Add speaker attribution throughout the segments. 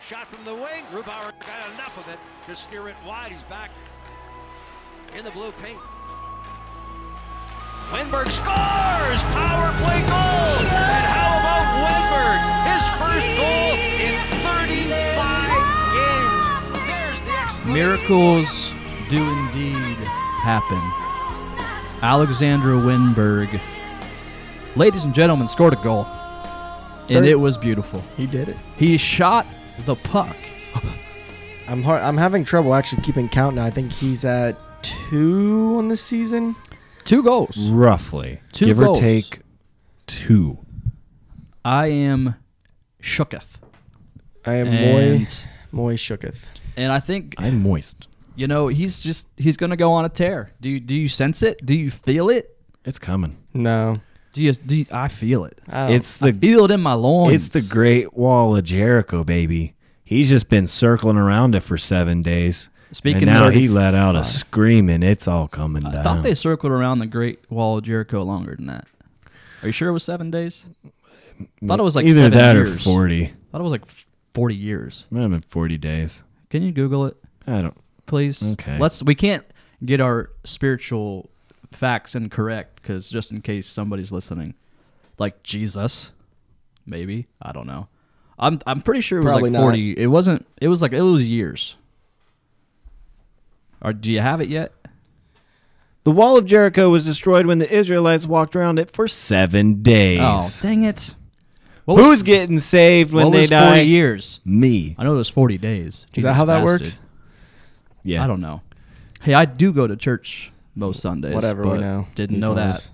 Speaker 1: Shot from the wing. Grubauer got enough of it to steer it wide. He's back in the blue paint. Wenberg scores! Power play goal! And how about Wenberg? His first goal in 35 games. There's the exclamation.
Speaker 2: Miracles do indeed happen. Alexandra Winberg, ladies and gentlemen, scored a goal. And
Speaker 3: Third-
Speaker 2: it was beautiful.
Speaker 3: He did it.
Speaker 2: He shot the puck.
Speaker 3: I'm hard, I'm having trouble actually keeping count now. I think he's at two on the season.
Speaker 2: Two goals.
Speaker 4: Roughly.
Speaker 2: Two
Speaker 4: give
Speaker 2: goals.
Speaker 4: or take two.
Speaker 2: I am shooketh.
Speaker 3: I am Moy
Speaker 2: And,
Speaker 3: Moy shooketh.
Speaker 2: and I think
Speaker 4: I'm moist.
Speaker 2: you know, he's just he's gonna go on a tear. Do you do you sense it? Do you feel it?
Speaker 4: It's coming.
Speaker 3: No,
Speaker 2: Do you, do you- I feel it?
Speaker 3: I don't.
Speaker 4: It's
Speaker 2: Oh, I
Speaker 4: the
Speaker 2: feel it in my loins.
Speaker 4: it's the Great Wall of Jericho, baby. He's just been circling around it for seven days.
Speaker 2: Speaking
Speaker 4: and now
Speaker 2: of-
Speaker 4: he let out a scream, and it's all coming
Speaker 2: I
Speaker 4: down.
Speaker 2: thought they circled around the Great Wall of Jericho longer than that. Are you sure it was seven days? I thought it was like
Speaker 4: either
Speaker 2: seven
Speaker 4: that or
Speaker 2: years.
Speaker 4: forty.
Speaker 2: I thought it was like f- forty years.
Speaker 4: Might have been forty days.
Speaker 2: Can you Google it,
Speaker 4: I don't.
Speaker 2: please?
Speaker 4: Okay.
Speaker 2: Let's. We can't get our spiritual facts incorrect because just in case somebody's listening, like Jesus, maybe I don't know. I'm I'm pretty sure it was
Speaker 3: Probably
Speaker 2: like
Speaker 3: not.
Speaker 2: forty. It wasn't. It was like it was years. Or do you have it yet?
Speaker 4: The Wall of Jericho was destroyed when the Israelites walked around it for seven days.
Speaker 2: Oh, dang it! What was-
Speaker 4: Who's getting saved when
Speaker 2: what
Speaker 4: they
Speaker 2: was
Speaker 4: die?
Speaker 2: forty years?
Speaker 4: Me.
Speaker 2: I know it was 40 days.
Speaker 3: Is that how that works?
Speaker 4: Yeah.
Speaker 2: I don't know. Hey, I do go to church most Sundays.
Speaker 3: Whatever, we
Speaker 2: but
Speaker 3: know.
Speaker 2: Didn't
Speaker 3: You
Speaker 2: know
Speaker 3: told
Speaker 2: that.
Speaker 3: us.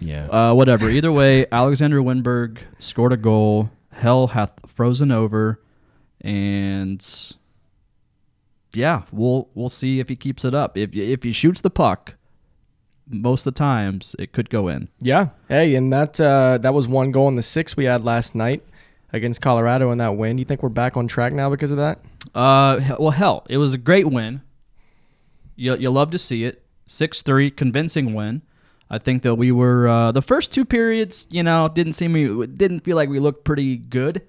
Speaker 4: Yeah.
Speaker 2: Uh, whatever. Either way, Alexander Winberg scored a goal. Hell hath frozen over, and yeah, we'll we'll see if he keeps it up. If if he shoots the puck, most of the times it could go in.
Speaker 3: yeah. Hey, and that uh, that was one goal in the six we had last night against Colorado in that win. You think we're back on track now because of that?
Speaker 2: Uh, he- well, hell, it was a great win. You you love to see it. Six three, convincing win. I think that we were uh, the first two periods. You know, didn't seem we didn't feel like we looked pretty good.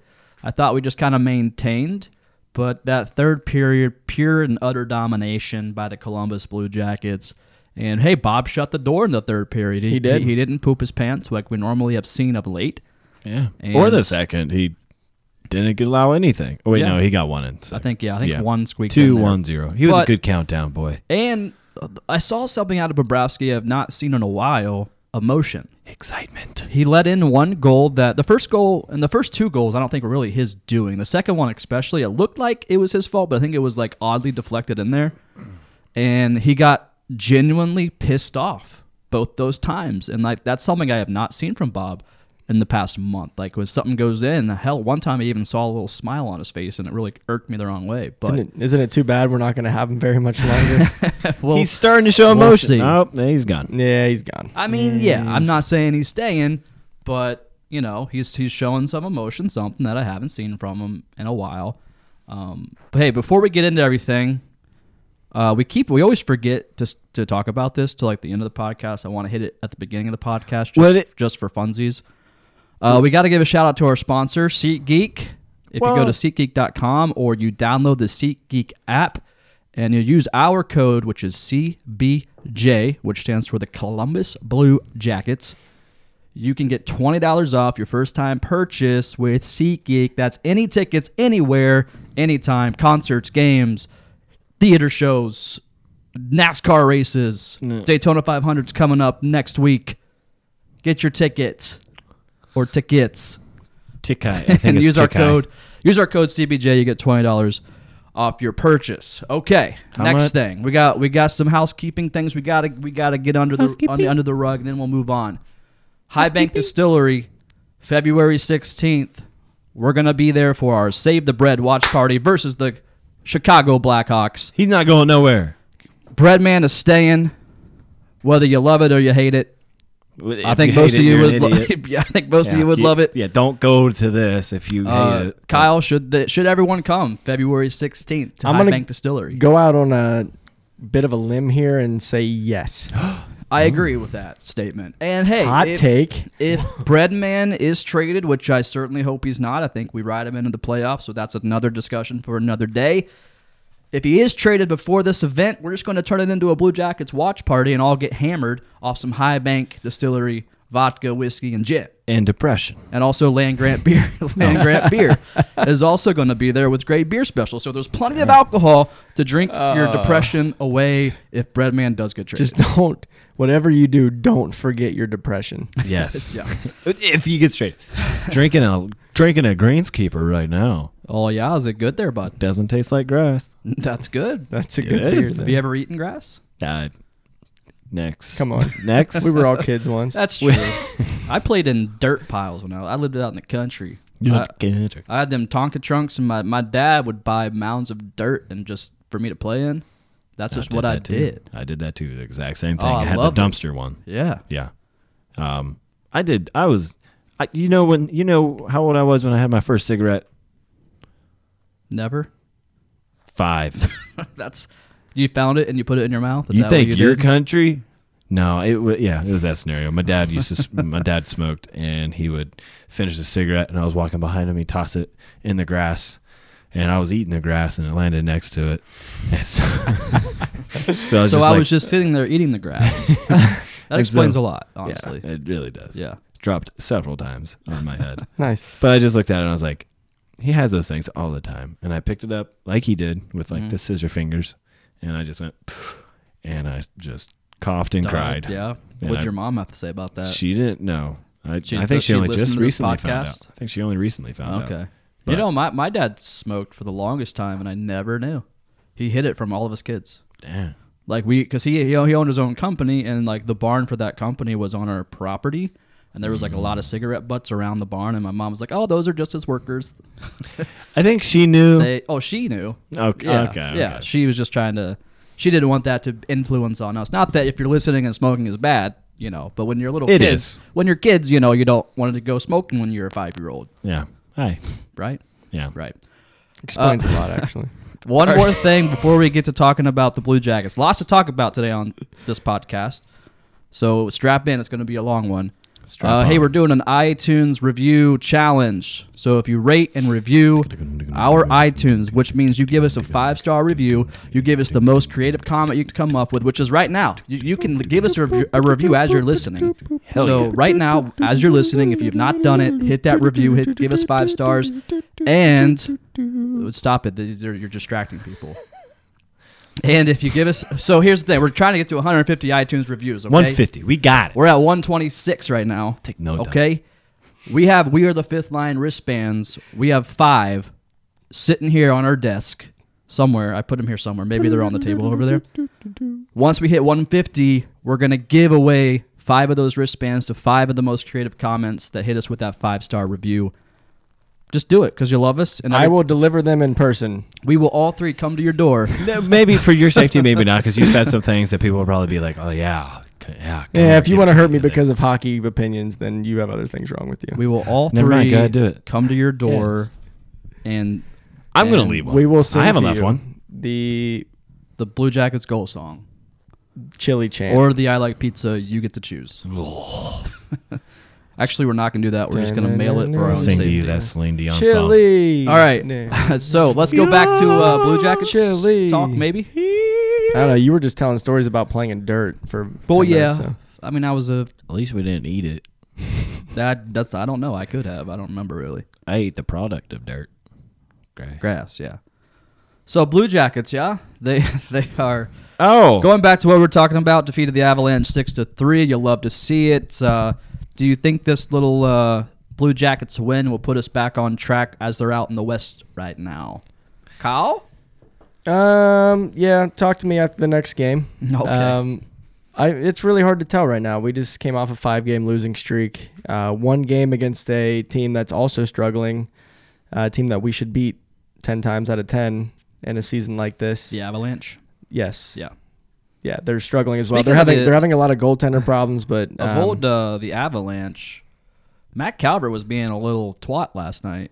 Speaker 2: I thought we just kind of maintained, but that third period, pure and utter domination by the Columbus Blue Jackets. And hey, Bob shut the door in the third period.
Speaker 3: He did.
Speaker 2: He, didn't poop his pants like we normally have seen of late.
Speaker 4: yeah.
Speaker 2: and-
Speaker 4: Or the second, he didn't allow anything. Oh wait,
Speaker 2: Yeah.
Speaker 4: no, he got one in. second.
Speaker 2: I think yeah, I think
Speaker 4: Yeah.
Speaker 2: one squeaked in
Speaker 4: Two
Speaker 2: there.
Speaker 4: one zero. He was
Speaker 2: But-
Speaker 4: a good countdown boy.
Speaker 2: And uh, I saw something out of Bobrovsky I've not seen in a while emotion.
Speaker 4: Excitement.
Speaker 2: He let in one goal that the first goal and the first two goals I don't think were really his doing. The second one, especially, it looked like it was his fault, but I think it was like oddly deflected in there. And he got genuinely pissed off both those times. And like that's something I have not seen from Bob in the past month. Like when something goes in, hell, one time I even saw a little smile on his face and it really irked me the wrong way.
Speaker 3: Isn't
Speaker 2: But
Speaker 3: it, isn't it too bad we're not going to have him very much longer?
Speaker 2: Well,
Speaker 4: he's starting to show
Speaker 2: we'll
Speaker 4: emotion.
Speaker 2: see.
Speaker 4: oh, he's gone.
Speaker 3: yeah, he's gone.
Speaker 2: I mean, yeah, I'm
Speaker 4: Mm.
Speaker 2: not saying he's staying, but you know, he's he's showing some emotion, something that I haven't seen from him in a while. Um, but hey, before we get into everything, uh, we keep we always forget to s- to talk about this to like the end of the podcast. I want to hit it at the beginning of the podcast, just,
Speaker 4: Well, it-
Speaker 2: just for funsies. Uh, we got to give a shout out to our sponsor, SeatGeek. If you go to
Speaker 4: Well-
Speaker 2: SeatGeek.com or you download the SeatGeek app and you use our code, which is CBJ, which stands for the Columbus Blue Jackets, you can get $20 off your first time purchase with SeatGeek. That's any tickets, anywhere, anytime, concerts, games, theater shows, NASCAR races, Daytona 500's coming up next week. Get your ticket or tickets
Speaker 4: Tikai. I think
Speaker 2: and
Speaker 4: it's
Speaker 2: use our
Speaker 4: Tikai.
Speaker 2: code. Use our code CBJ. You get twenty dollars off your purchase. Okay. next
Speaker 4: much?
Speaker 2: thing we got we got some housekeeping things we gotta we gotta get under the under, under the rug. Then we'll move on. High Bank Distillery, February sixteenth. We're gonna be there for our Save the Bread watch party versus the Chicago Blackhawks.
Speaker 4: He's not going nowhere.
Speaker 2: Breadman is staying, whether you love it or you hate it. I think most of you would. Lo- yeah, I think most of you would love it.
Speaker 4: Yeah, don't go to this if you
Speaker 2: Uh,
Speaker 4: hate it.
Speaker 2: Kyle, should the, should everyone come February 16th to
Speaker 3: I'm
Speaker 2: High
Speaker 3: gonna
Speaker 2: Bank Distillery?
Speaker 3: Go out on a bit of a limb here and say yes.
Speaker 2: I agree with that statement. And hey,
Speaker 3: Hot
Speaker 2: if-
Speaker 3: take.
Speaker 2: If Breadman is traded, which I certainly hope he's not, I think we ride him into the playoffs. So that's another discussion for another day. If he is traded before this event, we're just going to turn it into a Blue Jackets watch party and all get hammered off some high bank distillery vodka, whiskey, and gin.
Speaker 4: and depression.
Speaker 2: And also Land Grant beer. Land Grant beer is also going to be there with great beer specials. So there's plenty of alcohol to drink your depression away if Breadman does get traded.
Speaker 3: Just don't. Whatever you do, don't forget your depression.
Speaker 4: Yes.
Speaker 2: Yeah.
Speaker 4: If he gets straight, drinking a drinking a greenskeeper right now
Speaker 2: oh yeah, is it good there, bud?
Speaker 4: doesn't taste like grass.
Speaker 2: That's good.
Speaker 3: That's a good beer.
Speaker 4: is.
Speaker 2: Have
Speaker 3: then.
Speaker 2: you ever eaten grass?
Speaker 4: Uh, next.
Speaker 3: Come on.
Speaker 4: Next.
Speaker 3: we were all kids once.
Speaker 2: That's true. I played in dirt piles when I, I lived out in the country.
Speaker 3: Uh,
Speaker 2: I, I had them Tonka trunks, and my, my dad would buy mounds of dirt and just for me to play in. That's just what I
Speaker 4: that too.
Speaker 2: did.
Speaker 4: I did that too. The exact same thing.
Speaker 2: Oh, I
Speaker 4: I, had the
Speaker 2: loved it.
Speaker 4: dumpster one.
Speaker 2: Yeah.
Speaker 4: Yeah. Um, I did. I was. I, you know when you know how old I was when I had my first cigarette.
Speaker 2: Never.
Speaker 4: Five.
Speaker 2: That's you found it and you put it in your mouth. Is
Speaker 4: you
Speaker 2: that what
Speaker 4: think your
Speaker 2: did?
Speaker 4: country? No, it was yeah, it was that scenario. My dad used to s- my dad smoked and he would finish the cigarette and I was walking behind him, he toss it in the grass and I was eating the grass and it landed next to it. And so, so I
Speaker 2: so
Speaker 4: was just
Speaker 2: I
Speaker 4: like-
Speaker 2: was just sitting there eating the grass. that explains a lot,
Speaker 4: yeah,
Speaker 2: honestly. Yeah.
Speaker 4: it really does. Dropped several times on my head.
Speaker 3: nice.
Speaker 4: But I just looked at it and I was like, he has those things all the time. And I picked it up like he did with
Speaker 2: Mm-hmm.
Speaker 4: like the scissor fingers. And I just went, and I just coughed and cried.
Speaker 2: Yeah.
Speaker 4: And
Speaker 2: What'd
Speaker 4: I-
Speaker 2: your mom have to say about that?
Speaker 4: She didn't know. I,
Speaker 2: She-
Speaker 4: I
Speaker 2: does
Speaker 4: think she
Speaker 2: she
Speaker 4: only
Speaker 2: listen
Speaker 4: just
Speaker 2: to this
Speaker 4: recently found out.
Speaker 2: podcast?
Speaker 4: I think she only recently found out.
Speaker 2: Okay. You
Speaker 4: But-
Speaker 2: know, my, my dad smoked for the longest time, and I never knew. He hid it from all of his kids.
Speaker 4: Damn.
Speaker 2: Like we, because he he he owned his own company, and like the barn for that company was on our property, and there was like a lot of cigarette butts around the barn, and my mom was like, "Oh, those are just his workers."
Speaker 4: I think she knew.
Speaker 2: They, oh, she knew.
Speaker 4: okay.
Speaker 2: Yeah,
Speaker 4: okay.
Speaker 2: yeah.
Speaker 4: okay.
Speaker 2: She was just trying to. She didn't want that to influence on us. Not that if you're listening and smoking is bad, you know, but when you're little
Speaker 4: It
Speaker 2: kids,
Speaker 4: is.
Speaker 2: when you're kids, you know, you don't want to go smoking when you're a five year old,
Speaker 4: yeah. Hi.
Speaker 2: right?
Speaker 4: Yeah.
Speaker 2: Right.
Speaker 3: Explains a lot, actually.
Speaker 2: One more thing before we get to talking about the Blue Jackets. Lots to talk about today on this podcast. So strap in. It's going to be a long one.
Speaker 4: Strap
Speaker 2: Uh, hey,
Speaker 4: on.
Speaker 2: we're doing an iTunes review challenge. So if you rate and review our iTunes, which means you give us a five star review, you give us the most creative comment you can come up with, which is right now. You, you can give us a review, a review as you're listening. so right now, as you're listening, if you've not done it, hit that review, hit give us five stars, and stop it. These are- You're distracting people. And if you give us, so here's the thing: we're trying to get to 150 iTunes reviews. Okay?
Speaker 4: 150. We got it.
Speaker 2: We're at 126 right now.
Speaker 4: Take note of
Speaker 2: Okay. We have we are the fifth line wristbands. We have five sitting here on our desk somewhere. I put them here somewhere. Maybe they're on the table over there. Once we hit 150, we're gonna give away five of those wristbands to five of the most creative comments that hit us with that five star review. Just do it because you love us, and
Speaker 3: I
Speaker 2: every-
Speaker 3: will deliver them in person.
Speaker 2: We will all three come to your door.
Speaker 4: No, maybe for your safety, maybe not, because you said some things that people would probably be like, oh, yeah. c- Yeah. come
Speaker 3: Yeah,
Speaker 4: on,
Speaker 3: if you
Speaker 4: give
Speaker 3: want
Speaker 4: it
Speaker 3: to hurt me
Speaker 4: me then.
Speaker 3: because of hockey opinions, then you have other things wrong with you.
Speaker 2: We will all three
Speaker 4: Never mind, go ahead, do it.
Speaker 2: come to your door, and
Speaker 4: I'm going
Speaker 2: and
Speaker 4: to leave one.
Speaker 3: We will sing
Speaker 4: I haven't
Speaker 3: to
Speaker 4: left
Speaker 3: you
Speaker 4: one.
Speaker 3: The
Speaker 2: the Blue Jackets goal song.
Speaker 3: chili chant.
Speaker 2: or the I like pizza, you get to choose. Actually, we're not gonna do that. We're just gonna mail it for our own
Speaker 4: Sing to
Speaker 2: safety.
Speaker 4: you that Celine Dion song.
Speaker 3: chili.
Speaker 2: All right,
Speaker 3: Nah.
Speaker 2: so let's go back to uh, Blue Jackets
Speaker 3: Chili.
Speaker 2: talk, maybe.
Speaker 3: I don't know. You were just telling stories about playing in dirt for.
Speaker 2: Well,
Speaker 3: 10
Speaker 2: yeah.
Speaker 3: minutes, so.
Speaker 2: I mean, I was a
Speaker 4: At least we didn't eat it.
Speaker 2: that. That's I don't know. I could have. I don't remember really.
Speaker 4: I ate the product of dirt. Grass.
Speaker 2: Grass, yeah. So Blue Jackets, yeah, they they are
Speaker 4: Oh.
Speaker 2: going back to what we we're talking about. Defeated the Avalanche six to three. You love to see it. Uh, do you think this little uh, Blue Jackets win will put us back on track as they're out in the West right now? Kyle,
Speaker 3: Um. Yeah. Talk to me after the next game.
Speaker 2: Okay.
Speaker 3: Um, I it's really hard to tell right now. We just came off a five game losing streak. Uh, one game against a team that's also struggling, uh, a team that we should beat ten times out of ten in a season like this.
Speaker 2: the Avalanche.
Speaker 3: Yes.
Speaker 2: Yeah,
Speaker 3: Yeah. They're struggling as well.
Speaker 2: Speaking
Speaker 3: they're
Speaker 2: of
Speaker 3: having
Speaker 2: the-
Speaker 3: they're having a lot of goaltender problems, but
Speaker 2: of
Speaker 3: um,
Speaker 2: old uh, the Avalanche. Matt Calvert was being a little twat last night.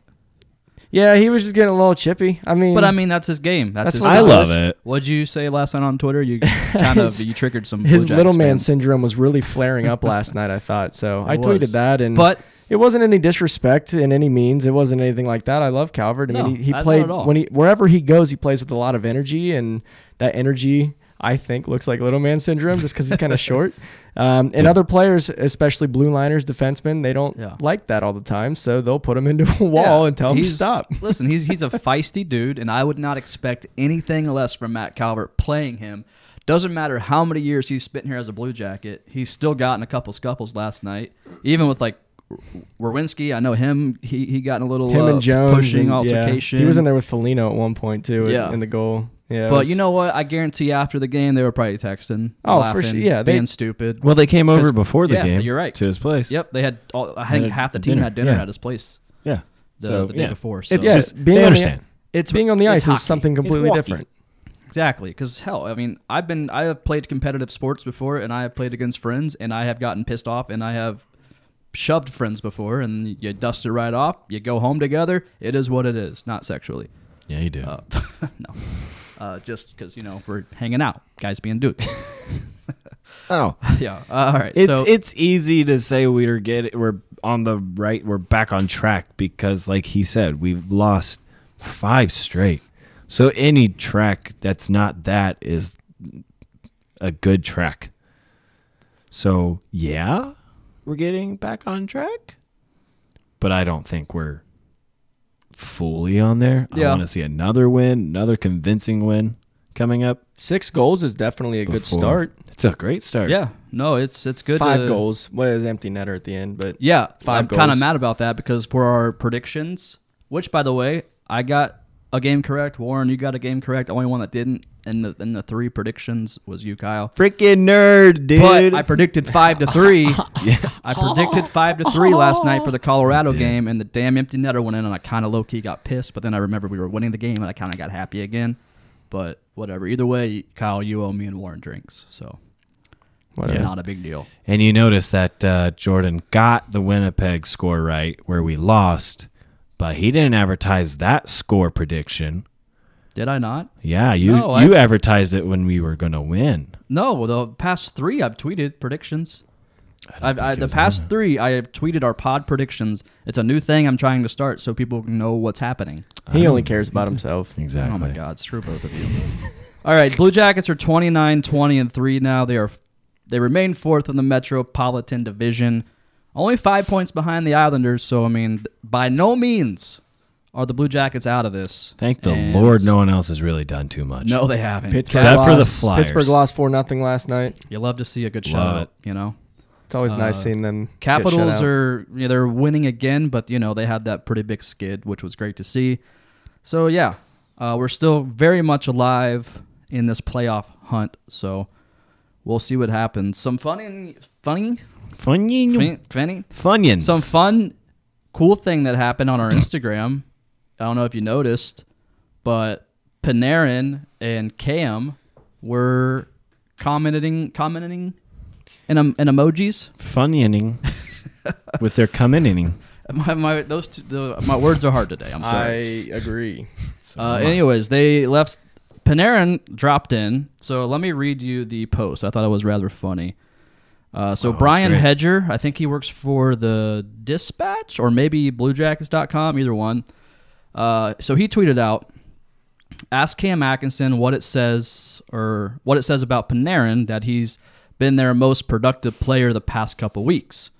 Speaker 3: Yeah, he was just getting a little chippy. I mean,
Speaker 2: But I mean, that's his game. That's,
Speaker 3: That's
Speaker 2: his
Speaker 3: what
Speaker 4: I
Speaker 2: style.
Speaker 3: it
Speaker 4: love
Speaker 3: is.
Speaker 4: it.
Speaker 2: What'd you say last night on Twitter? You kind of
Speaker 3: His-
Speaker 2: you triggered some
Speaker 3: his
Speaker 2: Blue
Speaker 3: little
Speaker 2: Jackets
Speaker 3: man
Speaker 2: fans.
Speaker 3: syndrome was really flaring up last night. I thought so. I
Speaker 2: It was.
Speaker 3: tweeted that, and
Speaker 2: But
Speaker 3: it wasn't any disrespect in any means. It wasn't anything like that. I love Calvert. I
Speaker 2: No,
Speaker 3: mean, he, he
Speaker 2: not at
Speaker 3: played
Speaker 2: all.
Speaker 3: when he wherever he goes, he plays with a lot of energy, and that energy I think looks like little man syndrome just because he's kind of short. Um, and other players, especially blue liners, defensemen, they don't
Speaker 2: Yeah.
Speaker 3: like that all the time, so they'll put him into a wall
Speaker 2: Yeah,
Speaker 3: and tell him to
Speaker 2: he's-
Speaker 3: stop.
Speaker 2: Listen, he's he's a feisty dude, and I would not expect anything less from Matt Calvert playing him. Doesn't matter how many years he's spent here as a Blue Jacket, he's still gotten a couple scuffles last night. Even with like Werwinski, I know him. He he got in a little
Speaker 3: Him
Speaker 2: uh,
Speaker 3: and Jones
Speaker 2: pushing
Speaker 3: and- yeah.
Speaker 2: altercation.
Speaker 3: He was in there with Felino at one point too, in-
Speaker 2: Yeah.
Speaker 3: in the goal. Yeah, it
Speaker 2: But
Speaker 3: was-
Speaker 2: you know what? I guarantee after the game they were probably texting.
Speaker 3: Oh, for
Speaker 2: laughing,
Speaker 3: sure. Yeah, they-
Speaker 2: being stupid.
Speaker 4: Well, they came over
Speaker 2: Because-
Speaker 4: before the
Speaker 2: yeah,
Speaker 4: game.
Speaker 2: you're right.
Speaker 4: To his place.
Speaker 2: Yep, they had. All, I
Speaker 4: They
Speaker 2: think
Speaker 4: had
Speaker 2: half the team
Speaker 4: dinner,
Speaker 2: had dinner
Speaker 4: yeah.
Speaker 2: at his place
Speaker 4: Yeah.
Speaker 2: the,
Speaker 4: So,
Speaker 2: the day
Speaker 4: yeah.
Speaker 2: before. So
Speaker 4: It's
Speaker 3: Yeah,
Speaker 4: just
Speaker 3: being on
Speaker 4: they
Speaker 3: the-
Speaker 4: understand.
Speaker 2: it's
Speaker 3: being on the
Speaker 2: it's
Speaker 3: ice
Speaker 2: hockey.
Speaker 3: is something completely
Speaker 4: hockey.
Speaker 3: different.
Speaker 2: Exactly, because hell, I mean, I've been I have played competitive sports before, and I have played against friends, and I have gotten pissed off, and I have shoved friends before, and you dust it right off. You go home together. It is what it is, not sexually.
Speaker 4: Yeah, you do.
Speaker 2: Uh, no, uh, just because you know we're hanging out, guys being dudes.
Speaker 4: oh,
Speaker 2: yeah. Uh, all right.
Speaker 4: it's
Speaker 2: so
Speaker 4: it's easy to say we're get we're on the right we're back on track because like he said we've lost five straight so any track that's not that is a good track so yeah we're getting back on track but i don't think we're fully on there i
Speaker 2: Yeah.
Speaker 4: want to see another win another convincing win coming up
Speaker 3: Six goals is definitely a good
Speaker 4: before-
Speaker 3: start.
Speaker 4: it's a great start
Speaker 2: yeah, no, it's it's good.
Speaker 3: Five
Speaker 2: to-
Speaker 3: goals. Well, it was empty netter at the end, but
Speaker 2: Yeah,
Speaker 3: Five
Speaker 2: I'm kind of
Speaker 3: goals.
Speaker 2: mad about that because for our predictions, which by the way, I got a game correct. Warren, you got a game correct. Only one that didn't, and the and the three predictions was you, Kyle.
Speaker 4: freaking nerd dude
Speaker 2: But I predicted five to three. I predicted five to three last night for the Colorado game, and the damn empty netter went in, and I kind of low key got pissed. But then I remembered we were winning the game, and I kind of got happy again. But whatever. Either way, Kyle, you owe me and Warren drinks, so
Speaker 3: whatever.
Speaker 2: not a big deal.
Speaker 4: And you notice that uh, Jordan got the Winnipeg score right where we lost, but he didn't advertise that score prediction.
Speaker 2: Did I not?
Speaker 4: Yeah, you
Speaker 2: No, I-
Speaker 4: you advertised it when we were going to win.
Speaker 2: No, the past three I've tweeted predictions.
Speaker 4: don't
Speaker 2: I've,
Speaker 4: think
Speaker 2: I,
Speaker 4: it
Speaker 2: the
Speaker 4: was
Speaker 2: past three I have tweeted our pod predictions. It's a new thing I'm trying to start so people know what's happening.
Speaker 3: he only cares about himself.
Speaker 4: Exactly.
Speaker 2: Oh my God, screw both of you. All right, Blue Jackets are 29, 20, and 3 now. They are they remain fourth in the Metropolitan Division, only five points behind the Islanders. So I mean, th- by no means are the Blue Jackets out of this.
Speaker 4: Thank the
Speaker 2: And-
Speaker 4: Lord no one else has really done too much.
Speaker 2: no, they haven't.
Speaker 4: Except for the
Speaker 3: lost-
Speaker 4: Flyers.
Speaker 3: Pittsburgh lost four nothing last night.
Speaker 2: You love to see a good
Speaker 4: Love
Speaker 2: shot,
Speaker 4: it.
Speaker 2: you know.
Speaker 3: It's always
Speaker 2: Uh,
Speaker 3: nice seeing them. get shut
Speaker 2: Capitals
Speaker 3: out.
Speaker 2: are you know, they're winning again, but you know they had that pretty big skid, which was great to see. So yeah, uh, we're still very much alive in this playoff hunt. So we'll see what happens. Some funny, funny,
Speaker 4: Funyun.
Speaker 2: funny, funny
Speaker 4: Funyuns.
Speaker 2: some fun, cool thing that happened on our Instagram. I don't know if you noticed, but Panarin and Cam were commenting, commenting, in, em- in emojis.
Speaker 4: Funyoning with their coming
Speaker 2: Uh,
Speaker 4: inning.
Speaker 2: My, my those two, the, my words are hard today. I'm sorry.
Speaker 3: I agree.
Speaker 2: uh, anyways, they left. Panarin dropped in. So let me read you the post. I thought it was rather funny. Uh, so
Speaker 4: Oh, that's
Speaker 2: Brian
Speaker 4: great.
Speaker 2: Hedger, I think he works for the Dispatch or maybe BlueJackets.com, either one. Uh, so he tweeted out, "Ask Cam Atkinson what it says or what it says about Panarin that he's been their most productive player the past couple weeks."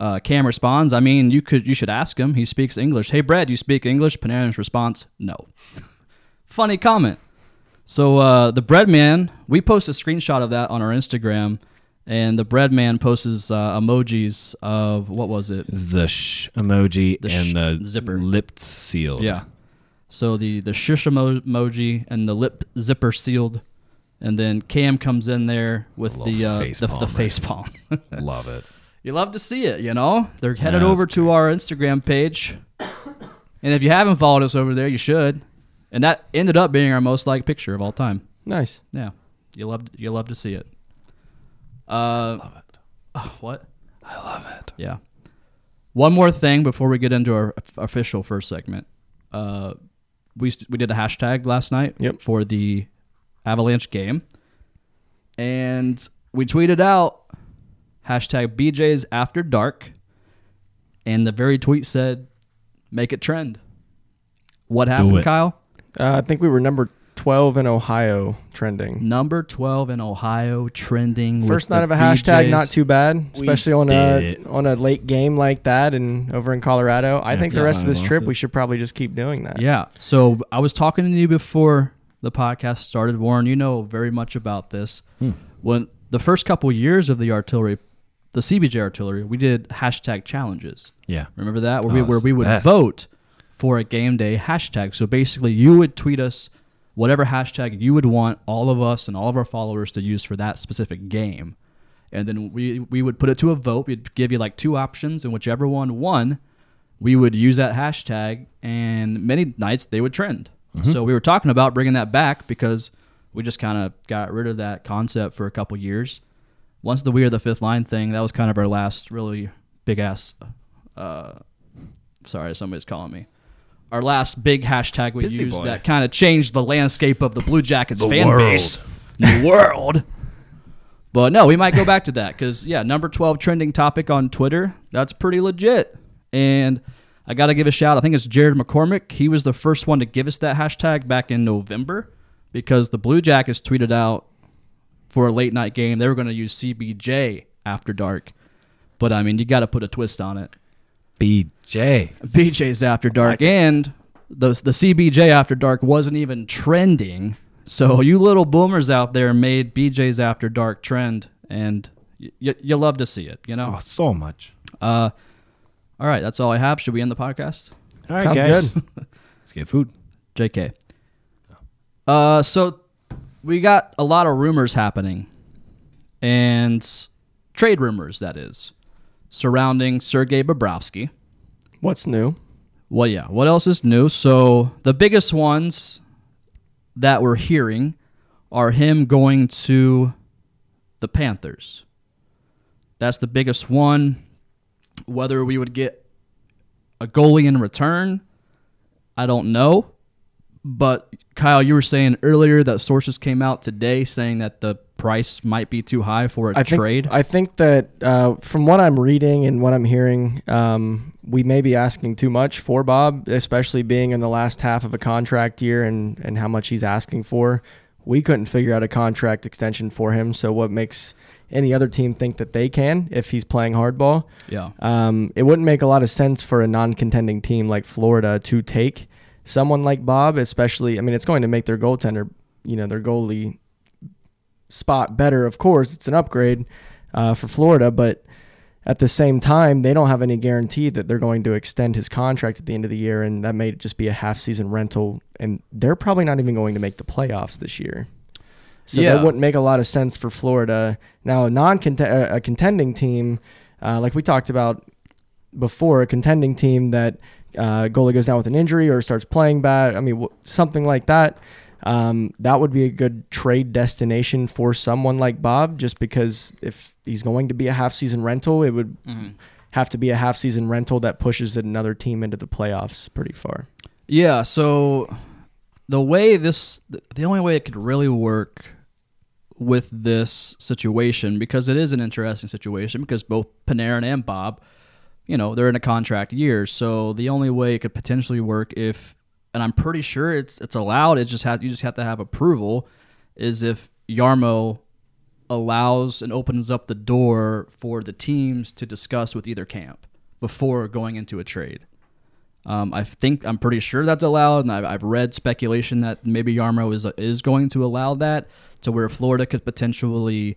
Speaker 2: Uh, Cam responds, "I mean, you could you should ask him. He speaks English. Hey, Brad, you speak English?" Panarin's response, "No." Funny comment. So uh, the bread man, we post a screenshot of that on our Instagram, and the bread man posts uh, emojis of what was it?
Speaker 4: This is the sh emoji
Speaker 2: The
Speaker 4: and
Speaker 2: sh-
Speaker 4: the
Speaker 2: zipper.
Speaker 4: lip sealed.
Speaker 2: Yeah. So the the shush emo- emoji and the lip zipper sealed, and then Cam comes in there with
Speaker 4: little
Speaker 2: the uh,
Speaker 4: face
Speaker 2: the,
Speaker 4: palm
Speaker 2: the
Speaker 4: right
Speaker 2: face palm.
Speaker 4: Love it.
Speaker 2: you love to see it, you know. They're headed
Speaker 4: Yeah,
Speaker 2: over
Speaker 4: that's
Speaker 2: to our Instagram page, and if you haven't followed us over there, you should. And that ended up being our most liked picture of all time.
Speaker 3: Nice.
Speaker 2: Yeah, you love you love to see it. Uh, love it. what? I love it. Yeah. One more thing before we get into our f- official first segment. uh, we st- we did a hashtag last night
Speaker 3: Yep.
Speaker 2: for the Avalanche game, and we tweeted out hashtag BJ's After Dark, and the very tweet said, "Make it trend." What happened,
Speaker 4: it.
Speaker 2: Kyle?
Speaker 3: Uh, I think we were number 12 in Ohio trending.
Speaker 2: Number twelve in Ohio trending. with
Speaker 3: First night
Speaker 2: the
Speaker 3: of a hashtag,
Speaker 2: BJ's.
Speaker 3: not too bad, especially on
Speaker 4: did
Speaker 3: a
Speaker 4: it.
Speaker 3: on a late game like that and over in Colorado. I think the
Speaker 4: After
Speaker 3: rest of
Speaker 4: five
Speaker 3: this trip we
Speaker 4: losses.
Speaker 3: should probably just keep doing that.
Speaker 2: Yeah. So I was talking to you before the podcast started, Warren. You know very much about this. When the first couple years of the artillery, the CBJ artillery, we did hashtag challenges.
Speaker 4: Yeah.
Speaker 2: Remember that where we
Speaker 4: Oh, it's
Speaker 2: where we would
Speaker 4: the best.
Speaker 2: vote for a game day hashtag. So basically, you would tweet us whatever hashtag you would want all of us and all of our followers to use for that specific game, and then we we would put it to a vote. We'd give you like two options, and whichever one won, we would use that hashtag. And many nights they would trend.
Speaker 4: Mm-hmm.
Speaker 2: So we were talking about bringing that back because we just kind of got rid of that concept for a couple years once the we are the fifth line thing that was kind of our last really big ass uh sorry somebody's calling me our last big hashtag we
Speaker 4: Pithy
Speaker 2: used
Speaker 4: boy.
Speaker 2: that kind of changed the landscape of the blue jackets fan
Speaker 4: world.
Speaker 2: base the world but no we might go back to that because yeah number 12 trending topic on twitter that's pretty legit and i gotta give a shout i think it's jared mccormick he was the first one to give us that hashtag back in november because the blue jackets tweeted out for a late night game, they were going to use CBJ after dark. But I mean, you got to put a twist on it.
Speaker 4: BJ.
Speaker 2: BJ's after dark, and the the CBJ after dark wasn't even trending. So you little boomers out there made BJ's after dark trend, and y- y- you love to see it. You know.
Speaker 4: Oh, so much.
Speaker 2: Uh, all right, that's all I have. Should we end the podcast?
Speaker 4: All right,
Speaker 3: Sounds
Speaker 4: guys.
Speaker 3: good.
Speaker 4: Let's get food.
Speaker 2: JK. Uh, so we got a lot of rumors happening, and trade rumors that is, surrounding Sergei Bobrovsky.
Speaker 3: What's new?
Speaker 2: Well, yeah. What else is new? So the biggest ones that we're hearing are him going to the Panthers. That's the biggest one. Whether we would get a goalie in return, I don't know. But Kyle, you were saying earlier that sources came out today saying that the price might be too high for a
Speaker 3: I think,
Speaker 2: trade.
Speaker 3: I think that uh, from what I'm reading and what I'm hearing, um, we may be asking too much for Bob, especially being in the last half of a contract year and, and how much he's asking for. We couldn't figure out a contract extension for him. So, what makes any other team think that they can if he's playing hardball?
Speaker 2: yeah.
Speaker 3: Um, it wouldn't make a lot of sense for a non-contending team like Florida to take someone like Bob, especially. I mean, it's going to make their goaltender, you know, their goalie spot better. Of course, it's an upgrade uh, for Florida, but at the same time, they don't have any guarantee that they're going to extend his contract at the end of the year, and that may just be a half-season rental. And they're probably not even going to make the playoffs this year. So
Speaker 2: Yeah.
Speaker 3: that wouldn't make a lot of sense for Florida. Now, a non a contending team, uh, like we talked about before, a contending team that uh, goalie goes down with an injury or starts playing bad. I mean, w- something like that. Um, that would be a good trade destination for someone like Bob, just because if he's going to be a half season rental, it would have to be a half season rental that pushes another team into the playoffs pretty far.
Speaker 2: Yeah, so the way this the only way it could really work with this situation because it is an interesting situation because both Panarin and Bob, you know, they're in a contract year. So the only way it could potentially work if and I'm pretty sure it's it's allowed, it just has you just have to have approval is if Yarmo allows and opens up the door for the teams to discuss with either camp before going into a trade. Um, I think I'm pretty sure that's allowed, and I've, I've read speculation that maybe Yarmo is is going to allow that to where Florida could potentially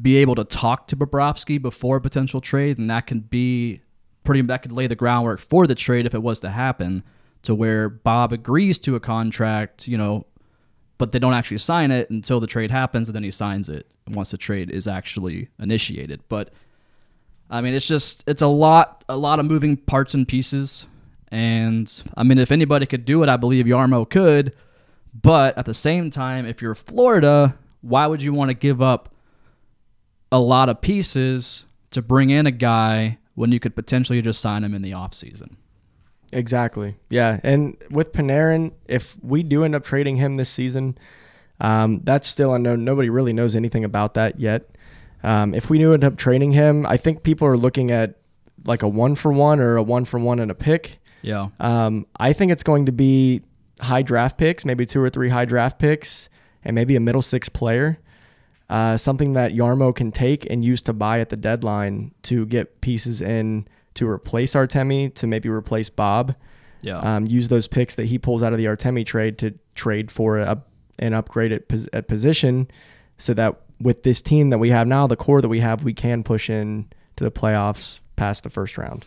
Speaker 2: be able to talk to Bobrovsky before a potential trade, and that could be pretty that could lay the groundwork for the trade if it was to happen, to where Bob agrees to a contract, you know, but they don't actually sign it until the trade happens, and then he signs it once the trade is actually initiated. But I mean, it's just it's a lot, a lot of moving parts and pieces. And I mean, if anybody could do it, I believe Yarmo could. But at the same time, if you're Florida, why would you want to give up a lot of pieces to bring in a guy when you could potentially just sign him in the offseason?
Speaker 3: Exactly. Yeah. And with Panarin, if we do end up trading him this season, um, that's still unknown. Nobody really knows anything about that yet. Um, if we do end up trading him, I think people are looking at like a one for one or a one for one and a pick.
Speaker 2: Yeah.
Speaker 3: Um, I think it's going to be high draft picks, maybe two or three high draft picks, and maybe a middle six player. Uh, something that Yarmo can take and use to buy at the deadline to get pieces in to replace Artemi, to maybe replace Bob.
Speaker 2: Yeah.
Speaker 3: Um, use those picks that he pulls out of the Artemi trade to trade for a, an upgrade at, pos- at position so that with this team that we have now, the core that we have, we can push in to the playoffs past the first round.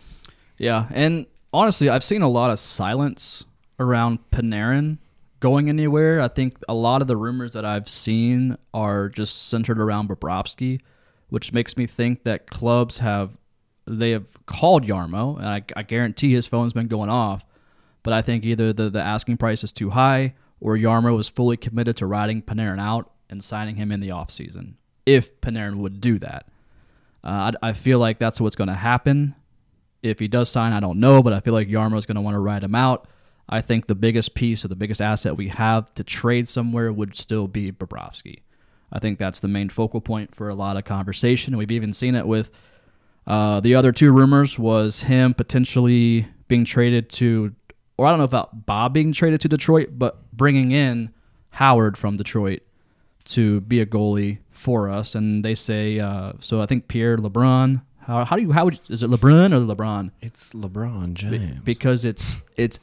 Speaker 2: Yeah, and honestly, I've seen a lot of silence around Panarin going anywhere. I think a lot of the rumors that I've seen are just centered around Bobrovsky, which makes me think that clubs have they have called Yarmo, and I, I guarantee his phone's been going off. But I think either the, the asking price is too high or Yarmo is fully committed to riding Panarin out and signing him in the offseason, if Panarin would do that. Uh, I, I feel like that's what's going to happen. If he does sign, I don't know, but I feel like Yarmo's going to want to ride him out. I think the biggest piece or the biggest asset we have to trade somewhere would still be Bobrovsky. I think that's the main focal point for a lot of conversation. We've even seen it with uh, the other two rumors was him potentially being traded to, or I don't know about Bob being traded to Detroit, but bringing in Howard from Detroit to be a goalie for us. And they say, uh, so I think Pierre LeBrun. How, how do you how would is it LeBrun or LeBron?
Speaker 4: It's LeBron James.
Speaker 2: Because it's it's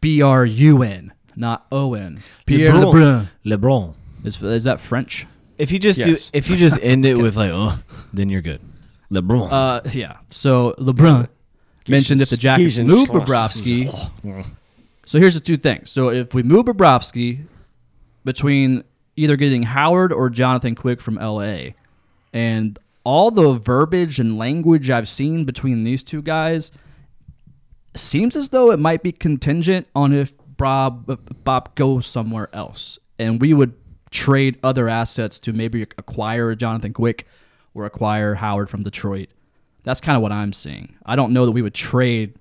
Speaker 2: B R U N, not O N. Pierre
Speaker 4: LeBron.
Speaker 2: LeBrun.
Speaker 4: LeBron.
Speaker 2: Is is that French?
Speaker 4: If you just
Speaker 3: Yes.
Speaker 4: do, if you just end it with like, oh, then you're good. LeBron.
Speaker 2: Uh, yeah. So LeBron mentioned if the Jackets
Speaker 3: Keishan
Speaker 2: move
Speaker 3: Schloss.
Speaker 2: Bobrovsky. So here's the two things. So if we move Bobrovsky between either getting Howard or Jonathan Quick from LA, and all the verbiage and language I've seen between these two guys seems as though it might be contingent on if Bob Bob goes somewhere else, and we would trade other assets to maybe acquire Jonathan Quick or acquire Howard from Detroit. That's kind of what I'm seeing. I don't know that we would trade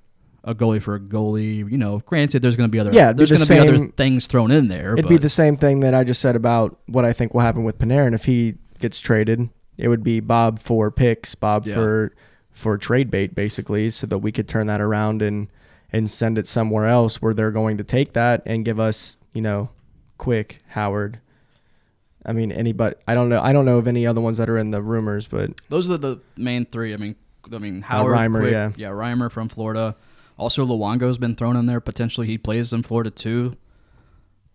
Speaker 2: a goalie for a goalie. You know, granted, there's going to be other
Speaker 3: Yeah, it'd be
Speaker 2: there's
Speaker 3: the
Speaker 2: going to be other
Speaker 3: same-
Speaker 2: things thrown in there.
Speaker 3: It'd
Speaker 2: but,
Speaker 3: be the same thing that I just said about what I think will happen with Panarin if he gets traded. It would be Bob for picks, Bob
Speaker 2: Yeah.
Speaker 3: for for trade bait, basically, so that we could turn that around and and send it somewhere else where they're going to take that and give us, you know, quick Howard. I mean, anybody. I don't know. I don't know of any other ones that are in the rumors, but
Speaker 2: those are the main three. I mean, I mean Howard,
Speaker 3: Uh, Reimer,
Speaker 2: Quick,
Speaker 3: yeah.
Speaker 2: yeah, Reimer from Florida. Also, Luongo's been thrown in there. Potentially, he plays in Florida too.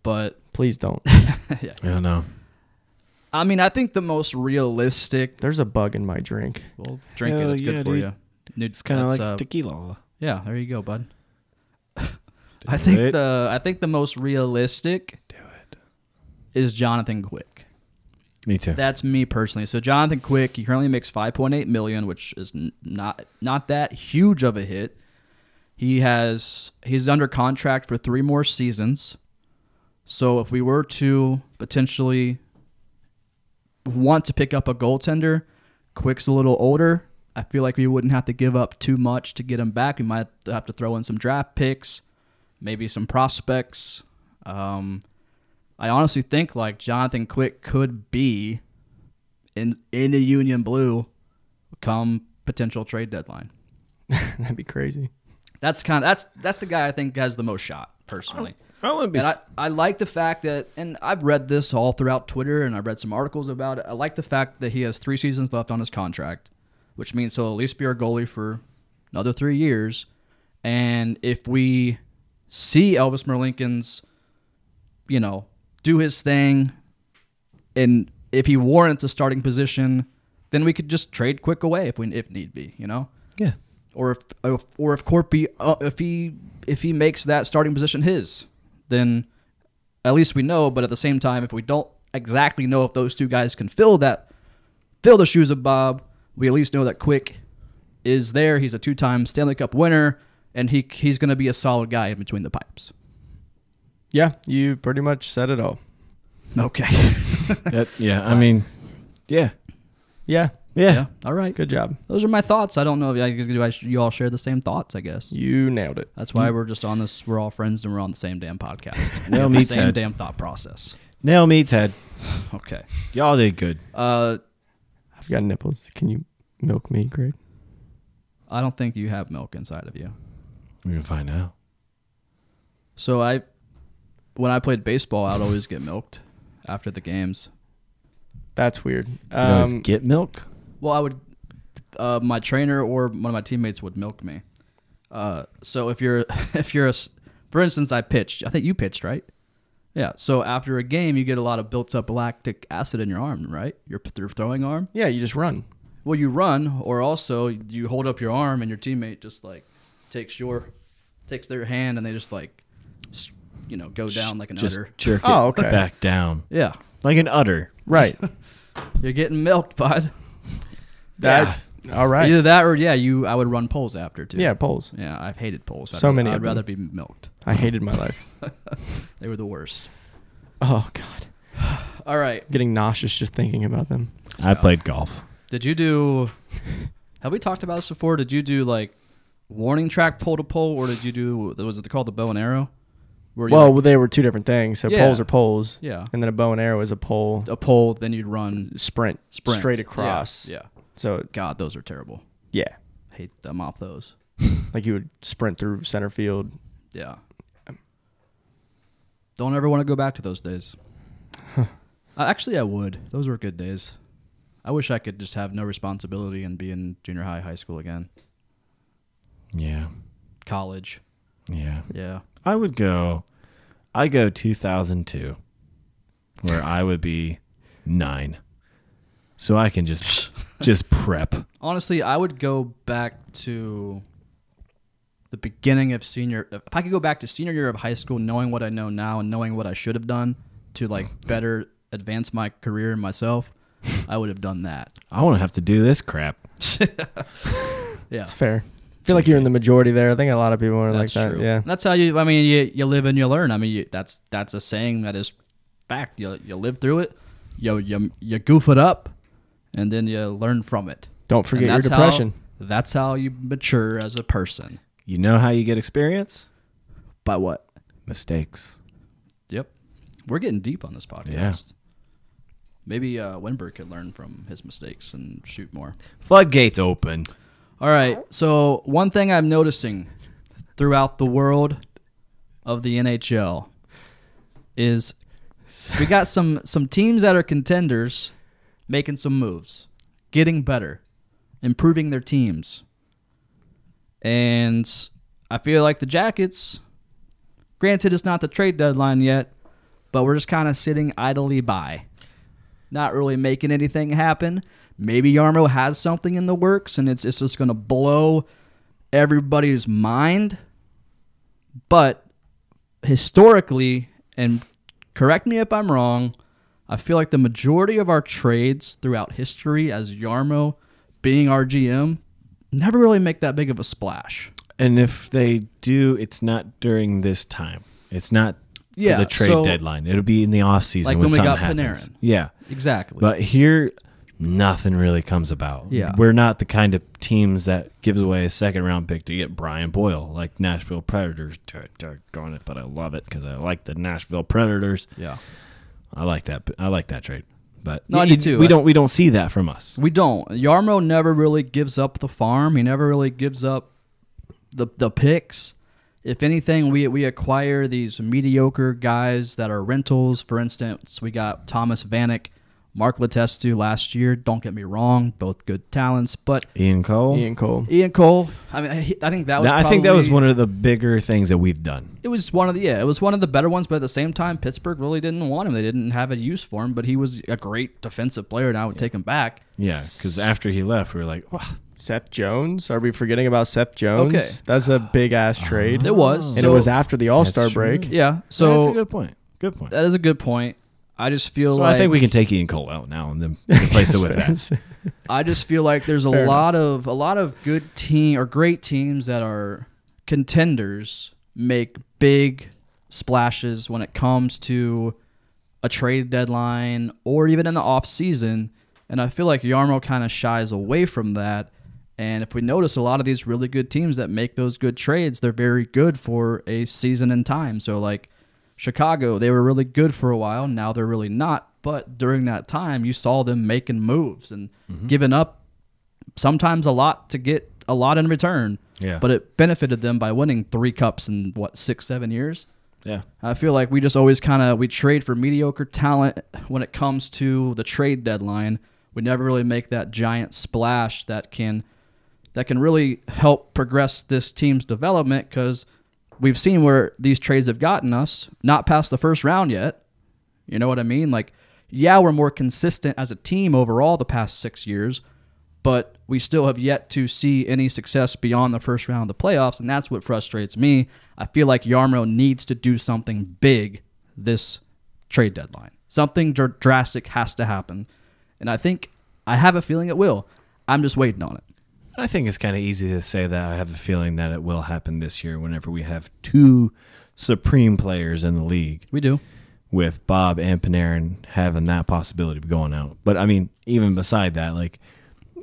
Speaker 2: But
Speaker 3: please don't.
Speaker 4: I don't know.
Speaker 2: I mean, I think the most realistic.
Speaker 3: There's a bug in my drink.
Speaker 2: Well, drink
Speaker 4: Hell
Speaker 2: it. It's
Speaker 4: yeah,
Speaker 2: good for
Speaker 4: dude.
Speaker 2: you. Dude,
Speaker 4: It's kind of
Speaker 2: that's,
Speaker 4: like
Speaker 2: uh,
Speaker 4: tequila.
Speaker 2: yeah. There you go, bud. I think
Speaker 4: it.
Speaker 2: the I think the most realistic
Speaker 4: Do it.
Speaker 2: is Jonathan Quick.
Speaker 4: Me too.
Speaker 2: That's me personally. So Jonathan Quick, he currently makes 5.8 million, which is n- not not that huge of a hit. He has he's under contract for three more seasons. So if we were to potentially want to pick up a goaltender, Quick's a little older. I feel like we wouldn't have to give up too much to get him back. We might have to throw in some draft picks, maybe some prospects. Um, I honestly think like Jonathan Quick could be in in the Union Blue come potential trade deadline.
Speaker 3: That'd be crazy.
Speaker 2: That's kind of that's that's the guy I think has the most shot personally.
Speaker 4: I wouldn't be.
Speaker 2: And I, I like the fact that, and I've read this all throughout Twitter and I've read some articles about it. I like the fact that he has three seasons left on his contract, which means he'll at least be our goalie for another three years. And if we see Elvis Merlinken's, you know, do his thing, and if he warrants a starting position, then we could just trade quick away if we if need be, you know
Speaker 4: yeah.
Speaker 2: or if if- or if Corpy uh, if he if he makes that starting position his, then at least we know. But at the same time, if we don't exactly know if those two guys can fill that fill the shoes of Bob, we at least know that Quick is there. He's a two-time Stanley Cup winner, and he he's going to be a solid guy in between the pipes.
Speaker 3: Yeah, you pretty much said it all.
Speaker 2: Okay.
Speaker 4: That, yeah. I mean, yeah.
Speaker 3: Yeah,
Speaker 4: Yeah.
Speaker 2: Yeah. All right.
Speaker 3: Good job.
Speaker 2: Those are my thoughts. I don't know if I, do I, you all share the same thoughts. I guess
Speaker 3: You nailed it.
Speaker 2: that's why we're just on this. We're all friends and we're on the same damn podcast.
Speaker 4: No
Speaker 2: We have
Speaker 4: meat's
Speaker 2: the same
Speaker 4: head.
Speaker 2: damn thought process.
Speaker 4: Nail meets head.
Speaker 2: Okay.
Speaker 4: Y'all did good.
Speaker 2: Uh,
Speaker 3: I've got nipples. Can you milk me, Greg?
Speaker 2: I don't think you have milk inside of you.
Speaker 4: We're gonna find out.
Speaker 2: So I, when I played baseball, I'd always get milked after the games.
Speaker 3: That's weird.
Speaker 4: You always
Speaker 3: Um,
Speaker 4: get milk.
Speaker 2: Well, I would, uh, my trainer or one of my teammates would milk me. Uh, so if you're, if you're a, s- for instance, I pitched. I think you pitched, right? Yeah. So after a game, you get a lot of built-up lactic acid in your arm, right? Your, your throwing arm.
Speaker 3: yeah, you just run.
Speaker 2: Well, you run, or also you hold up your arm, and your teammate just like takes your, takes their hand, and they just like, s- you know, go down like an
Speaker 4: Just
Speaker 2: udder.
Speaker 4: jerk it
Speaker 3: Oh, okay.
Speaker 4: back down
Speaker 2: Yeah.
Speaker 4: like an udder.
Speaker 3: Right.
Speaker 2: You're getting milked, bud.
Speaker 3: that. All right.
Speaker 2: Either that or yeah, you. I would run polls after too.
Speaker 3: yeah, polls.
Speaker 2: yeah. I've hated polls.
Speaker 3: So
Speaker 2: I'd,
Speaker 3: many
Speaker 2: I'd
Speaker 3: of
Speaker 2: rather be milked.
Speaker 3: I hated my life.
Speaker 2: They were the worst.
Speaker 3: Oh God,
Speaker 2: All right.
Speaker 3: getting nauseous just thinking about them.
Speaker 4: I played golf.
Speaker 2: Did you do? Have we talked about this before? Did you do like warning track pole to pole, or did you do? Was it called the bow and arrow? Where you,
Speaker 3: Well,
Speaker 2: like,
Speaker 3: they were two different things. So
Speaker 2: Yeah.
Speaker 3: poles are poles.
Speaker 2: Yeah.
Speaker 3: And then a bow and arrow is a pole
Speaker 2: a pole, then you'd run
Speaker 3: sprint,
Speaker 2: sprint
Speaker 3: straight
Speaker 2: Yeah,
Speaker 3: across.
Speaker 2: Yeah.
Speaker 3: So
Speaker 2: God, those are terrible.
Speaker 3: yeah,
Speaker 2: Hate them off those.
Speaker 3: like you would sprint through center field.
Speaker 2: Yeah. Don't ever want to go back to those days. Uh, actually, I would. Those were good days. I wish I could just have no responsibility and be in junior high, high school again,
Speaker 4: Yeah,
Speaker 2: college.
Speaker 4: yeah.
Speaker 2: Yeah.
Speaker 4: I would go. I go 2002, where I would be nine, so I can just just prep.
Speaker 2: Honestly, I would go back to the beginning of senior. If I could go back to senior year of high school, knowing what I know now and knowing what I should have done to like better advance my career and myself, I would have done that.
Speaker 4: I won't have to do this crap.
Speaker 2: Yeah.
Speaker 3: It's fair. I feel like you're in the majority there. I think a lot of people are
Speaker 2: That's
Speaker 3: like that.
Speaker 2: true.
Speaker 3: Yeah.
Speaker 2: that's how you. I mean, you, you live and you learn. I mean, you, that's that's a saying that is fact. You you live through it, you you you goof it up, and then you learn from it.
Speaker 3: Don't
Speaker 2: And
Speaker 3: forget your
Speaker 2: that's how-
Speaker 3: depression.
Speaker 2: that's how you mature as a person.
Speaker 4: You know how you get experience?
Speaker 2: By what?
Speaker 4: Mistakes.
Speaker 2: Yep. We're getting deep on this podcast.
Speaker 4: Yeah.
Speaker 2: Maybe uh, Winberg could learn from his mistakes and shoot more.
Speaker 4: Floodgates open.
Speaker 2: All right. So one thing I'm noticing throughout the world of the NHL is we got some some teams that are contenders making some moves, getting better, improving their teams. And I feel like the Jackets, granted it's not the trade deadline yet, but we're just kind of sitting idly by not really making anything happen. Maybe Yarmo has something in the works and it's, it's just going to blow everybody's mind. But historically, and correct me if I'm wrong, I feel like the majority of our trades throughout history, as Yarmo being our GM, never really make that big of a splash.
Speaker 4: And if they do, it's not during this time. It's not
Speaker 2: Yeah,
Speaker 4: for the trade
Speaker 2: so-
Speaker 4: deadline. It'll be in the off season
Speaker 2: Like when
Speaker 4: when,
Speaker 2: we
Speaker 4: something
Speaker 2: got
Speaker 4: happens.
Speaker 2: Panarin.
Speaker 4: Yeah.
Speaker 2: Exactly.
Speaker 4: But here nothing really comes about.
Speaker 2: Yeah.
Speaker 4: We're not the kind of teams that gives away a second round pick to get Brian Boyle, like Nashville Predators. Dar- Darn it, but I love it because I like the Nashville Predators.
Speaker 2: yeah.
Speaker 4: I like that. I like that trade. But
Speaker 2: No, I
Speaker 4: you-
Speaker 2: do too.
Speaker 4: we
Speaker 2: I-
Speaker 4: don't we don't see that from us.
Speaker 2: We don't. Yarmo never really gives up the farm. He never really gives up the the picks. If anything, we we acquire these mediocre guys that are rentals. For instance, we got Thomas Vanek, Mark Letestu last year. Don't get me wrong, both good talents, but
Speaker 4: Ian Cole.
Speaker 3: Ian Cole.
Speaker 2: Ian Cole. I mean, he- I think that was.
Speaker 4: That- I think that was
Speaker 2: probably-
Speaker 4: one of the bigger things that we've done.
Speaker 2: it was one of the yeah, it was one of the better ones, but at the same time, Pittsburgh really didn't want him. They didn't have a use for him, but he was a great defensive player, and I would take him back.
Speaker 4: Yeah, because after he left, we were like, wow,
Speaker 3: Seth Jones. Are we forgetting about Seth Jones?
Speaker 2: Okay.
Speaker 3: That's a big ass trade.
Speaker 2: It Uh-huh. was,
Speaker 3: And
Speaker 2: so-
Speaker 3: it was after the All Star
Speaker 4: That's true.
Speaker 3: break.
Speaker 2: yeah. So
Speaker 4: so that's a good point. Good point.
Speaker 2: That is a good point. I just feel
Speaker 4: so
Speaker 2: like
Speaker 4: I think we can take Ian Cole out now and then replace it with that.
Speaker 2: I just feel like there's a
Speaker 3: Fair
Speaker 2: lot of a lot of good team or great teams that are contenders make big splashes when it comes to a trade deadline or even in the off season And I feel like Yarmo kind of shies away from that. And if we notice, a lot of these really good teams that make those good trades, they're very good for a season in time. So, like Chicago, they were really good for a while. Now they're really not. But during that time, you saw them making moves and giving up sometimes a lot to get a lot in return.
Speaker 4: Yeah.
Speaker 2: But it benefited them by winning three cups in what six, seven years.
Speaker 4: Yeah.
Speaker 2: I feel like we just always kind of we trade for mediocre talent when it comes to the trade deadline. We never really make that giant splash that can that can really help progress this team's development because we've seen where these trades have gotten us, not past the first round yet. You know what I mean? Like, yeah, we're more consistent as a team overall the past six years, but we still have yet to see any success beyond the first round of the playoffs, and that's what frustrates me. I feel like Yarmo needs to do something big this trade deadline. Something dr- drastic has to happen, and I think I have a feeling it will. I'm just waiting on it.
Speaker 4: I think it's kind of easy to say that. I have a feeling that it will happen this year whenever we have two supreme players in the league
Speaker 2: We do.
Speaker 4: with Bob and Panarin having that possibility of going out. But I mean, even beside that, like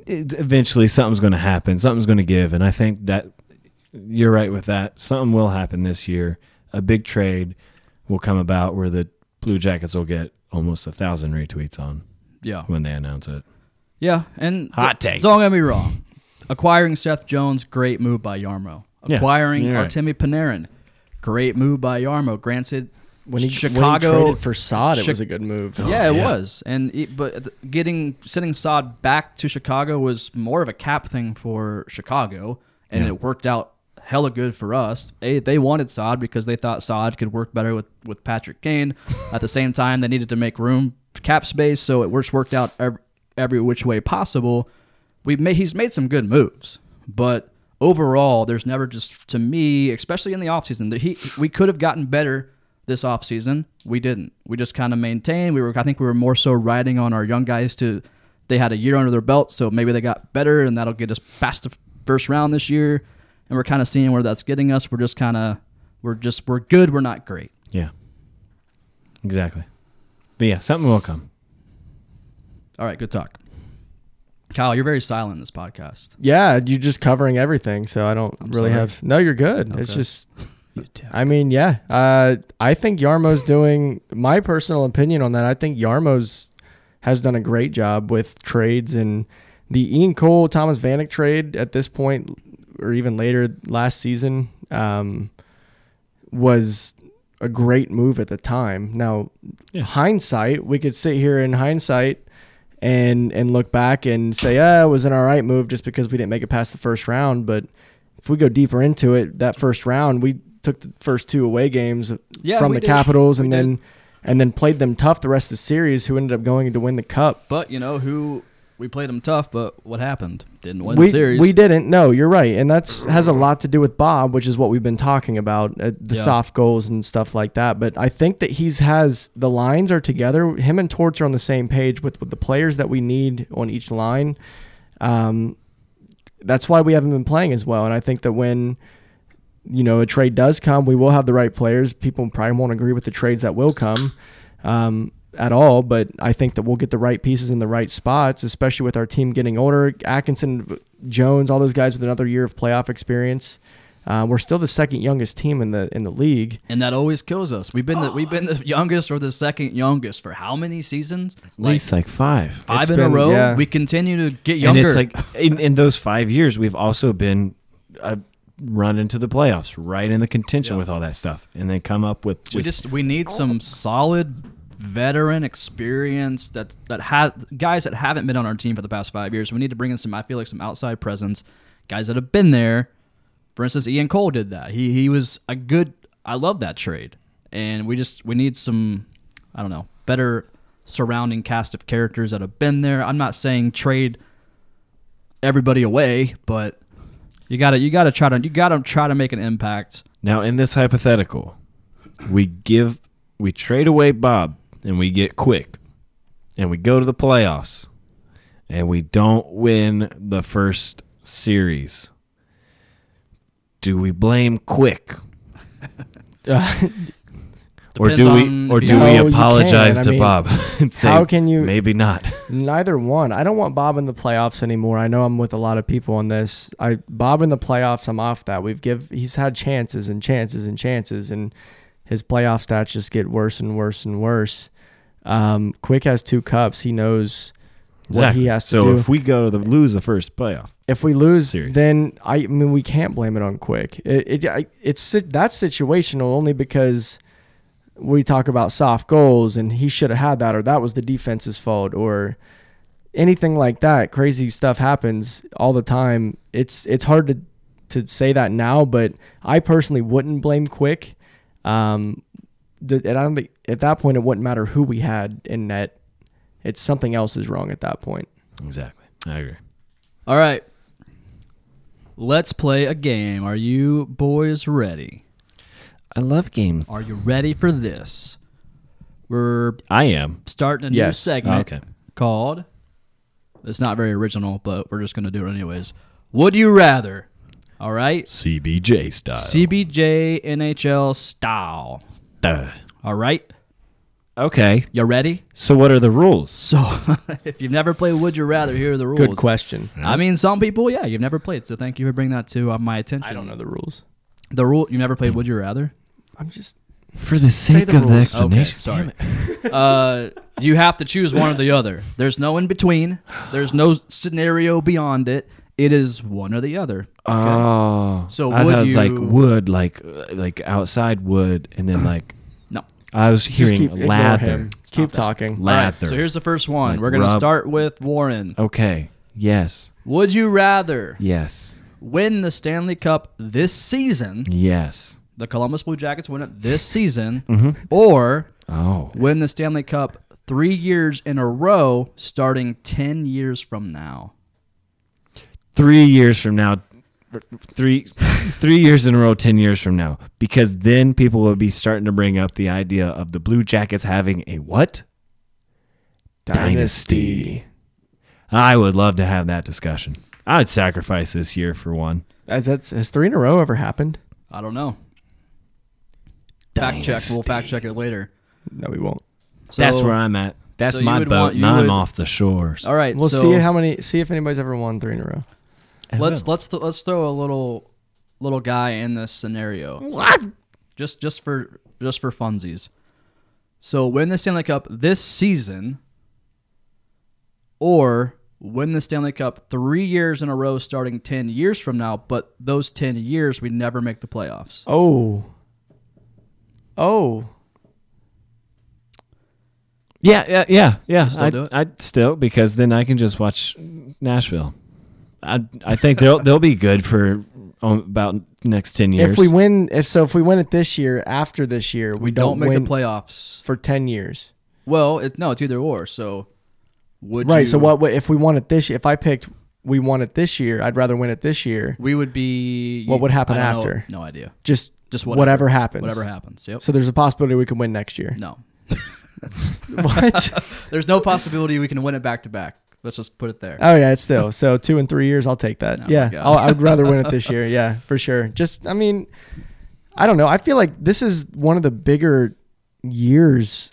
Speaker 4: it, eventually something's going to happen, something's going to give, and I think that you're right with that. Something will happen this year. A big trade will come about where the Blue Jackets will get almost a thousand retweets on
Speaker 2: Yeah.
Speaker 4: when they announce it.
Speaker 2: Yeah, and
Speaker 4: Hot
Speaker 2: th-
Speaker 4: take.
Speaker 2: Don't get me wrong. Acquiring Seth Jones, great move by Yarmo.
Speaker 4: Yeah,
Speaker 2: Acquiring
Speaker 4: you're right.
Speaker 2: Artemi Panarin, great move by Yarmo. Granted,
Speaker 3: When he
Speaker 2: Chicago
Speaker 3: when he traded for Sod, it
Speaker 2: Chi-
Speaker 3: was a good move.
Speaker 2: yeah, it
Speaker 4: Oh, yeah.
Speaker 2: was, and it, but th- getting sending Sod back to Chicago was more of a cap thing for Chicago, and
Speaker 4: Yeah.
Speaker 2: it worked out hella good for us. They they wanted Sod because they thought Sod could work better with with Patrick Kane. At the same time, they needed to make room for cap space, so it just worked out every, every which way possible. We made he's made some good moves, but overall, there's never just to me, especially in the offseason, that he we could have gotten better this offseason. We didn't. We just kind of maintained. We were I think we were more so riding on our young guys to they had a year under their belt, so maybe they got better and that'll get us past the first round this year. And we're kind of seeing where that's getting us. We're just kind of we're just we're good, we're not great.
Speaker 4: Yeah, exactly. But yeah, something will come.
Speaker 2: All right, good talk. Kyle, you're very silent in this podcast.
Speaker 3: Yeah, you're just covering everything, so I don't
Speaker 2: I'm
Speaker 3: really
Speaker 2: sorry.
Speaker 3: have. No, you're good. It's
Speaker 2: Okay.
Speaker 3: just, I mean, yeah. Uh, I think Yarmo's doing. My personal opinion on that, I think Yarmo's has done a great job with trades and the Ian Cole Thomas Vanek trade at this point, or even later last season, um, was a great move at the time. Now,
Speaker 4: Yeah.
Speaker 3: hindsight, we could sit here in hindsight and and look back and say, "Ah, it was an all right move just because we didn't make it past the first round." But if we go deeper into it, that first round, we took the first two away games
Speaker 2: Yeah,
Speaker 3: from
Speaker 2: we
Speaker 3: the
Speaker 2: did.
Speaker 3: Capitals and
Speaker 2: We
Speaker 3: then and then played them tough the rest of the series, who ended up going to win the Cup.
Speaker 2: But you know who we played them tough, but what happened? Didn't win
Speaker 3: we,
Speaker 2: the series.
Speaker 3: We didn't. No, you're right, and that's has a lot to do with Bob, which is what we've been talking about, uh, the
Speaker 2: Yeah.
Speaker 3: soft goals and stuff like that. But I think that he's has the lines are together. Him and Torts are on the same page with, with the players that we need on each line. Um, that's why we haven't been playing as well. And I think that when you know a trade does come, we will have the right players. People probably won't agree with the trades that will come um, at all, but I think that we'll get the right pieces in the right spots, especially with our team getting older. Atkinson, Jones, all those guys with another year of playoff experience. Uh, we're still the second youngest team in the in the league.
Speaker 2: and that always kills us. We've been the, we've been the youngest or the second youngest for how many seasons?
Speaker 4: At least like five.
Speaker 2: five
Speaker 3: it's
Speaker 2: in a
Speaker 3: been-
Speaker 2: row.
Speaker 3: yeah.
Speaker 2: We continue to get younger.
Speaker 4: And it's like in, in those five years, we've also been uh, run into the playoffs, right in the contention
Speaker 2: Yeah.
Speaker 4: with all that stuff, and then come up with just,
Speaker 2: we just we need some solid veteran experience that that had guys that haven't been on our team for the past five years. We need to bring in some. I feel like some outside presence, guys that have been there. For instance, Ian Cole did that. He he was a good. I love that trade, and we just we need some. I don't know better surrounding cast of characters that have been there. I'm not saying trade everybody away, but you gotta you gotta try to you gotta try to make an impact.
Speaker 4: now in this hypothetical, we give we trade away Bob and we get quick, and we go to the playoffs, and we don't win the first series. Do we blame Quick? Or
Speaker 2: Depends
Speaker 4: do
Speaker 2: on
Speaker 4: we or
Speaker 2: if
Speaker 4: do
Speaker 2: you-
Speaker 3: No,
Speaker 4: we
Speaker 3: you
Speaker 4: apologize
Speaker 3: can't. I
Speaker 4: to
Speaker 3: mean,
Speaker 4: Bob and say
Speaker 3: how can you-
Speaker 4: maybe not?
Speaker 3: Neither one. I don't want Bob in the playoffs anymore. I know I'm with a lot of people on this. I Bob in the playoffs. I'm off that. We've give he's had chances and chances and chances, and his playoff stats just get worse and worse and worse. Um, Quick has two cups. He knows what
Speaker 4: Exactly.
Speaker 3: he has to
Speaker 4: so
Speaker 3: do.
Speaker 4: if we go to the, lose the first playoff,
Speaker 3: if we lose,
Speaker 4: Serious.
Speaker 3: then I, I mean we can't blame it on Quick. It, it I, it's si- that's situational only because we talk about soft goals and he should have had that or that was the defense's fault or anything like that. Crazy stuff happens all the time. It's it's hard to to say that now, but I personally wouldn't blame Quick. Um, th- and I don't think at that point it wouldn't matter who we had in net. It's something else is wrong at that point.
Speaker 4: exactly. I agree.
Speaker 2: All right. Let's play a game. Are you boys ready?
Speaker 4: I love games.
Speaker 2: Are you ready for this? We're
Speaker 4: I am.
Speaker 2: starting a
Speaker 3: Yes.
Speaker 2: new segment
Speaker 4: Okay.
Speaker 2: called It's not very original, but we're just going to do it anyways. Would you rather? All right.
Speaker 4: CBJ style.
Speaker 2: CBJ NHL style.
Speaker 4: Duh.
Speaker 2: All right.
Speaker 4: Okay.
Speaker 2: You ready?
Speaker 4: So what are the rules?
Speaker 2: So, if you've never played Would You Rather, here are the rules.
Speaker 3: Good question.
Speaker 2: I mean, some people, yeah, you've never played. So, thank you for bringing that to uh, my attention.
Speaker 3: I don't know the rules.
Speaker 2: The rule, you never played Would You Rather?
Speaker 3: I'm just
Speaker 4: For the sake
Speaker 3: the
Speaker 4: of the
Speaker 3: rules.
Speaker 2: Okay,
Speaker 4: explanation.
Speaker 2: sorry. uh, you have to choose one or the other. There's no in between. There's no scenario beyond it. It is one or the other.
Speaker 4: Oh.
Speaker 2: So
Speaker 4: I
Speaker 2: would
Speaker 4: thought it was like
Speaker 2: you-
Speaker 4: wood, like uh, like outside wood, and then like
Speaker 2: No.
Speaker 4: I was
Speaker 3: just
Speaker 4: hearing
Speaker 3: keep ignore
Speaker 4: lather.
Speaker 3: him. Keep talking.
Speaker 2: All right,
Speaker 4: Lather.
Speaker 2: so here's the first one.
Speaker 4: Like
Speaker 2: We're gonna
Speaker 4: rub-
Speaker 2: start with Warren.
Speaker 4: okay. Yes.
Speaker 2: Would you rather
Speaker 4: Yes.
Speaker 2: win the Stanley Cup this season?
Speaker 4: Yes.
Speaker 2: The Columbus Blue Jackets win it this season,
Speaker 4: Mm-hmm.
Speaker 2: or
Speaker 4: Oh.
Speaker 2: win the Stanley Cup three years in a row, starting ten years from now.
Speaker 4: Three years from now. Three, three years in a row. Ten years from now, because then people will be starting to bring up the idea of the Blue Jackets having a what dynasty. I would love to have that discussion. I would sacrifice this year for one.
Speaker 3: As that's has three in a row ever happened?
Speaker 2: I don't know. Fact check. We'll fact check it later.
Speaker 3: No, we won't.
Speaker 2: So,
Speaker 4: That's where I'm at. That's
Speaker 2: so you
Speaker 4: my
Speaker 2: would
Speaker 4: boat,
Speaker 2: want-
Speaker 4: and
Speaker 2: you
Speaker 4: I'm
Speaker 2: would-
Speaker 4: off the shores.
Speaker 2: All right,
Speaker 3: We'll
Speaker 2: so
Speaker 3: see how many. See if anybody's ever won three in a row.
Speaker 2: let's let's th- let's throw a little little guy in this scenario. What? Just just for just for funsies. So win the Stanley Cup this season, or win the Stanley Cup three years in a row, starting ten years from now. But those ten years, we never make the playoffs.
Speaker 3: Oh. Oh.
Speaker 4: Yeah, yeah, yeah, yeah.
Speaker 2: still
Speaker 4: I'd,
Speaker 2: do it?
Speaker 4: I'd still because then I can just watch Nashville. I I think they'll they'll be good for um, about next ten years.
Speaker 3: If we win, if so, if we win it this year, after this year, we,
Speaker 2: We don't, make
Speaker 3: win
Speaker 2: the playoffs.
Speaker 3: for ten years.
Speaker 2: Well, it, no, it's either or. So would
Speaker 3: Right.
Speaker 2: You,
Speaker 3: So what? If we won it this year, if I picked, we won it this year. I'd rather win it this year.
Speaker 2: we would be?
Speaker 3: What would happen
Speaker 2: I don't know.
Speaker 3: after?
Speaker 2: no idea.
Speaker 3: Just
Speaker 2: Just
Speaker 3: whatever,
Speaker 2: whatever,
Speaker 3: happens.
Speaker 2: Whatever happens. Yep.
Speaker 3: So there's a possibility we can win next year.
Speaker 2: no.
Speaker 3: what?
Speaker 2: There's no possibility we can win it back to back. Let's just put it there.
Speaker 3: Oh yeah, it's still so two and three years. I'll take that.
Speaker 2: Oh, my
Speaker 3: yeah,
Speaker 2: God.
Speaker 3: I'll, I'd rather win it this year. Yeah, for sure. Just I mean, I don't know. I feel like this is one of the bigger years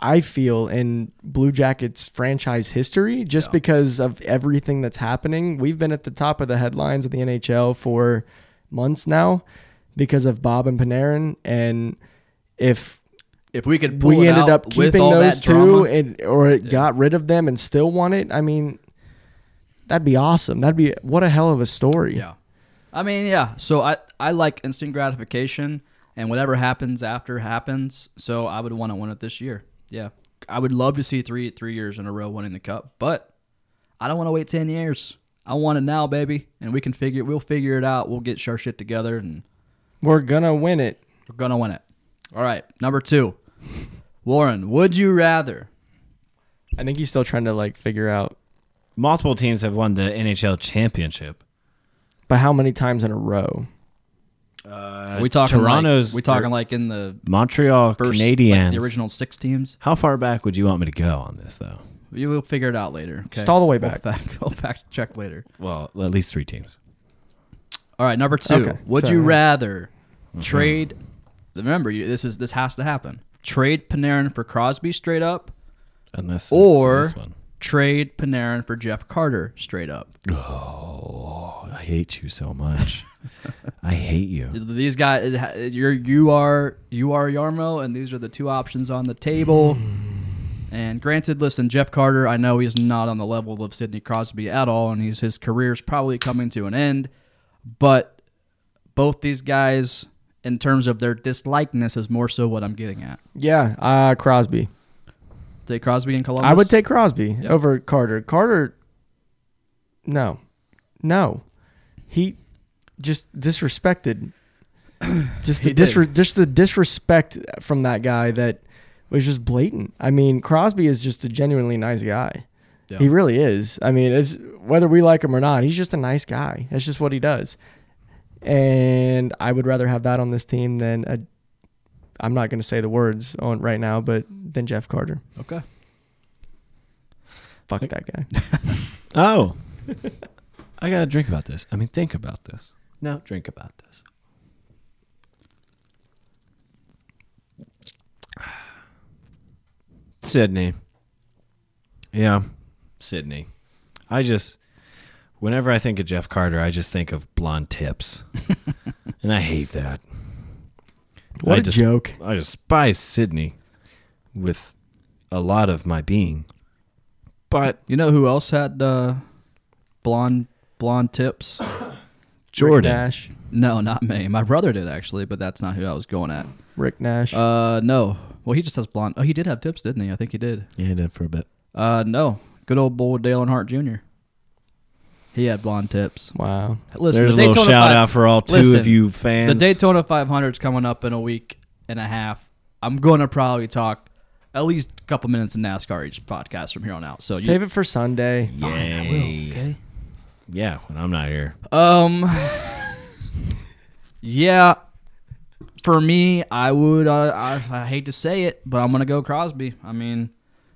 Speaker 3: I feel in Blue Jackets franchise history, just
Speaker 2: Yeah.
Speaker 3: because of everything that's happening. We've been at the top of the headlines of the NHL for months now because of Bob and Panarin, and if
Speaker 2: If we could pull
Speaker 3: we
Speaker 2: it
Speaker 3: ended
Speaker 2: out
Speaker 3: up
Speaker 2: with
Speaker 3: keeping
Speaker 2: all
Speaker 3: those
Speaker 2: that
Speaker 3: two
Speaker 2: drama,
Speaker 3: and or it got rid of them and still won it i mean that'd be awesome that'd be what a hell of a story
Speaker 2: yeah. I mean, yeah. So I I like instant gratification, and whatever happens after happens. So I would want to win it this year. Yeah, I would love to see three three years in a row winning the cup, but I don't want to wait ten years. I want it now, baby, and we can figure. We'll figure it out. We'll get our shit together, and
Speaker 3: we're gonna win it
Speaker 2: We're gonna win it. All right, number two, Warren. Would you rather?
Speaker 3: i think he's still trying to like figure out
Speaker 4: Multiple teams have won the NHL championship.
Speaker 3: but how many times in a row
Speaker 4: Uh,
Speaker 2: Are we talking
Speaker 4: Toronto's?
Speaker 2: Like, we talking like in the
Speaker 4: Montreal
Speaker 2: first, like,
Speaker 4: Canadiens.
Speaker 2: the original six teams.
Speaker 4: How far back would you want me to go on this though?
Speaker 2: You will figure it out later. Okay?
Speaker 3: Just all the way back.
Speaker 2: We'll fact, we'll fact check later.
Speaker 4: Well, at least three teams.
Speaker 2: All right, number two.
Speaker 3: Okay,
Speaker 2: Would
Speaker 3: so-
Speaker 4: Mm-hmm.
Speaker 2: you rather trade Remember, you, this is this has to happen. Trade Panarin for Crosby straight up,
Speaker 4: And this is
Speaker 2: or
Speaker 4: this one.
Speaker 2: trade Panarin for Jeff Carter straight up.
Speaker 4: Oh, I hate you so much. I hate you.
Speaker 2: These guys, it ha- you're you are you are Yarmo, and these are the two options on the table. And granted, listen, Jeff Carter, I know he's not on the level of Sidney Crosby at all, and he's his career's probably coming to an end. But both these guys, in terms of their dislikeness, is more so what I'm getting at.
Speaker 3: Yeah, uh, Crosby.
Speaker 2: Take Crosby and Columbus.
Speaker 3: I would take Crosby over Carter. Carter, no, no, he just disrespected. Just the
Speaker 2: He did.
Speaker 3: disre- just the disrespect from that guy that was just blatant. I mean, Crosby is just a genuinely nice guy.
Speaker 2: Yeah.
Speaker 3: He really is. I mean, it's whether we like him or not, he's just a nice guy. That's just what he does. And I would rather have that on this team than a. I'm not going to say the words on right now, but than Jeff Carter.
Speaker 2: okay.
Speaker 3: Fuck that guy.
Speaker 4: Oh, I gotta drink about this. I mean, think about this. No, drink about this. Sydney. Yeah, Sydney. I just, whenever I think of Jeff Carter, I just think of blonde tips, and I hate that.
Speaker 3: What
Speaker 4: I
Speaker 3: a joke.
Speaker 4: I despise Sydney with a lot of my being, but
Speaker 2: You know who else had uh, blonde blonde tips?
Speaker 3: Rick
Speaker 4: Jordan.
Speaker 3: Nash.
Speaker 2: no, not me. My brother did actually, but that's not who I was going at.
Speaker 3: Rick Nash.
Speaker 2: Uh, no. Well, he just has blonde. Oh, he did have tips, didn't he? I think he did.
Speaker 4: Yeah, I did for a bit.
Speaker 2: Uh, no. Good old boy Dale and Hart Jr. He had blonde tips.
Speaker 3: wow.
Speaker 2: Listen,
Speaker 4: There's a
Speaker 2: the
Speaker 4: little
Speaker 2: Daytona
Speaker 4: shout
Speaker 2: five-
Speaker 4: out for all two
Speaker 2: Listen,
Speaker 4: of you fans.
Speaker 2: The Daytona 500 is coming up in a week and a half. I'm gonna probably talk at least a couple minutes of NASCAR each podcast from here on out. So you-
Speaker 3: Save it for Sunday.
Speaker 4: Yay. Yeah, when I'm not here.
Speaker 2: Um. yeah. For me, I would. Uh, I, I hate to say it, but I'm gonna go Crosby. I mean,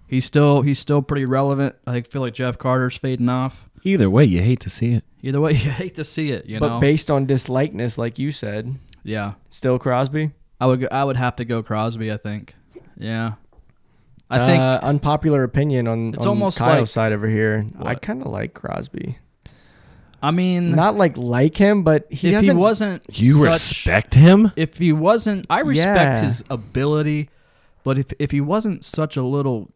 Speaker 2: he's still he's still pretty relevant. I feel like Jeff Carter's fading off.
Speaker 4: Either way, you hate to see it.
Speaker 2: Either way, you hate to see it. You
Speaker 3: But
Speaker 2: know.
Speaker 3: based on dislikeness, like you said,
Speaker 2: yeah.
Speaker 3: still Crosby.
Speaker 2: I would. go- I would have to go Crosby. I think. Yeah. I think.
Speaker 3: uh, unpopular opinion on
Speaker 2: It's
Speaker 3: on
Speaker 2: almost
Speaker 3: Kyle's
Speaker 2: like-
Speaker 3: side over here. I
Speaker 2: What?
Speaker 3: kind of like Crosby.
Speaker 2: I mean,
Speaker 3: Not like like him, but he
Speaker 2: if he
Speaker 3: hasn't.
Speaker 2: wasn't.
Speaker 4: You
Speaker 2: such-
Speaker 4: respect him?
Speaker 2: if he wasn't I respect
Speaker 3: Yeah.
Speaker 2: his ability, but if if he wasn't such a little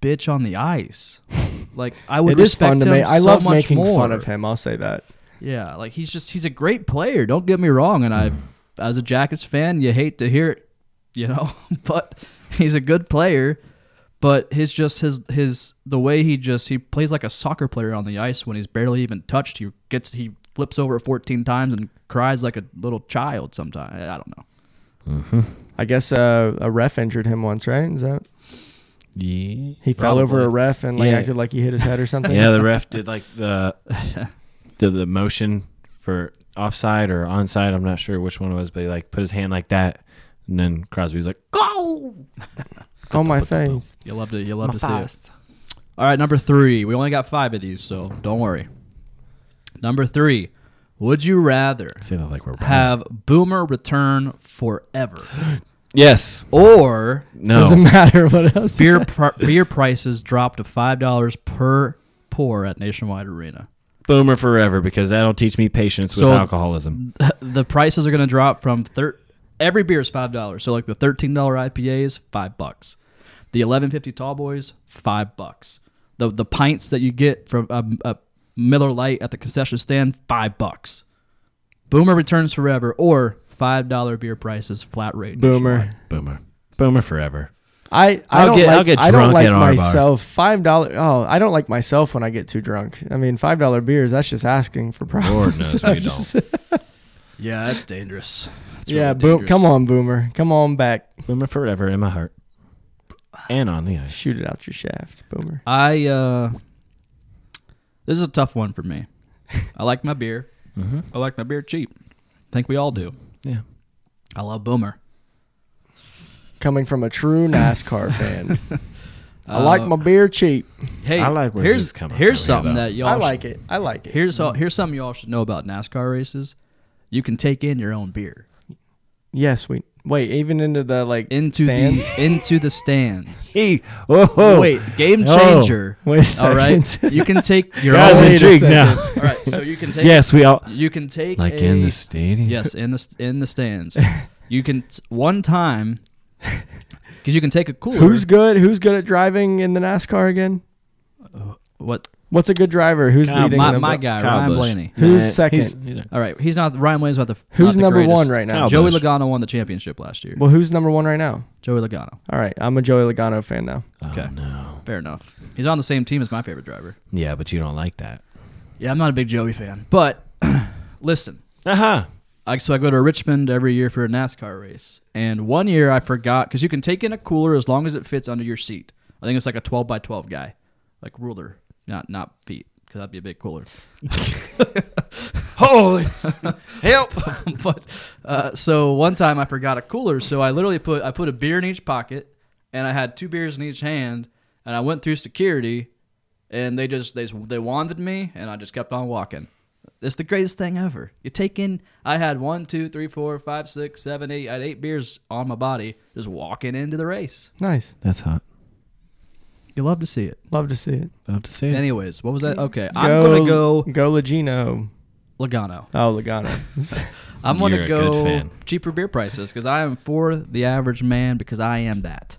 Speaker 2: bitch on the ice, like I would
Speaker 3: It is
Speaker 2: respect
Speaker 3: fun to
Speaker 2: him
Speaker 3: me. I
Speaker 2: so
Speaker 3: love
Speaker 2: much
Speaker 3: making
Speaker 2: more.
Speaker 3: fun of him. I'll say that.
Speaker 2: Yeah, like he's just he's a great player, don't get me wrong, and I as a Jackets fan, you hate to hear it, you know, but he's a good player. But his just his his the way he just he plays like a soccer player on the ice when he's barely even touched. He gets he flips over 14 times and cries like a little child sometimes. I don't know.
Speaker 3: I guess uh, a ref injured him once, right? Is that
Speaker 4: Yeah.
Speaker 3: he fell over
Speaker 2: Probably.
Speaker 3: a ref and like
Speaker 2: Yeah.
Speaker 3: acted like he hit his head or something?
Speaker 4: Yeah, the ref did like the the, the motion for offside or onside. I'm not sure which one it was, but he like put his hand like that. And then Crosby was like,
Speaker 3: on Oh my face.
Speaker 2: You love to you love to see it. All right, number three. We only got five of these, so don't worry. Number three. Would you rather
Speaker 4: say that like we're
Speaker 2: have Boomer return forever
Speaker 4: Yes.
Speaker 2: or
Speaker 4: No.
Speaker 3: Doesn't matter what else.
Speaker 2: beer pr- beer prices drop to five dollars per pour at Nationwide Arena?
Speaker 4: Boomer forever because that'll teach me patience with
Speaker 2: So-
Speaker 4: alcoholism.
Speaker 2: The prices are going to drop from thir- every beer is five dollars. So like the thirteen dollar IPA is five bucks, the eleven fifty tall boys five bucks, the the pints that you get from a, a Miller Lite at the concession stand five bucks. Boomer returns forever or five dollar beer prices flat rate. nationwide.
Speaker 3: Boomer.
Speaker 4: Boomer. Boomer forever.
Speaker 3: I, I
Speaker 4: I'll
Speaker 3: don't
Speaker 4: get-
Speaker 3: like,
Speaker 4: I'll get
Speaker 3: I don't
Speaker 4: drunk
Speaker 3: like
Speaker 4: at our bar.
Speaker 3: myself. Five dollar. Oh, I don't like myself when I get too drunk. I mean, five dollar beers. That's just asking for
Speaker 4: Lord
Speaker 3: problems.
Speaker 4: knows we don't.
Speaker 2: Yeah, that's dangerous. That's
Speaker 3: yeah,
Speaker 2: really
Speaker 3: boom.
Speaker 2: dangerous.
Speaker 3: Come on, Boomer. Come on back.
Speaker 4: Boomer forever in my heart. And on the ice.
Speaker 3: Shoot it out your shaft, Boomer.
Speaker 2: I uh, this is a tough one for me. I like my beer. I like my beer cheap. I think we all do.
Speaker 4: Mm-hmm. Yeah.
Speaker 2: I love Boomer.
Speaker 3: Coming from a true NASCAR fan.
Speaker 4: Uh,
Speaker 3: I like my beer cheap.
Speaker 2: Hey,
Speaker 4: I like where
Speaker 2: here's
Speaker 4: this is coming
Speaker 2: here's
Speaker 4: from here,
Speaker 2: something
Speaker 4: though.
Speaker 2: that y'all
Speaker 3: I
Speaker 2: sh-
Speaker 3: like it. I like it.
Speaker 2: Here's all,
Speaker 4: Mm-hmm.
Speaker 2: here's something y'all should know about NASCAR races. You can take in your own beer.
Speaker 3: Yes, we Wait, even into the like
Speaker 2: into
Speaker 3: stands?
Speaker 2: the into the stands.
Speaker 4: Hey, whoa, whoa.
Speaker 2: Wait, game
Speaker 4: Oh.
Speaker 2: changer.
Speaker 3: Wait a
Speaker 2: All right,
Speaker 3: second.
Speaker 2: you can take your
Speaker 4: Guys,
Speaker 2: own.
Speaker 4: wait a intrigued
Speaker 3: second.
Speaker 4: now.
Speaker 2: All right, so you can take.
Speaker 4: Yes, we all
Speaker 2: you can take
Speaker 4: like
Speaker 2: a-
Speaker 4: in the stadium.
Speaker 2: Yes, in the st- in the stands. You can t- one time because you can take a cooler.
Speaker 3: Who's good? Who's good at driving in the NASCAR again?
Speaker 2: what?
Speaker 3: What's a good driver? Who's
Speaker 4: Kyle-
Speaker 3: leading?
Speaker 2: My,
Speaker 3: the-
Speaker 2: my guy
Speaker 4: Kyle
Speaker 2: Ryan
Speaker 4: Busch.
Speaker 2: Blaney.
Speaker 3: Who's
Speaker 4: Nah,
Speaker 3: second?
Speaker 4: he's- he's not-
Speaker 2: All right, he's not Ryan Wayne's not the not
Speaker 3: Who's
Speaker 2: the
Speaker 3: number
Speaker 2: greatest.
Speaker 3: one right now?
Speaker 4: Kyle
Speaker 2: Joey
Speaker 4: Busch.
Speaker 2: Logano won the championship last year.
Speaker 3: Well, who's number one right now?
Speaker 2: Joey Logano.
Speaker 3: All right, I'm a Joey Logano fan now.
Speaker 2: Okay.
Speaker 4: Oh, no.
Speaker 2: Fair enough. He's on the same team as my favorite driver.
Speaker 4: Yeah, but you don't like that.
Speaker 2: Yeah, I'm not a big Joey fan, but listen.
Speaker 4: Uh-huh.
Speaker 2: I, so I go to Richmond every year for a NASCAR race, and one year I forgot because you can take in a cooler as long as it fits under your seat. I think it's like a 12 by 12 guy, like ruler, not not feet, because that'd be a big cooler.
Speaker 4: Holy. Help.
Speaker 2: but uh, so one time I forgot a cooler, so I literally put I put a beer in each pocket, and I had two beers in each hand, and I went through security, and they just they they wanted me, and I just kept on walking. It's the greatest thing ever. You take in. I had one, two, three, four, five, six, seven, eight. I had eight beers on my body, just walking into the race.
Speaker 3: Nice.
Speaker 4: That's hot.
Speaker 2: You love to see it.
Speaker 3: Love to see it.
Speaker 4: I have to say it.
Speaker 2: Anyways, what was that? Okay, I'm gonna go
Speaker 3: Go Logino.
Speaker 2: Logano.
Speaker 3: Oh, Logano.
Speaker 2: I'm gonna
Speaker 4: You're a
Speaker 2: go
Speaker 4: good fan.
Speaker 2: cheaper beer prices because I am for the average man because I am that.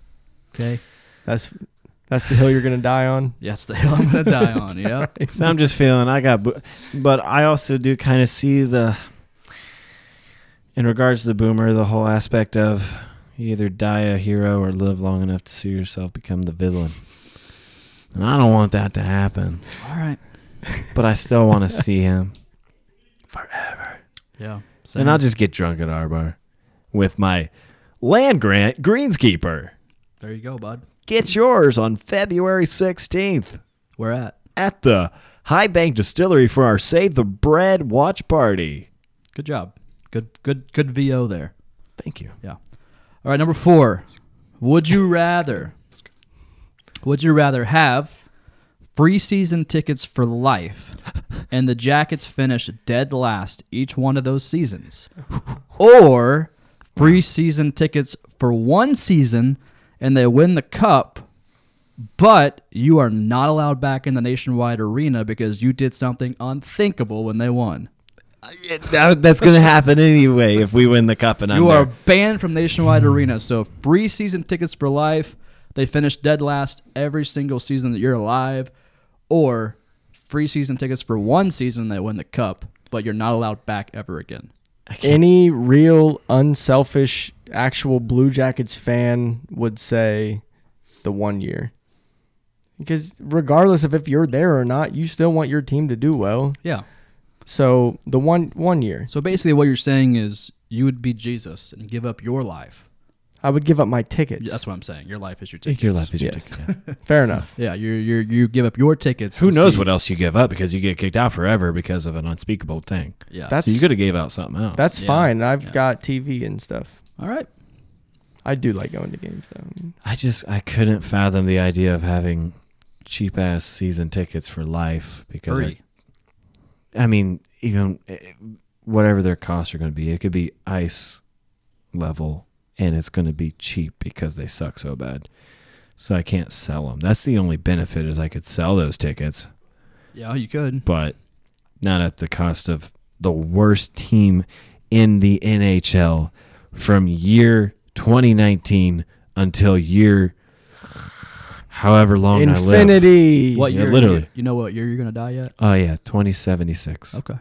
Speaker 2: Okay,
Speaker 3: that's that's the hill you're gonna die on.
Speaker 2: Yeah, that's the hill I'm gonna die on. Yeah,
Speaker 4: So I'm just feeling I got, bo- but I also do kind of see the, in regards to the boomer, the whole aspect of you either die a hero or live long enough to see yourself become the villain. And I don't want that to happen,
Speaker 2: all right.
Speaker 4: but I still want to see him.
Speaker 2: Yeah, so
Speaker 4: And I'll just get drunk at our bar with my land grant greenskeeper.
Speaker 2: there you go, bud.
Speaker 4: Get yours on February 16th.
Speaker 2: We're at
Speaker 4: at the High Bank Distillery for our Save the Bread watch party.
Speaker 2: good job. Good, good, good VO there.
Speaker 4: Thank you.
Speaker 2: Yeah. All right, number four. Would you rather? Would you rather have free season tickets for life, and the Jackets finish dead last each one of those seasons, or free season tickets for one season, and they win the cup, but you are not allowed back in the Nationwide Arena because you did something unthinkable when they won?
Speaker 4: that's going to happen anyway if we win the cup and I'm
Speaker 2: You
Speaker 4: there.
Speaker 2: are banned from Nationwide Arena. So free season tickets for life. They finish dead last every single season that you're alive, or free season tickets for one season that win the cup, but you're not allowed back ever again.
Speaker 3: Any real unselfish actual Blue Jackets fan would say the one year. Because regardless of if you're there or not, you still want your team to do well.
Speaker 2: Yeah.
Speaker 3: So the one one year,
Speaker 2: So basically, what you're saying is you would be Jesus and give up your life.
Speaker 3: I would give up my tickets.
Speaker 2: That's what I'm saying. Your life is your tickets.
Speaker 4: Take your life as your
Speaker 3: Yes.
Speaker 4: ticket. yeah.
Speaker 3: Fair enough.
Speaker 2: Yeah. You you you give up your tickets.
Speaker 4: Who
Speaker 2: to
Speaker 4: knows
Speaker 2: see-
Speaker 4: what else you give up because you get kicked out forever because of an unspeakable thing.
Speaker 2: Yeah.
Speaker 3: That's
Speaker 4: So you could have gave out something else.
Speaker 3: that's
Speaker 2: Yeah,
Speaker 3: fine. I've
Speaker 2: yeah.
Speaker 3: got TV and stuff.
Speaker 2: all right.
Speaker 3: I do like going to games though.
Speaker 4: I just I couldn't fathom the idea of having cheap ass season tickets for life because
Speaker 2: Free.
Speaker 4: I, I mean even eh, whatever their costs are going to be, it could be ice level and it's going to be cheap because they suck so bad. So I can't sell them. That's the only benefit is I could sell those tickets,
Speaker 2: Yeah, you could.
Speaker 4: but not at the cost of the worst team in the NHL from year 2019 until year however long I live.
Speaker 3: Infinity.
Speaker 2: What
Speaker 4: Yeah,
Speaker 2: year?
Speaker 4: literally.
Speaker 2: You know what year you're gonna die yet?
Speaker 4: Oh yeah, 2076.
Speaker 2: Okay.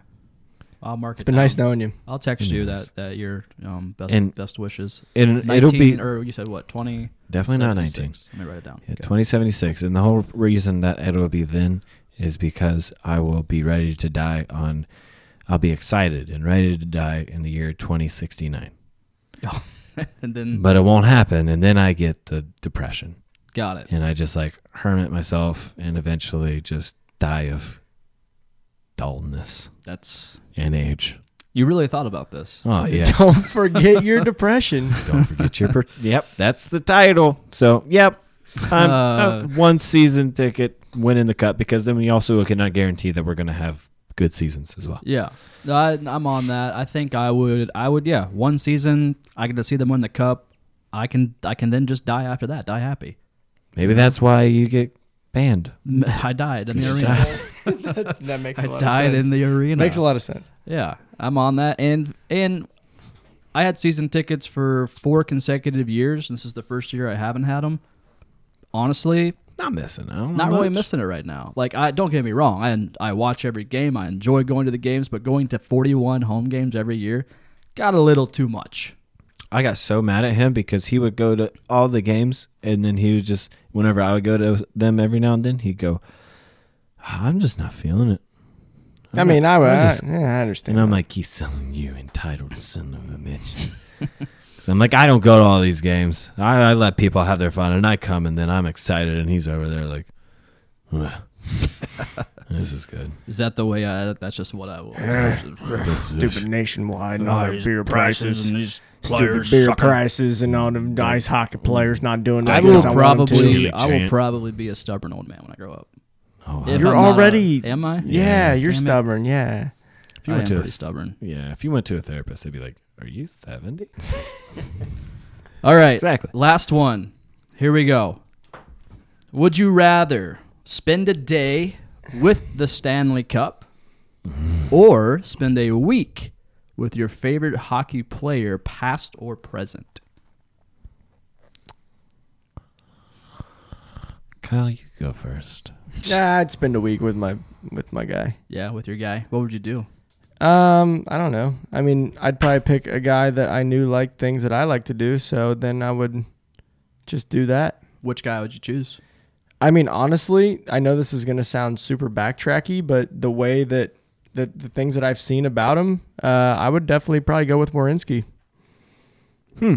Speaker 2: I'll mark it.
Speaker 3: It's been
Speaker 2: down.
Speaker 3: nice knowing you.
Speaker 2: I'll text you
Speaker 4: Anyways.
Speaker 2: that that your um best
Speaker 4: And-
Speaker 2: best wishes.
Speaker 4: And
Speaker 2: 19,
Speaker 4: it'll be
Speaker 2: or you said what twenty?
Speaker 4: definitely not 19.
Speaker 2: Let me write it down.
Speaker 4: Yeah,
Speaker 2: Okay.
Speaker 4: 2076. And the whole reason that it'll be then is because I will be ready to die on, I'll be excited and ready to die in the year 2069.
Speaker 2: and then
Speaker 4: But it won't happen. And then I get the depression
Speaker 2: got it.
Speaker 4: and I just like hermit myself and eventually just die of dullness
Speaker 2: That's
Speaker 4: and age.
Speaker 2: you really thought about this.
Speaker 4: Oh, yeah.
Speaker 3: Don't forget your depression.
Speaker 4: Don't forget your. Per- yep, that's the title. So, yep. I'm,
Speaker 2: Uh,
Speaker 4: I'm one season ticket winning the cup because then we also cannot guarantee that we're going to have good seasons as well.
Speaker 2: Yeah, No, I, I'm on that. I think I would. I would. Yeah, one season. I get to see them win the cup. I can. I can then just die after that. Die happy.
Speaker 4: Maybe that's why you get banned.
Speaker 2: I died in the arena.
Speaker 3: that makes
Speaker 2: I died in the arena.
Speaker 3: Makes a lot of sense.
Speaker 2: Yeah, I'm on that, and and I had season tickets for four consecutive years. and This is the first year I haven't had them. Honestly,
Speaker 4: Not missing out.
Speaker 2: not really
Speaker 4: much.
Speaker 2: missing it right now. Like, I don't get me wrong. I I watch every game. I enjoy going to the games, but going to 41 home games every year got a little too much.
Speaker 4: I got so mad at him because he would go to all the games, and then he would just whenever I would go to them every now and then, he'd go, "Ah, "I'm just not feeling it."
Speaker 3: I mean, I would.
Speaker 4: I
Speaker 3: I,
Speaker 4: just-
Speaker 3: yeah, I understand.
Speaker 4: And I'm like, he's selling you, entitled son of a bitch. Because I'm like, I don't go to all these games. I, I let people have their fun, and I come, and then I'm excited, and he's over there like, "Ugh. this is good.
Speaker 2: Is that the way? I, that's just what I was.
Speaker 3: stupid nationwide and all
Speaker 5: all
Speaker 3: their
Speaker 5: these
Speaker 3: beer prices.
Speaker 5: and these
Speaker 3: Stupid
Speaker 5: players
Speaker 3: beer
Speaker 5: sucking.
Speaker 3: prices and all the ice hockey players not doing as
Speaker 2: I
Speaker 3: good
Speaker 2: will
Speaker 3: as I want 'em to.
Speaker 2: probably.
Speaker 4: Big
Speaker 2: I will
Speaker 4: giant.
Speaker 2: probably be a stubborn old man when I grow up.
Speaker 4: Oh,
Speaker 2: If I'm
Speaker 3: You're
Speaker 2: not a-
Speaker 3: already-
Speaker 2: am I?
Speaker 3: Yeah, you're
Speaker 2: Damn it.
Speaker 3: stubborn. Yeah.
Speaker 4: if you
Speaker 2: I am
Speaker 4: went to a,
Speaker 2: pretty stubborn.
Speaker 4: yeah, if you went to a therapist, they'd be like, "Are you 70?
Speaker 2: All right.
Speaker 4: Exactly.
Speaker 2: Last one. Here we go. Would you rather spend a day with the Stanley Cup or spend a week with your favorite hockey player, past or present?
Speaker 4: Kyle, you go first.
Speaker 3: Nah, I'd spend a week with my with my guy.
Speaker 2: Yeah, with your guy. What would you do?
Speaker 3: Um, I don't know. I mean, I'd probably pick a guy that I knew liked things that I like to do, so then I would just do that.
Speaker 2: Which guy would you choose?
Speaker 3: I mean, honestly, I know this is gonna sound super backtracky, but the way that that the things that I've seen about him, uh, I would definitely probably go with Warinsky. Hmm.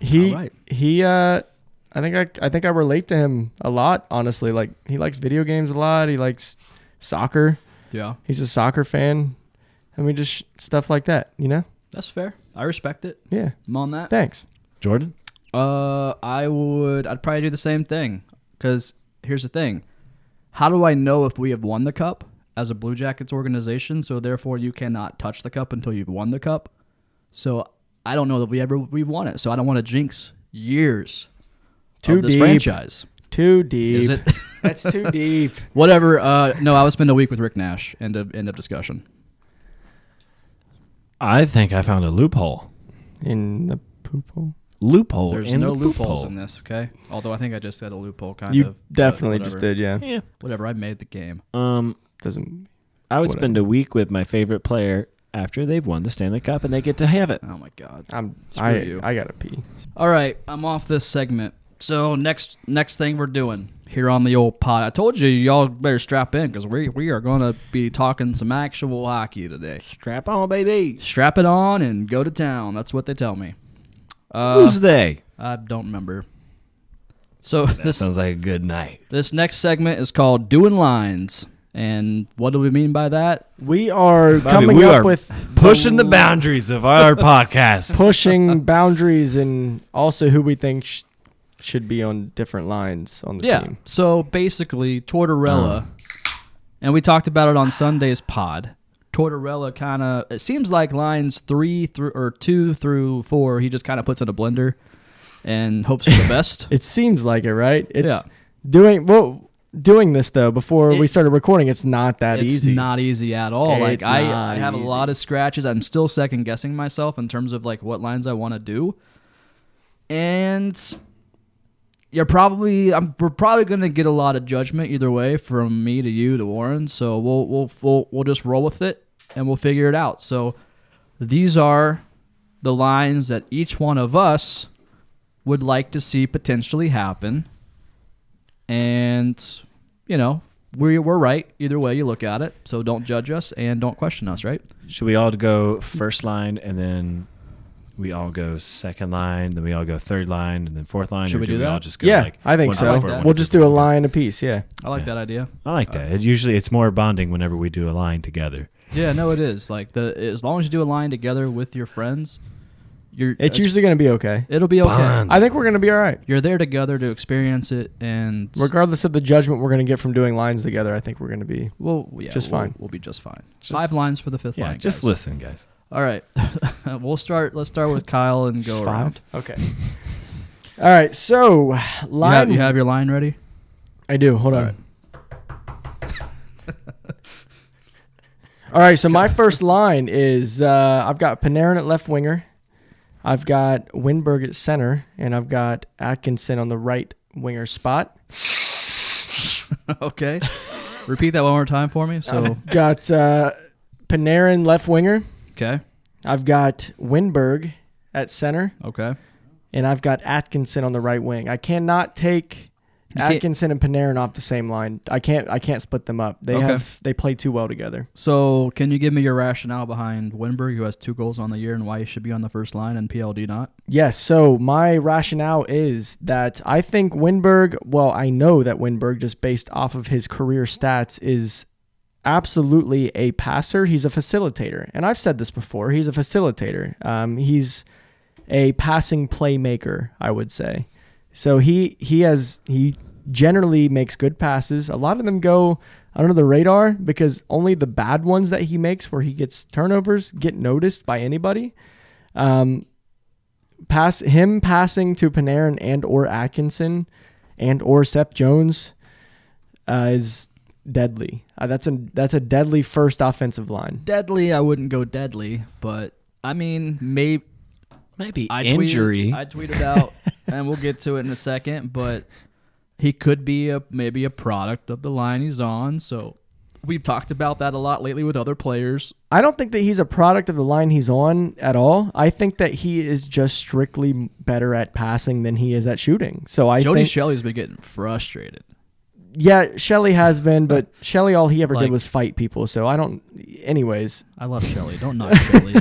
Speaker 3: He
Speaker 2: All right.
Speaker 3: he. Uh, I think I I think I relate to him a lot. Honestly, like he likes video games a lot. He likes soccer.
Speaker 2: Yeah,
Speaker 3: He's a soccer fan. I mean, just sh- stuff like that. You know?
Speaker 2: that's fair. I respect it.
Speaker 3: Yeah.
Speaker 2: I'm on that.
Speaker 3: Thanks.
Speaker 4: Jordan,
Speaker 2: Uh, I would. I'd probably do the same thing. Cause here's the thing: how do I know if we have won the cup as a Blue Jackets organization? So therefore, you cannot touch the cup until you've won the cup. So I don't know that we ever we won it. So I don't want to jinx years
Speaker 3: Too
Speaker 2: of this
Speaker 3: deep.
Speaker 2: franchise.
Speaker 3: Too deep.
Speaker 2: Is it?
Speaker 3: That's too deep.
Speaker 2: Whatever. Uh, no, I would spend a week with Rick Nash. End of end of discussion.
Speaker 4: I think I found a loophole.
Speaker 3: In the poop hole.
Speaker 4: Loophole.
Speaker 2: There's
Speaker 4: in
Speaker 2: no
Speaker 4: the
Speaker 2: loopholes
Speaker 4: loophole.
Speaker 2: in this. Okay. Although I think I just said a loophole kind
Speaker 3: You
Speaker 2: of. but
Speaker 3: definitely
Speaker 2: whatever.
Speaker 3: just did. Yeah.
Speaker 4: Yeah.
Speaker 2: Whatever. I made the game.
Speaker 4: Um,
Speaker 3: Doesn't.
Speaker 4: I would
Speaker 3: Whatever.
Speaker 4: spend a week with my favorite player after they've won the Stanley Cup and they get to have it.
Speaker 2: Oh my god.
Speaker 3: I'm.
Speaker 2: Screw
Speaker 3: I,
Speaker 2: you.
Speaker 3: I gotta pee.
Speaker 2: All right, I'm off this segment. So next next thing we're doing here on the old pod. I told you y'all better strap in because we we are gonna be talking some actual hockey today.
Speaker 4: Strap on, baby.
Speaker 2: Strap it on and go to town. That's what they tell me.
Speaker 4: Who's they?
Speaker 2: I don't remember. So this
Speaker 4: Sounds like a good night.
Speaker 2: this next segment is called doing lines. And what do we mean by that?
Speaker 3: We are coming
Speaker 4: we
Speaker 3: up
Speaker 4: are
Speaker 3: with
Speaker 4: Pushing the boundaries of our podcast.
Speaker 3: pushing boundaries and also who we think sh- should be on different lines on the
Speaker 2: Yeah.
Speaker 3: team. Uh.
Speaker 2: So basically, Tortorella, and we talked about it on Sunday's pod. Tortorella kind of it seems like lines three through or two through four, he just kind of puts in a blender and hopes for the best.
Speaker 3: It seems like it, right? It's
Speaker 2: Yeah.
Speaker 3: doing well. Doing this though before we
Speaker 2: It-
Speaker 3: started recording, it's not that
Speaker 2: it's
Speaker 3: easy.
Speaker 2: not easy at all. like
Speaker 3: It's
Speaker 2: I,
Speaker 3: not
Speaker 2: I have a lot of scratches. I'm still second guessing myself in terms of like what lines I want to do. And you're probably I'm we're probably going to get a lot of judgment either way from me to you to Warren. So we'll we'll we'll, we'll just roll with it and we'll figure it out. So these are the lines that each one of us would like to see potentially happen. And you know, we we're right either way you look at it. So don't judge us and don't question us, right?
Speaker 4: Should we all go first line and then we all go second line, then we all go third line and then fourth line?
Speaker 2: Should
Speaker 4: or
Speaker 2: we do
Speaker 4: we
Speaker 2: that?
Speaker 4: all just go
Speaker 3: Yeah,
Speaker 4: like
Speaker 3: I think
Speaker 4: one
Speaker 3: so.
Speaker 4: upward,
Speaker 2: that.
Speaker 4: one
Speaker 3: We'll just do
Speaker 4: down?
Speaker 3: a line a piece. Yeah.
Speaker 2: I like
Speaker 4: Yeah.
Speaker 2: that idea.
Speaker 4: I like that. It usually it's more bonding whenever we do a line together.
Speaker 2: Yeah, no, it is like the as long as you do a line together with your friends, You're
Speaker 3: It's usually going to be okay.
Speaker 2: it'll be okay.
Speaker 4: Bond.
Speaker 3: I think we're going to be all right.
Speaker 2: You're there together to experience it, and
Speaker 3: Regardless of the judgment we're going to get from doing lines together, I think we're going to be.
Speaker 2: we'll yeah,
Speaker 3: just
Speaker 2: we'll-
Speaker 3: fine.
Speaker 2: We'll be just fine.
Speaker 4: Just-
Speaker 2: Five lines for the fifth
Speaker 4: Yeah,
Speaker 2: line.
Speaker 4: just
Speaker 2: guys.
Speaker 4: listen, guys.
Speaker 2: All right, we'll start. Let's start with Kyle and go
Speaker 3: Five?
Speaker 2: around.
Speaker 3: Okay. All right. So,
Speaker 2: You
Speaker 3: line.
Speaker 2: have, you have your line ready?
Speaker 3: I do. Hold on.
Speaker 2: right.
Speaker 3: All right. So my first line is uh, I've got Panarin at left winger, I've got Winberg at center, and I've got Atkinson on the right winger spot.
Speaker 2: okay. Repeat that one more time for me. So
Speaker 3: Got uh, Panarin left winger.
Speaker 2: okay,
Speaker 3: I've got Winberg at center,
Speaker 2: okay.
Speaker 3: and I've got Atkinson on the right wing. I cannot take
Speaker 2: can't-
Speaker 3: Atkinson and Panarin off the same line. I can't. I can't split them up. They
Speaker 2: Okay.
Speaker 3: have. They play too well together.
Speaker 2: So can you give me your rationale behind Winberg, who has two goals on the year, and why he should be on the first line and PLD not?
Speaker 3: Yes. So my rationale is that I think Winberg. Well, I know that Winberg, just based off of his career stats, is absolutely a passer. He's a facilitator, and I've said this before. He's a facilitator. Um, he's a passing playmaker, I would say. So he he has he generally makes good passes. A lot of them go under the radar because only the bad ones that he makes, where he gets turnovers, get noticed by anybody. Um, pass him passing to Panarin and or Atkinson and or Seth Jones uh, is deadly. Uh, that's a that's a deadly first offensive line.
Speaker 2: Deadly, I wouldn't go deadly, but I mean, maybe
Speaker 4: Maybe
Speaker 2: I
Speaker 4: injury.
Speaker 2: Tweeted, I tweeted out, and we'll get to it in a second, but he could be a maybe a product of the line he's on. So we've talked about that a lot lately with other players.
Speaker 3: I don't think that he's a product of the line he's on at all. I think that he is just strictly better at passing than he is at shooting. So I
Speaker 2: Jody
Speaker 3: think
Speaker 2: Shelley's been getting frustrated.
Speaker 3: yeah, Shelley has been, but Shelley all he ever
Speaker 2: Like-
Speaker 3: did was fight people. So I don't. Anyways,
Speaker 2: I love Shelley. Don't knock Shelley.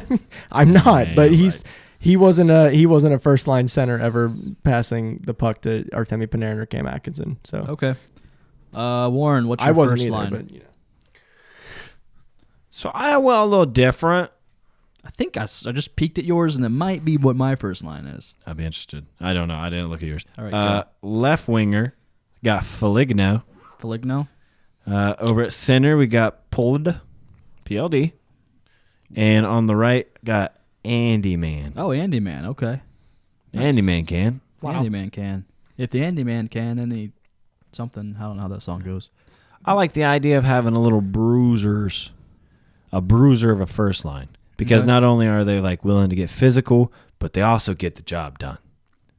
Speaker 3: I'm not,
Speaker 4: Yeah,
Speaker 3: but
Speaker 4: you're
Speaker 3: he's he wasn't a he wasn't a first line center ever passing the puck to Artemi Panarin or Cam Atkinson. So
Speaker 2: Okay. Uh, Warren, what's
Speaker 3: I
Speaker 2: your
Speaker 3: wasn't
Speaker 2: first
Speaker 3: either,
Speaker 2: line?
Speaker 3: but you know.
Speaker 4: so I went a little different.
Speaker 2: I think I, s- I just peeked at yours, and it might be what my first line is.
Speaker 4: I'd be interested. I don't know. I didn't look at yours.
Speaker 2: All right,
Speaker 4: Uh, left winger got Feligno.
Speaker 2: Feligno.
Speaker 4: Uh, over at center we got Pold, PLD, and on the right got Andy Man.
Speaker 2: Oh, Andy Man. Okay.
Speaker 4: Andy Man can.
Speaker 2: Andy Man can. If the Andy Man can, any something. I don't know how that song goes.
Speaker 4: I like the idea of having a little bruisers, a bruiser of a first line, because
Speaker 2: Okay.
Speaker 4: not only are they like willing to get physical, but they also get the job done.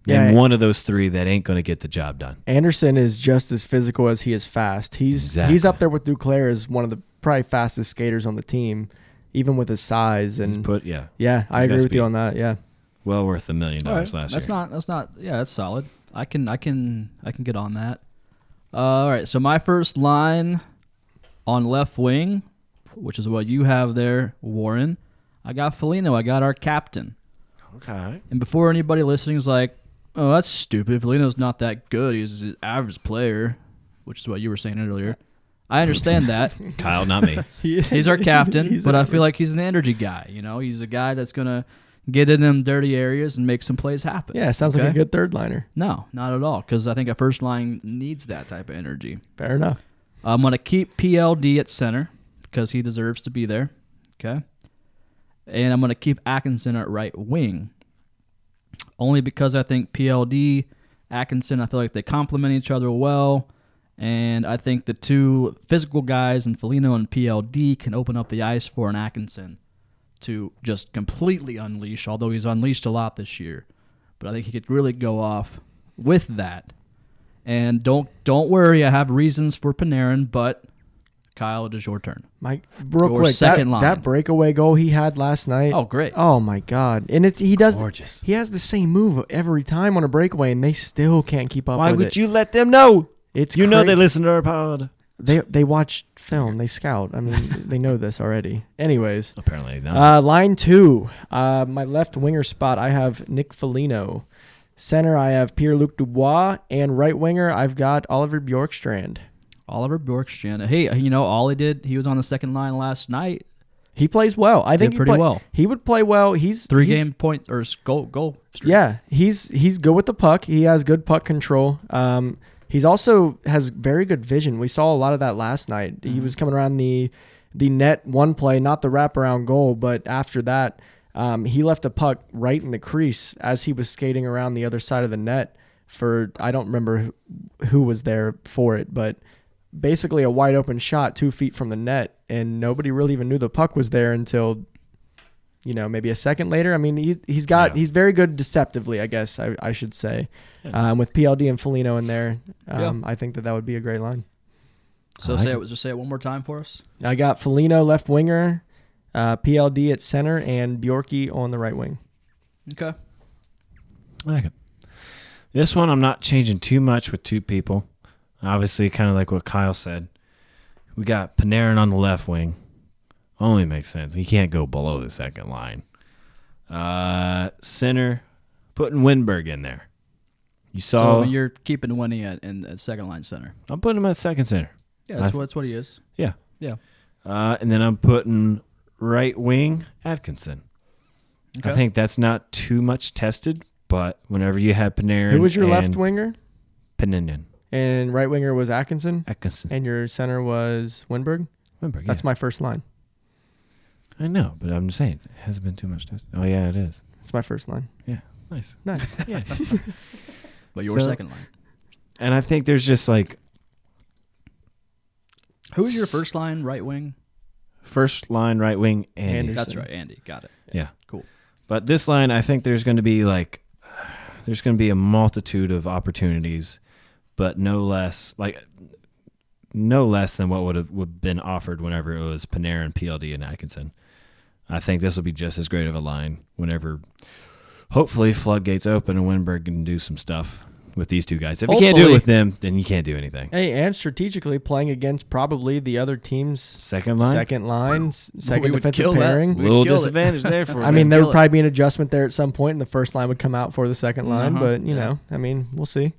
Speaker 3: Yeah,
Speaker 4: and
Speaker 3: yeah.
Speaker 4: one of those three that ain't going to get the job done.
Speaker 3: Anderson is just as physical as he is fast. He's he's
Speaker 4: Exactly.
Speaker 3: up there with Duclair as one of the probably fastest skaters on the team, even with his size
Speaker 4: He's
Speaker 3: and
Speaker 4: put yeah,
Speaker 3: yeah, I
Speaker 4: he's
Speaker 3: agree
Speaker 4: got
Speaker 3: with
Speaker 4: speed.
Speaker 3: you on that. Yeah,
Speaker 4: well worth the million dollars last
Speaker 2: that's
Speaker 4: year.
Speaker 2: not. That's not. Yeah, that's solid. I can. I can. I can get on that. Uh, all right. So my first line on left wing, which is what you have there, Warren. I got Felino. I got our captain.
Speaker 4: okay.
Speaker 2: And before anybody listening is like, "Oh, that's stupid. Felino's not that good. He's an average player," which is what you were saying earlier. I understand that.
Speaker 4: Kyle, not me.
Speaker 2: He's our captain,
Speaker 3: He's
Speaker 2: but I
Speaker 3: average.
Speaker 2: feel like he's an energy guy. You know, he's a guy that's gonna get in them dirty areas and make some plays happen.
Speaker 3: yeah, sounds like a
Speaker 2: Okay?
Speaker 3: good third liner.
Speaker 2: No, not at all. Because I think a first line needs that type of energy.
Speaker 3: Fair enough.
Speaker 2: I'm gonna keep PLD at center because he deserves to be there. Okay. And I'm gonna keep Atkinson at right wing. Only because I think PLD, Atkinson, I feel like they complement each other well. And I think the two physical guys in Felino and PLD can open up the ice for an Atkinson to just completely unleash, although he's unleashed a lot this year. But I think he could really go off with that. And don't don't worry, I have reasons for Panarin, but Kyle, it is your turn.
Speaker 3: Mike, real
Speaker 2: Your
Speaker 3: quick, that,
Speaker 2: second line.
Speaker 3: that breakaway goal he had last night.
Speaker 2: Oh, great.
Speaker 3: Oh my god! And it's he does
Speaker 4: Gorgeous.
Speaker 3: He has the same move every time on a breakaway, and they still can't keep up.
Speaker 4: Why
Speaker 3: with
Speaker 4: would
Speaker 3: it.
Speaker 4: you let them know?
Speaker 3: It's
Speaker 4: you know
Speaker 3: cra-
Speaker 4: they listen to our pod.
Speaker 3: They they watch film. They scout. I mean, they know this already. Anyways,
Speaker 4: Apparently not.
Speaker 3: uh, line two. Uh, my left winger spot. I have Nick Foligno. Center. I have Pierre Luc Dubois, and right winger. I've got Oliver Bjorkstrand.
Speaker 2: Oliver Bjorkstrand. Hey, you know, all he did, he was on the second line last night.
Speaker 3: He plays well. I think he
Speaker 2: pretty
Speaker 3: play-
Speaker 2: well.
Speaker 3: He would play well. He's
Speaker 2: Three
Speaker 3: he's-
Speaker 2: game points or s- goal goal. streak.
Speaker 3: Yeah, he's he's good with the puck. He has good puck control. Um, he's also has very good vision. We saw a lot of that last night. He was coming around the the net one play, not the wraparound goal, but after that, um, he left a puck right in the crease as he was skating around the other side of the net. For I don't remember who, who was there for it, but basically a wide open shot two feet from the net, and nobody really even knew the puck was there until you know, maybe a second later. I mean, he, he's got,
Speaker 4: Yeah.
Speaker 3: he's very good deceptively, I guess I, I should say. Um, with PLD and Felino in there, um, I think that that would be a great line.
Speaker 2: So
Speaker 4: I
Speaker 2: say
Speaker 4: like
Speaker 2: it. Just say it one more time for us.
Speaker 3: I got Felino left winger, uh, PLD at center, and Bjorky on the right wing.
Speaker 2: Okay.
Speaker 4: I like it. This one, I'm not changing too much with two people. Obviously, kind of like what Kyle said. We got Panarin on the left wing. Only makes sense. He can't go below the second line. Uh, center, putting Winberg in there. You saw.
Speaker 2: So, you're keeping Winnie at in at second line center.
Speaker 4: I'm putting him at second center.
Speaker 2: Yeah, that's
Speaker 4: I-
Speaker 2: what that's what he is.
Speaker 4: Yeah.
Speaker 2: Yeah.
Speaker 4: Uh, and then I'm putting right wing Atkinson. I
Speaker 2: Okay.
Speaker 4: think that's not too much tested, but whenever you had Panarin,
Speaker 3: Who was your left
Speaker 4: and
Speaker 3: winger?
Speaker 4: Panarin
Speaker 3: And right winger was Atkinson,
Speaker 4: Atkinson.
Speaker 3: and your center was Winberg.
Speaker 4: Winberg, yeah.
Speaker 3: That's my first line.
Speaker 4: I know, but I'm just saying it hasn't been too much test. Oh yeah, it is.
Speaker 3: That's my first line.
Speaker 4: Yeah, nice.
Speaker 3: Nice.
Speaker 4: Yeah.
Speaker 2: But your
Speaker 4: So-
Speaker 2: second line.
Speaker 4: and I think there's just like
Speaker 2: Who's your first line right wing?
Speaker 4: first line right wing and
Speaker 3: Anderson.
Speaker 2: That's right, Andy. Got it.
Speaker 4: yeah.
Speaker 2: Cool.
Speaker 4: But this line, I think there's going to be like there's going to be a multitude of opportunities, but no less like no less than what would have would been offered whenever it was Panarin, PLD, and Atkinson. I think this will be just as great of a line whenever, hopefully, floodgates open and Winberg can do some stuff with these two guys. If you can't do
Speaker 2: Hopefully.
Speaker 4: it with them, then you can't do anything.
Speaker 3: Hey, and strategically playing against probably the other team's
Speaker 4: Second line,
Speaker 3: second lines, second
Speaker 2: would
Speaker 3: defensive
Speaker 2: kill that.
Speaker 3: pairing.
Speaker 2: We
Speaker 4: little
Speaker 2: killed it.
Speaker 4: disadvantage there for.
Speaker 3: I mean,
Speaker 4: him.
Speaker 3: there
Speaker 2: kill
Speaker 3: would
Speaker 2: it.
Speaker 3: probably be an adjustment there at some point, and the first line would come out for the second line.
Speaker 4: Uh-huh.
Speaker 3: But
Speaker 2: Mm-hmm.
Speaker 3: you
Speaker 2: Yeah.
Speaker 3: know, I mean, we'll see.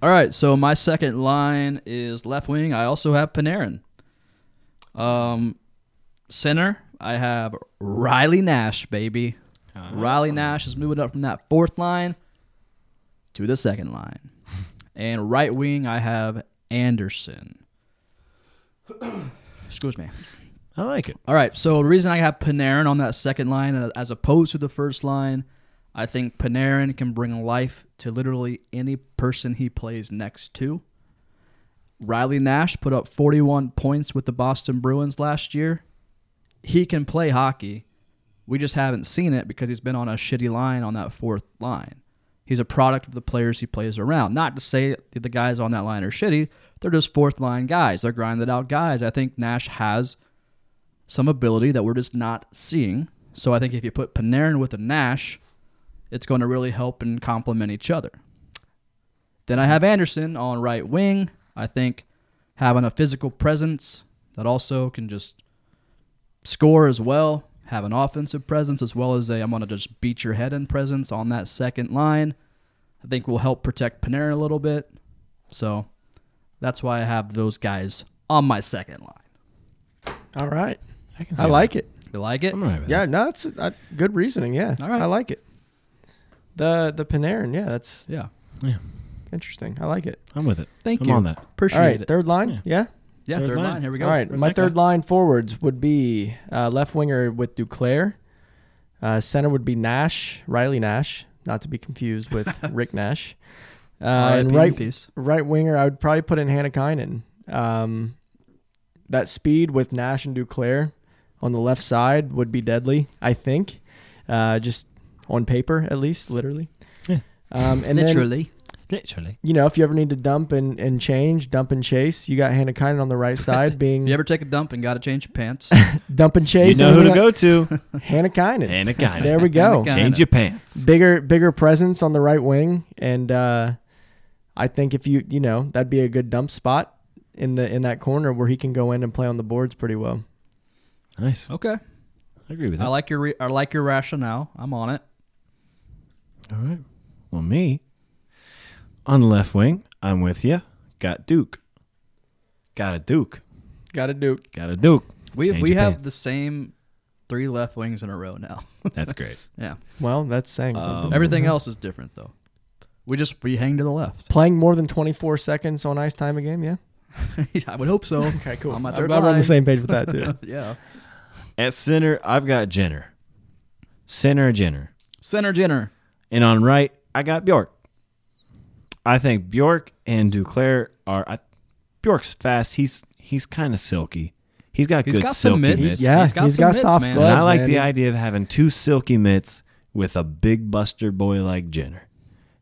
Speaker 2: All right, so my second line is left wing. I also have Panarin. Um, center, I have Riley Nash, baby. Riley Nash is moving up from that fourth line to the second line. and right wing, I have Anderson. Excuse me.
Speaker 4: I like it.
Speaker 2: All right. So the reason I have Panarin on that second line uh, as opposed to the first line, I think Panarin can bring life to literally any person he plays next to. Riley Nash put up 41 points with the Boston Bruins last year. He can play hockey. We just haven't seen it because he's been on a shitty line on that fourth line. He's a product of the players he plays around. Not to say that the guys on that line are shitty. They're just fourth line guys. They're grinded out guys. I think Nash has some ability that we're just not seeing. So I think if you put Panarin with a Nash, it's going to really help and complement each other. Then I have Anderson on right wing. I think having a physical presence that also can just score as well, have an offensive presence as well as a I'm going to just beat your head in presence on that second line. I think will help protect Panarin a little bit. So that's why I have those guys on my second line.
Speaker 3: All right,
Speaker 4: I can. See
Speaker 3: I like it.
Speaker 2: You like it?
Speaker 4: I'm all right with
Speaker 3: Yeah,
Speaker 4: that.
Speaker 3: no, it's uh, good reasoning. Yeah,
Speaker 2: All right.
Speaker 3: I like it. The the Panarin, yeah, that's
Speaker 2: Yeah.
Speaker 4: Yeah,
Speaker 3: interesting. I like it.
Speaker 4: I'm with it.
Speaker 2: Thank
Speaker 4: I'm
Speaker 2: you.
Speaker 4: on that.
Speaker 2: Appreciate
Speaker 3: All right,
Speaker 2: it.
Speaker 3: third line,
Speaker 4: Yeah.
Speaker 3: yeah.
Speaker 2: yeah,
Speaker 4: third
Speaker 2: third,
Speaker 4: line.
Speaker 2: line. Here we go.
Speaker 3: All right, my
Speaker 4: Rebecca.
Speaker 3: third line forwards would be uh, left winger with Duclair. Uh, center would be Nash, Riley Nash, not to be confused with Rick Nash. Uh, and right
Speaker 2: piece.
Speaker 3: right winger, I would probably put in Hannah Um That speed with Nash and Duclair on the left side would be deadly, I think. Uh, just on paper, at least, literally.
Speaker 4: Yeah.
Speaker 3: Um, and then,
Speaker 2: Literally.
Speaker 4: Literally.
Speaker 3: you know, if you ever need to dump and, and change, dump and chase, you got Hannah on the right side being
Speaker 2: you ever take a dump and got to change your pants?
Speaker 3: dump and chase.
Speaker 4: you know who to go to.
Speaker 3: Hannah
Speaker 4: Hannah Kynan.
Speaker 3: There we go.
Speaker 2: Hannah
Speaker 4: Change your pants.
Speaker 3: bigger bigger presence on the right wing and uh I think if you you know that'd be a good dump spot in the in that corner where he can go in and play on the boards pretty well.
Speaker 4: Nice.
Speaker 2: okay.
Speaker 4: I agree with that.
Speaker 2: I like your re- I like your rationale. I'm on it.
Speaker 4: All right. Well, me on the left wing, I'm with you. Got Duke. Got a Duke.
Speaker 3: Got to do.
Speaker 4: Got a Duke.
Speaker 2: We
Speaker 4: Change
Speaker 2: we
Speaker 4: your
Speaker 2: have
Speaker 4: pants.
Speaker 2: the same three left wings in a row now.
Speaker 4: That's great.
Speaker 2: yeah.
Speaker 3: Well, that's saying
Speaker 4: Oh,
Speaker 3: something.
Speaker 2: Everything else is different though. We just we hang to the left.
Speaker 3: Playing more than 24 seconds on ice time a game, yeah?
Speaker 2: I would hope so.
Speaker 3: Okay, cool.
Speaker 2: On my
Speaker 3: I'm
Speaker 2: third
Speaker 3: glad we're on
Speaker 2: line.
Speaker 3: the same page with that, too.
Speaker 2: yeah.
Speaker 4: At center, I've got Jenner. Center Jenner.
Speaker 2: Center Jenner.
Speaker 4: And on right, I got Bjork. I think Bjork and Duclair are I, Bjork's fast. He's he's kind of silky. He's got
Speaker 2: He's
Speaker 4: good
Speaker 2: got some
Speaker 4: silky
Speaker 2: mitts.
Speaker 4: mitts.
Speaker 3: Yeah,
Speaker 2: he's got
Speaker 3: he's
Speaker 2: some
Speaker 3: got
Speaker 2: mitts,
Speaker 3: soft
Speaker 2: man.
Speaker 4: And I
Speaker 3: gloves,
Speaker 4: like
Speaker 3: man.
Speaker 4: the idea of having two silky mitts with a big buster boy like Jenner.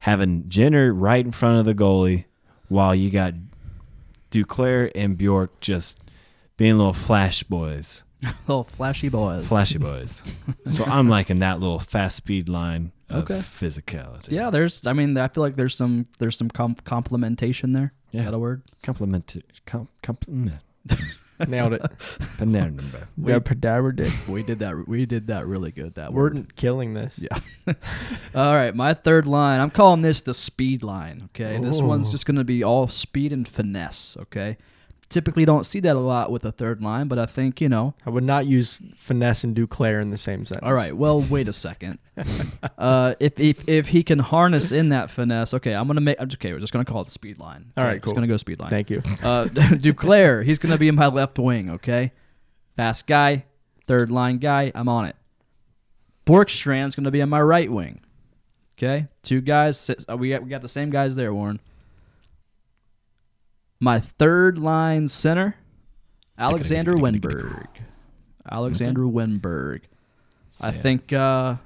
Speaker 4: Having Jenner right in front of the goalie while you got Duclair and Bjork just being little flash boys.
Speaker 2: Little Oh, flashy boys.
Speaker 4: Flashy boys. so I'm liking that little fast speed line of
Speaker 2: Okay.
Speaker 4: physicality.
Speaker 2: Yeah, there's. I mean, I feel like there's some there's some comp- complementation there.
Speaker 4: Yeah.
Speaker 2: Is that a word?
Speaker 4: Compliment. Com, compliment.
Speaker 3: Nailed it.
Speaker 2: We-
Speaker 3: Yeah, Padaver did.
Speaker 2: We did that. We did that really good. That
Speaker 3: We're
Speaker 2: word.
Speaker 3: killing this.
Speaker 2: Yeah. all right, my third line. I'm calling this the speed line. Okay, this
Speaker 3: Oh.
Speaker 2: one's just gonna be all speed and finesse. Okay, typically don't see that a lot with a third line, but I think you know.
Speaker 3: I would not use finesse and Duclair in the same sentence.
Speaker 2: All right. Well, wait a second. uh, if, if if he can harness in that finesse, okay, I'm gonna make. I'm just- Okay, we're just gonna call it the speed line.
Speaker 3: All right,
Speaker 2: Just
Speaker 3: cool.
Speaker 2: gonna go speed line.
Speaker 3: Thank you.
Speaker 2: Uh, Duclair, he's going to be in my left wing, okay? Fast guy, third line guy, I'm on it. Borkstrand's going to be on my right wing, okay? Two guys, six, uh, we, got, we got the same guys there, Warren. My third line center, Alexander Wenberg. Alexander Wenberg. I think, uh,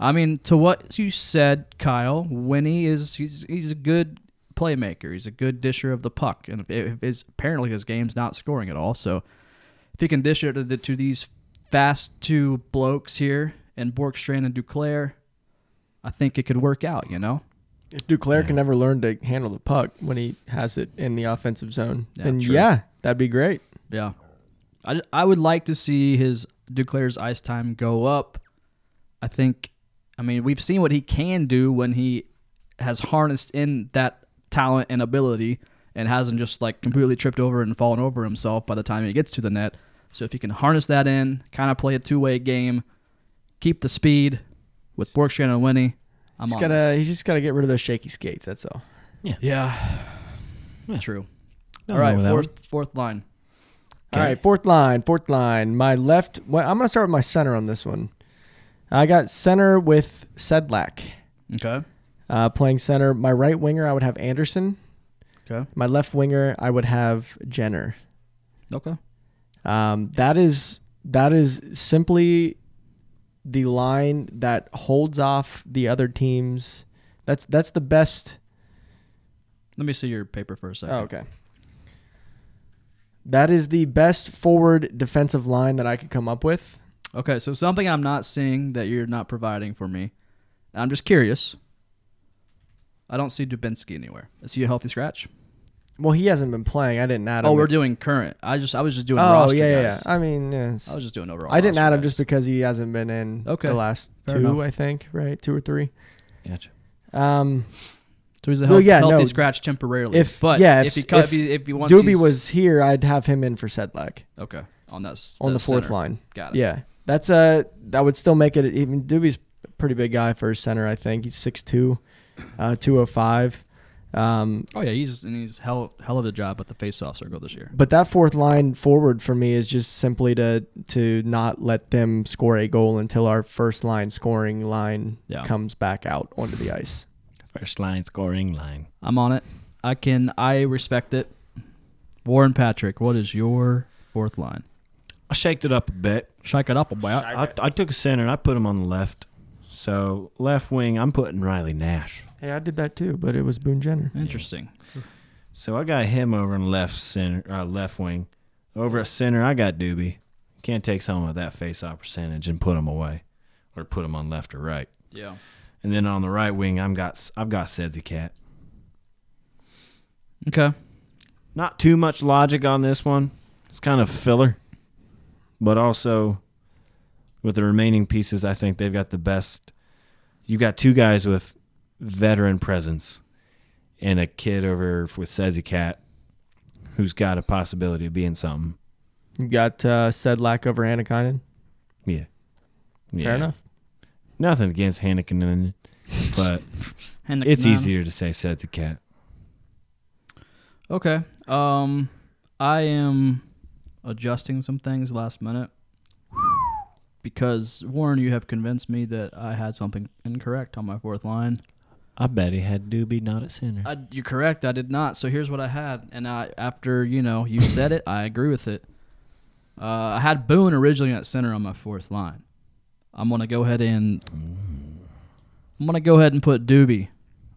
Speaker 2: I mean, to what you said, Kyle, Winnie is he's he's a good playmaker. He's a good disher of the puck, and if, if his, apparently his game's not scoring at all. So if he can dish it to, the, to these fast two blokes here and Borkstrand and Duclair, I think it could work out. You know,
Speaker 3: If Duclair can never learn to handle the puck when he has it in the offensive zone,
Speaker 2: Yeah,
Speaker 3: then
Speaker 2: true.
Speaker 3: yeah, that'd be great.
Speaker 2: yeah. I, just- I would like to see his Duclair's ice time go up. I think, I mean, we've seen what he can do when he has harnessed in that talent and ability and hasn't just like completely tripped over and fallen over himself by the time he gets to the net. So if he can harness that in, kind of play a two way game, keep the speed with Borkstrand and Winnie, I'm
Speaker 3: He's
Speaker 2: on
Speaker 3: gotta,
Speaker 2: this.
Speaker 3: he's just gotta get rid of those shaky skates. That's all.
Speaker 2: Yeah.
Speaker 4: Yeah.
Speaker 2: True.
Speaker 4: No,
Speaker 2: All right,
Speaker 4: no, that one.
Speaker 2: fourth fourth line.
Speaker 3: All right, fourth line, fourth line. My left. Well, I'm gonna start with my center on this one. I got center with Sedlak
Speaker 2: Okay.
Speaker 3: uh, playing center. My right winger, I would have Anderson.
Speaker 2: Okay.
Speaker 3: My left winger, I would have Jenner.
Speaker 2: Okay.
Speaker 3: Um, that is that is simply the line that holds off the other teams. That's that's the best.
Speaker 2: Let me see your paper for a second.
Speaker 3: Oh, okay. That is the best forward defensive line that I could come up with.
Speaker 2: Okay, so something I'm not seeing that you're not providing for me. I'm just curious. I don't see Dubinsky anywhere. Is he a healthy scratch?
Speaker 3: Well, he hasn't been playing. I didn't add him.
Speaker 2: Oh, we're doing current. I just I was just doing
Speaker 3: Oh
Speaker 2: roster
Speaker 3: yeah, yeah, yeah.
Speaker 2: guys.
Speaker 3: I mean, yes.
Speaker 2: I was just doing overall.
Speaker 3: I didn't
Speaker 2: roster
Speaker 3: add him
Speaker 2: guys.
Speaker 3: just because he hasn't been in
Speaker 2: Okay.
Speaker 3: the last
Speaker 2: Fair
Speaker 3: two,
Speaker 2: enough.
Speaker 3: I think, right? Two or three.
Speaker 4: Gotcha.
Speaker 3: Um,
Speaker 2: so he's a
Speaker 3: Well,
Speaker 2: health-
Speaker 3: yeah,
Speaker 2: healthy
Speaker 3: no.
Speaker 2: scratch temporarily.
Speaker 3: If-
Speaker 2: but
Speaker 3: yeah,
Speaker 2: if,
Speaker 3: if-
Speaker 2: he cut, if,
Speaker 3: if
Speaker 2: he if he wants
Speaker 3: Doobie
Speaker 2: he's-
Speaker 3: was here, I'd have him in for Sedlak
Speaker 2: okay on that s-
Speaker 3: on the, fourth
Speaker 2: center.
Speaker 3: line.
Speaker 2: Got it.
Speaker 3: Yeah, that's uh that would still make it even. Doobie's a pretty big guy for a center. I think he's 6'2", uh, 205. Um,
Speaker 2: Oh yeah, he's and he's hell hell of a job at the faceoff circle this year.
Speaker 3: but that fourth line forward for me is just simply to to not let them score a goal until our first line scoring line
Speaker 2: Yeah.
Speaker 3: comes back out onto the ice.
Speaker 4: First line scoring line.
Speaker 2: I'm on it. I can I respect it. Warren Patrick, what is your fourth line?
Speaker 4: I shaked it up a bit.
Speaker 2: Shake it up a bit.
Speaker 4: I, I took a center and I put him on the left. So left wing, I'm putting Riley Nash.
Speaker 3: Hey, I did that too, but it was Boone Jenner.
Speaker 2: Interesting.
Speaker 4: So I got him over in left center, uh, left wing. Over at center, I got Doobie. Can't take someone with that face-off percentage and put him away, or put him on left or right.
Speaker 2: Yeah.
Speaker 4: And then on the right wing, I'm got I've got Sedzi Cat.
Speaker 2: Okay.
Speaker 4: Not too much logic on this one. It's kind of filler, but also with the remaining pieces, I think they've got the best. You got two guys with veteran presence, and a kid over with Sedzi Cat, who's got a possibility of being something.
Speaker 3: You got uh, Sedlak over Anakinen.
Speaker 4: Yeah. yeah.
Speaker 3: Fair enough.
Speaker 4: Nothing against Hanneken, but
Speaker 2: Henrik
Speaker 4: it's
Speaker 2: Nam.
Speaker 4: easier to say said to cat.
Speaker 2: Okay. Um, I am adjusting some things last minute because Warren, you have convinced me that I had something incorrect on my fourth line.
Speaker 4: I bet he had Doobie not at center.
Speaker 2: I, you're correct. I did not. So here's what I had, and I after you know you said it, I agree with it. Uh, I had Boone originally at center on my fourth line. I'm gonna go ahead and I'm gonna go ahead and put Doobie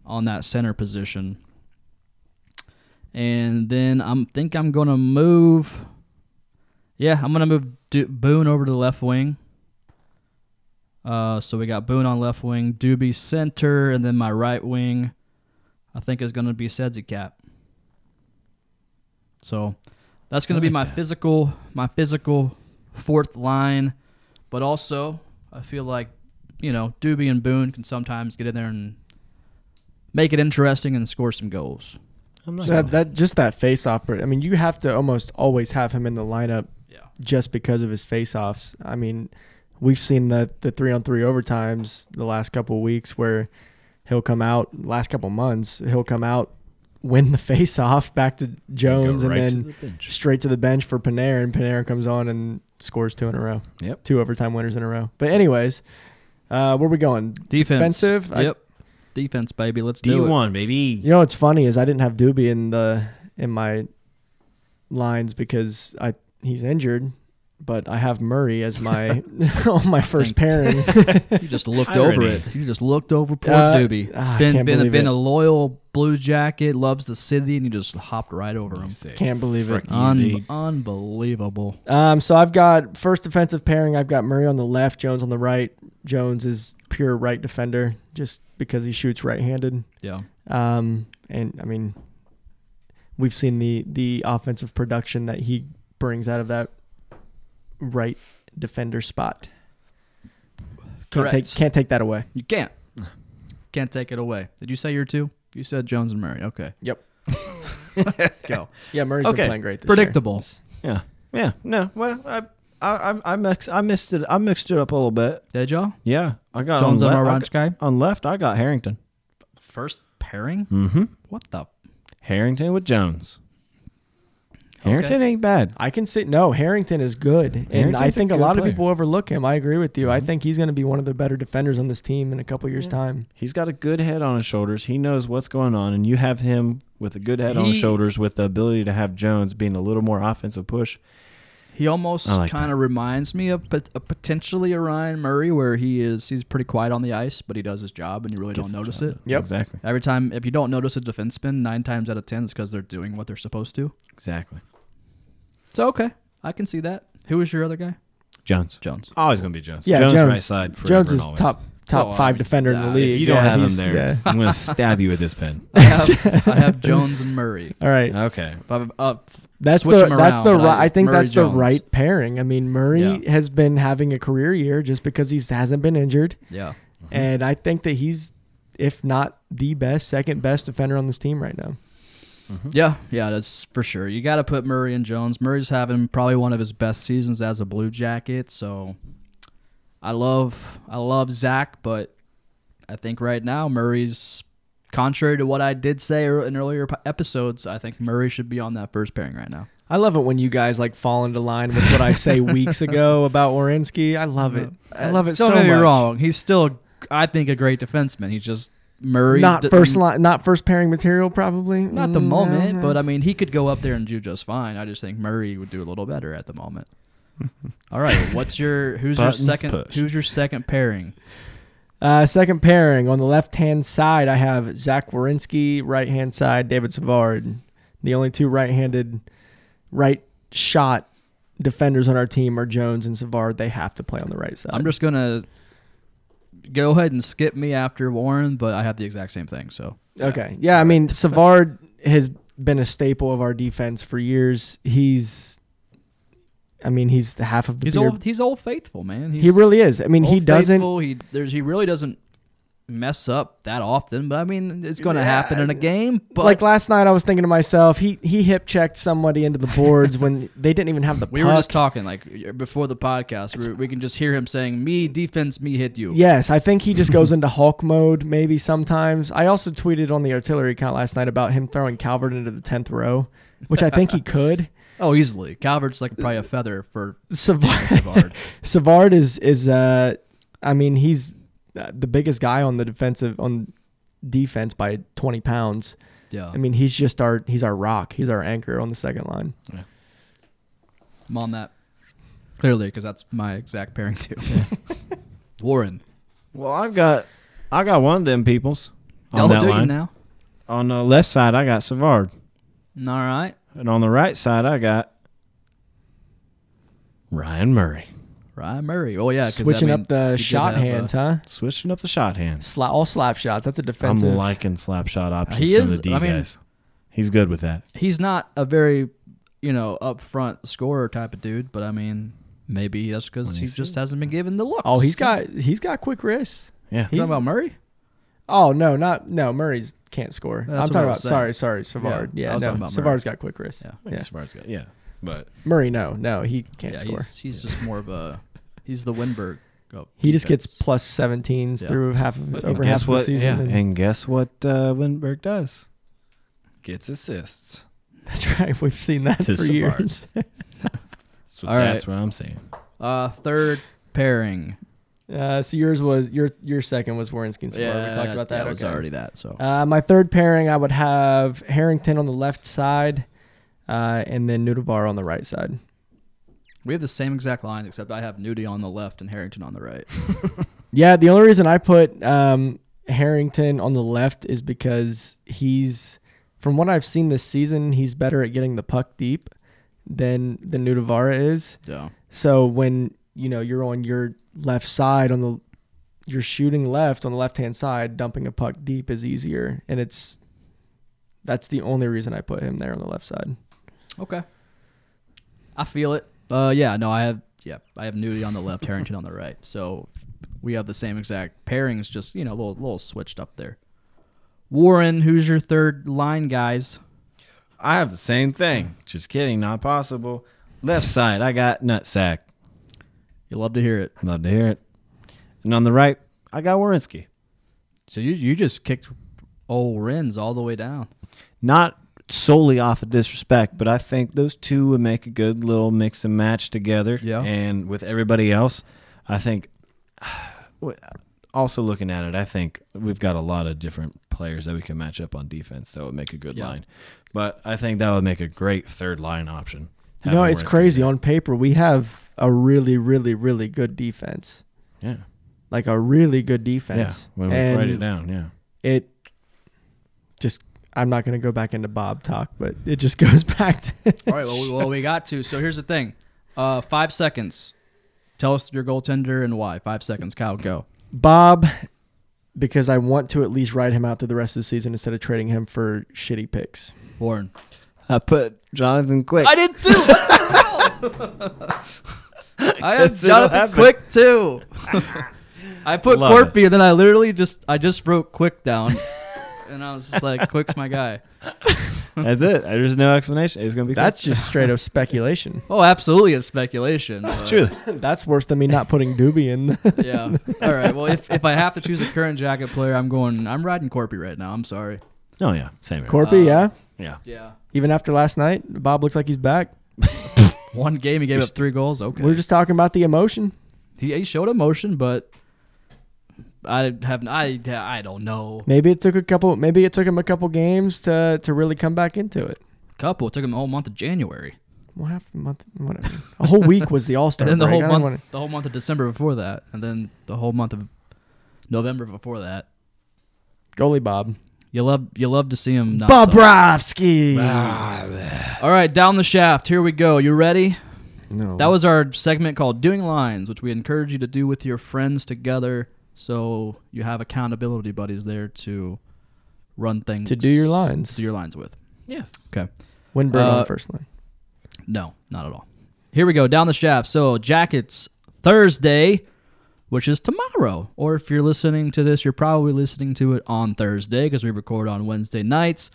Speaker 2: on that center position, and then I'm think I'm gonna move. Yeah, I'm gonna move Do- Boone over to the left wing. Uh, so we got Boone on left wing, Doobie center, and then my right wing. I think is going to be Sedzi Cap. So that's going to be my physical, my physical fourth line, but also I feel like you know Doobie and Boone can sometimes get in there and make it interesting and score some goals.
Speaker 4: I'm not
Speaker 3: So that, that just that face off. I mean, you have to almost always have him in the lineup
Speaker 2: Yeah.
Speaker 3: just because of his face offs. I mean, we've seen the the three on three overtimes the last couple of weeks where he'll come out last couple of months he'll come out win the face off back to Jones and then straight to the bench for Panarin and Panarin comes on and scores two in a row.
Speaker 4: Yep.
Speaker 3: Two overtime winners in a row. But anyways, uh, where we going?
Speaker 2: Defense.
Speaker 3: Defensive? I-
Speaker 2: Yep. Defense, baby. Let's
Speaker 4: D
Speaker 2: do it.
Speaker 4: one baby.
Speaker 3: you know what's funny is I didn't have Doobie in the in my lines because I he's injured, but I have Murray as my on my first pairing.
Speaker 2: You just looked over
Speaker 4: Irony.
Speaker 2: it. You just looked over poor
Speaker 3: Uh,
Speaker 2: Doobie.
Speaker 3: ah, I
Speaker 2: been
Speaker 3: can't
Speaker 2: been,
Speaker 3: believe
Speaker 2: been
Speaker 3: it.
Speaker 2: a loyal Blue Jacket, loves the city, and you just hopped right over him.
Speaker 3: Can't believe it.
Speaker 2: Un- unbelievable.
Speaker 3: Um, so I've got first defensive pairing. I've got Murray on the left, Jones on the right. Jones is pure right defender just because he shoots right-handed.
Speaker 2: Yeah.
Speaker 3: Um, and I mean, we've seen the the offensive production that he brings out of that right defender spot. Can't
Speaker 2: Correct.
Speaker 3: take, can't take that away.
Speaker 2: You can't. Can't take it away. Did you say your two? You said Jones and Murray. Okay.
Speaker 3: Yep.
Speaker 2: Go.
Speaker 3: Yeah, Murray's
Speaker 4: Okay.
Speaker 3: been playing great. This
Speaker 2: Predictable.
Speaker 4: Yeah. Yeah. No. Well, I I I, I, mix, I missed it. I mixed it up a little bit.
Speaker 2: Did y'all?
Speaker 4: Yeah. I got
Speaker 2: Jones
Speaker 4: on,
Speaker 2: on
Speaker 4: Um, le-
Speaker 2: our
Speaker 4: I
Speaker 2: right
Speaker 4: got-
Speaker 2: guy.
Speaker 4: on left. I got Harrington.
Speaker 2: First pairing?
Speaker 4: Mm-hmm.
Speaker 2: What the?
Speaker 4: Harrington with Jones. Harrington ain't bad.
Speaker 3: I can sit. No, Harrington is good, and I
Speaker 4: Harrington's a
Speaker 3: think a,
Speaker 4: good
Speaker 3: lot of
Speaker 4: player. Mm-hmm.
Speaker 3: people overlook him. I agree with you. I think he's going to be one of the better defenders on this team in a couple years' time.
Speaker 4: He's got a good head on his shoulders. He knows what's going on, and you have him with a good head on his
Speaker 2: He-
Speaker 4: shoulders, with the ability to have Jones being a little more offensive push.
Speaker 2: He almost
Speaker 4: I like
Speaker 2: kind
Speaker 4: that.
Speaker 2: of reminds me of pot- a potentially a Ryan Murray where he is he's pretty quiet on the ice, but he does his job and you really don't notice it.
Speaker 3: Yep.
Speaker 4: Exactly.
Speaker 2: Every time, if you don't notice a defenseman, nine times out of ten, it's because they're doing what they're supposed to.
Speaker 4: Exactly.
Speaker 2: So, okay. I can see that. Who was your other guy?
Speaker 4: Jones.
Speaker 2: Jones.
Speaker 4: Always gonna be Jones.
Speaker 3: Yeah,
Speaker 4: Jones,
Speaker 3: Jones.
Speaker 4: right side. forever
Speaker 3: Jones
Speaker 4: and
Speaker 3: is
Speaker 4: always.
Speaker 3: top top
Speaker 2: Oh,
Speaker 3: five
Speaker 2: I mean,
Speaker 3: defender in
Speaker 2: uh,
Speaker 3: the
Speaker 2: if
Speaker 3: league.
Speaker 4: If you don't
Speaker 3: Yeah,
Speaker 4: have him
Speaker 3: he's-
Speaker 4: there,
Speaker 3: yeah.
Speaker 4: I'm gonna stab you with this pen.
Speaker 2: I have, I have Jones and Murray.
Speaker 3: All right.
Speaker 4: Okay.
Speaker 2: But, uh,
Speaker 3: That's
Speaker 2: switch
Speaker 3: the
Speaker 2: them
Speaker 3: that's
Speaker 2: around,
Speaker 3: the
Speaker 2: but
Speaker 3: ri- I, think
Speaker 2: Murray
Speaker 3: that's
Speaker 2: Jones.
Speaker 3: the right pairing. I mean, Murray
Speaker 2: Yeah.
Speaker 3: has been having a career year just because he hasn't been injured,
Speaker 2: Yeah.
Speaker 3: and I think that he's, if not the best, second best defender on this team right now. Mm-hmm.
Speaker 2: Yeah, yeah, that's for sure. You got to put Murray and Jones. Murray's having probably one of his best seasons as a Blue Jacket. So, I love, I love Zach, but I think right now Murray's, contrary to what I did say ear- in earlier p- episodes, I think Murray should be on that first pairing right now.
Speaker 3: I love it when you guys like fall into line with what I say weeks ago about Warinsky. I love it. I love it
Speaker 2: Don't
Speaker 3: so
Speaker 2: get me
Speaker 3: much.
Speaker 2: wrong. He's still, I think, a great defenseman. He's just Murray.
Speaker 3: Not
Speaker 2: d-
Speaker 3: first line, not first pairing material, probably.
Speaker 2: Not the
Speaker 3: Mm, no,
Speaker 2: moment,
Speaker 3: no.
Speaker 2: but I mean, he could go up there and do just fine. I just think Murray would do a little better at the moment. All right, what's your who's your
Speaker 4: Buttons
Speaker 2: second
Speaker 4: pushed.
Speaker 2: who's your second pairing?
Speaker 3: Uh, second pairing on the left hand side, I have Zach Warinsky. Right hand side, David Savard. The only two right handed, right shot defenders on our team are Jones and Savard. They have to play on the right side.
Speaker 2: I'm just gonna go ahead and skip me after Warren, but I have the exact same thing. So
Speaker 3: okay. Yeah, I mean Savard has been a staple of our defense for years. He's, I mean, he's half of the
Speaker 2: he's
Speaker 3: beer.
Speaker 2: old. He's old faithful, man. He's
Speaker 3: He really is. I mean, he
Speaker 2: Old
Speaker 3: doesn't.
Speaker 2: Faithful, he there's he really doesn't mess up that often, but I mean, it's going to
Speaker 3: Yeah.
Speaker 2: happen in a game. But
Speaker 3: like last night, I was thinking to myself, he he hip checked somebody into the boards when they didn't even have the
Speaker 2: we
Speaker 3: puck.
Speaker 2: were just talking like before the podcast, we, we can just hear him saying, "Me defense, me hit you."
Speaker 3: Yes, I think he just goes into Hulk mode maybe sometimes. I also tweeted on the artillery account last night about him throwing Calvert into the tenth row, which I think he could.
Speaker 2: Oh, easily. Calvert's like probably a feather for
Speaker 3: Uh, Savard,
Speaker 2: Savard.
Speaker 3: Savard is is uh, I mean he's uh, the biggest guy on the defensive on defense by twenty pounds.
Speaker 2: Yeah,
Speaker 3: I mean he's just our he's our rock. He's our anchor on the second line.
Speaker 2: I'm on that clearly because that's my exact pairing too. Warren,
Speaker 4: Well, I've got I got one of them peoples on
Speaker 2: I'll
Speaker 4: that
Speaker 2: do you
Speaker 4: line.
Speaker 2: now.
Speaker 4: On the left side, I got Savard,
Speaker 2: All right,
Speaker 4: and on the right side, I got Ryan Murray.
Speaker 2: Ryan Murray. Oh yeah, 'cause, I
Speaker 3: Switching
Speaker 2: mean,
Speaker 3: up the
Speaker 2: he did
Speaker 3: shot
Speaker 2: have uh, a-
Speaker 3: hands, huh?
Speaker 4: Switching up the shot hands.
Speaker 3: Sla- all slap shots. That's a
Speaker 4: I'm
Speaker 3: defensive.
Speaker 4: liking slap shot options
Speaker 2: He
Speaker 4: from
Speaker 2: is-
Speaker 4: the D
Speaker 2: I mean-
Speaker 4: guys. He's good with that.
Speaker 2: He's not a very, you know, upfront scorer type of dude, but I mean, maybe that's because
Speaker 4: When
Speaker 2: he
Speaker 4: you see
Speaker 2: just
Speaker 4: it.
Speaker 2: hasn't been given the looks.
Speaker 3: oh, he's got he's got quick wrists.
Speaker 4: Yeah.
Speaker 2: Talking
Speaker 3: he's-
Speaker 2: about Murray.
Speaker 3: Oh no, not no. Murray's can't score.
Speaker 2: That's what
Speaker 3: I'm
Speaker 2: I
Speaker 3: talking
Speaker 2: was
Speaker 3: about.
Speaker 2: saying.
Speaker 3: Sorry, sorry, Savard.
Speaker 2: Yeah,
Speaker 3: Yeah,
Speaker 2: I was
Speaker 3: no,
Speaker 2: talking about Murray.
Speaker 3: Savard's got quick wrists.
Speaker 2: Yeah.
Speaker 4: I think Savard's good. Yeah. But
Speaker 3: Murray, no, no, he can't
Speaker 2: yeah,
Speaker 3: score.
Speaker 2: he's, he's just more of a. He's the Winberg. of
Speaker 3: He just gets
Speaker 2: defense.
Speaker 3: plus 17s
Speaker 2: Yeah.
Speaker 3: through half of
Speaker 4: And
Speaker 3: over
Speaker 4: guess
Speaker 3: half
Speaker 4: what?
Speaker 3: of the season.
Speaker 4: Yeah,
Speaker 3: and-
Speaker 4: and guess what uh, Winberg does? Gets assists.
Speaker 3: that's right. We've seen that
Speaker 4: To
Speaker 3: for
Speaker 4: Savard.
Speaker 3: years.
Speaker 4: So
Speaker 2: All
Speaker 4: that's what I'm saying.
Speaker 2: Uh, third pairing.
Speaker 3: Uh, so yours was your your second was Warinsky and Savard. we talked about that.
Speaker 2: was
Speaker 3: okay.
Speaker 2: already that. So
Speaker 3: Uh, my third pairing, I would have Harrington on the left side, uh, and then Nudavar on the right side.
Speaker 2: we have the same exact lines, except I have Nudie on the left and Harrington on the right.
Speaker 3: Yeah, the only reason I put um, Harrington on the left is because he's, from what I've seen this season, he's better at getting the puck deep than than Nudavara is.
Speaker 2: Yeah.
Speaker 3: So when you know you're on your left side on the, you're shooting left on the left hand side, dumping a puck deep is easier, and it's, that's the only reason I put him there on the left side.
Speaker 2: Okay. I feel it. Uh, yeah. No, I have. Yeah, I have Nudie on the left, Harrington on the right. So we have the same exact pairings, just you know, a little little switched up there. Warren, who's your third line, guys?
Speaker 4: I have the same thing. Just kidding, not possible. Left side, I got nutsack.
Speaker 2: You love to hear it.
Speaker 4: Love to hear it. And on the right, I got Warinsky.
Speaker 2: So you you just kicked old Renz all the way down.
Speaker 4: Not solely off of disrespect, but I think those two would make a good little mix and match together.
Speaker 2: Yeah.
Speaker 4: And with everybody else, I think. Also looking at it, I think we've got a lot of different players that we can match up on defense that would make a good
Speaker 2: Yeah.
Speaker 4: line. But I think that would make a great third line option.
Speaker 3: You know,
Speaker 4: having
Speaker 3: it's
Speaker 4: Warinsky
Speaker 3: crazy.
Speaker 4: there.
Speaker 3: On paper, we have a really, really, really good defense.
Speaker 4: Yeah.
Speaker 3: like a really good
Speaker 4: Yeah.
Speaker 3: defense.
Speaker 4: When we
Speaker 3: and
Speaker 4: write it down, yeah.
Speaker 3: it just I'm not gonna go back into Bob talk, but it just goes back to
Speaker 2: All right. Well, we, well, we got to. So here's the thing. Uh, five seconds. Tell us your goaltender and why. Five seconds. Kyle, go.
Speaker 3: Bob because I want to at least ride him out through the rest of the season instead of trading him for shitty picks.
Speaker 2: Warren.
Speaker 4: I put Jonathan Quick.
Speaker 2: did too. What the hell? I have
Speaker 4: Guess it'll
Speaker 2: Jonathan
Speaker 4: happen.
Speaker 2: Quick too. I put
Speaker 4: Love it.
Speaker 2: Corpy, and then I literally just I just wrote Quick down, and I was just like, Quick's my guy.
Speaker 4: That's it. There's no explanation. It's gonna be
Speaker 3: That's just straight up speculation.
Speaker 2: Oh, absolutely, it's speculation. but-
Speaker 4: truly.
Speaker 3: That's worse than me not putting Doobie in.
Speaker 2: Yeah. All right. Well, if, if I have to choose a current jacket player, I'm going. I'm riding Corpy right now. I'm sorry.
Speaker 4: Oh yeah, same here.
Speaker 3: Corpy,
Speaker 2: Uh,
Speaker 3: yeah.
Speaker 4: yeah,
Speaker 2: Yeah.
Speaker 3: Even after last night, Bob looks like he's back.
Speaker 2: One game he gave up three goals. Okay.
Speaker 3: We are just talking about the emotion.
Speaker 2: he, he showed emotion, but I have I I don't know.
Speaker 3: Maybe it took a couple. Maybe it took him a couple games to to really come back into it.
Speaker 2: Couple it took him the whole month of January,
Speaker 3: Well, half a month, whatever. A whole week was the All Star.
Speaker 2: and then the whole month
Speaker 3: Wanna,
Speaker 2: the whole month of December before that, and then the whole month of November before that.
Speaker 3: goalie Bob.
Speaker 2: You love you love to see him. Not suck.
Speaker 3: Bobrovsky.
Speaker 2: All right, down the shaft. Here we go. You ready?
Speaker 3: Ah, No.
Speaker 2: That was our segment called Doing Lines, which we encourage you to do with your friends together so you have accountability buddies there to run things.
Speaker 3: To do your lines.
Speaker 2: To do your lines with.
Speaker 4: yes.
Speaker 2: Okay.
Speaker 3: Winberg on
Speaker 2: uh,
Speaker 3: the first line.
Speaker 2: No, not at all. Here we go, down the shaft. So, Jackets Thursday. which is tomorrow. Or if you're listening to this, you're probably listening to it on Thursday because we record on Wednesday nights.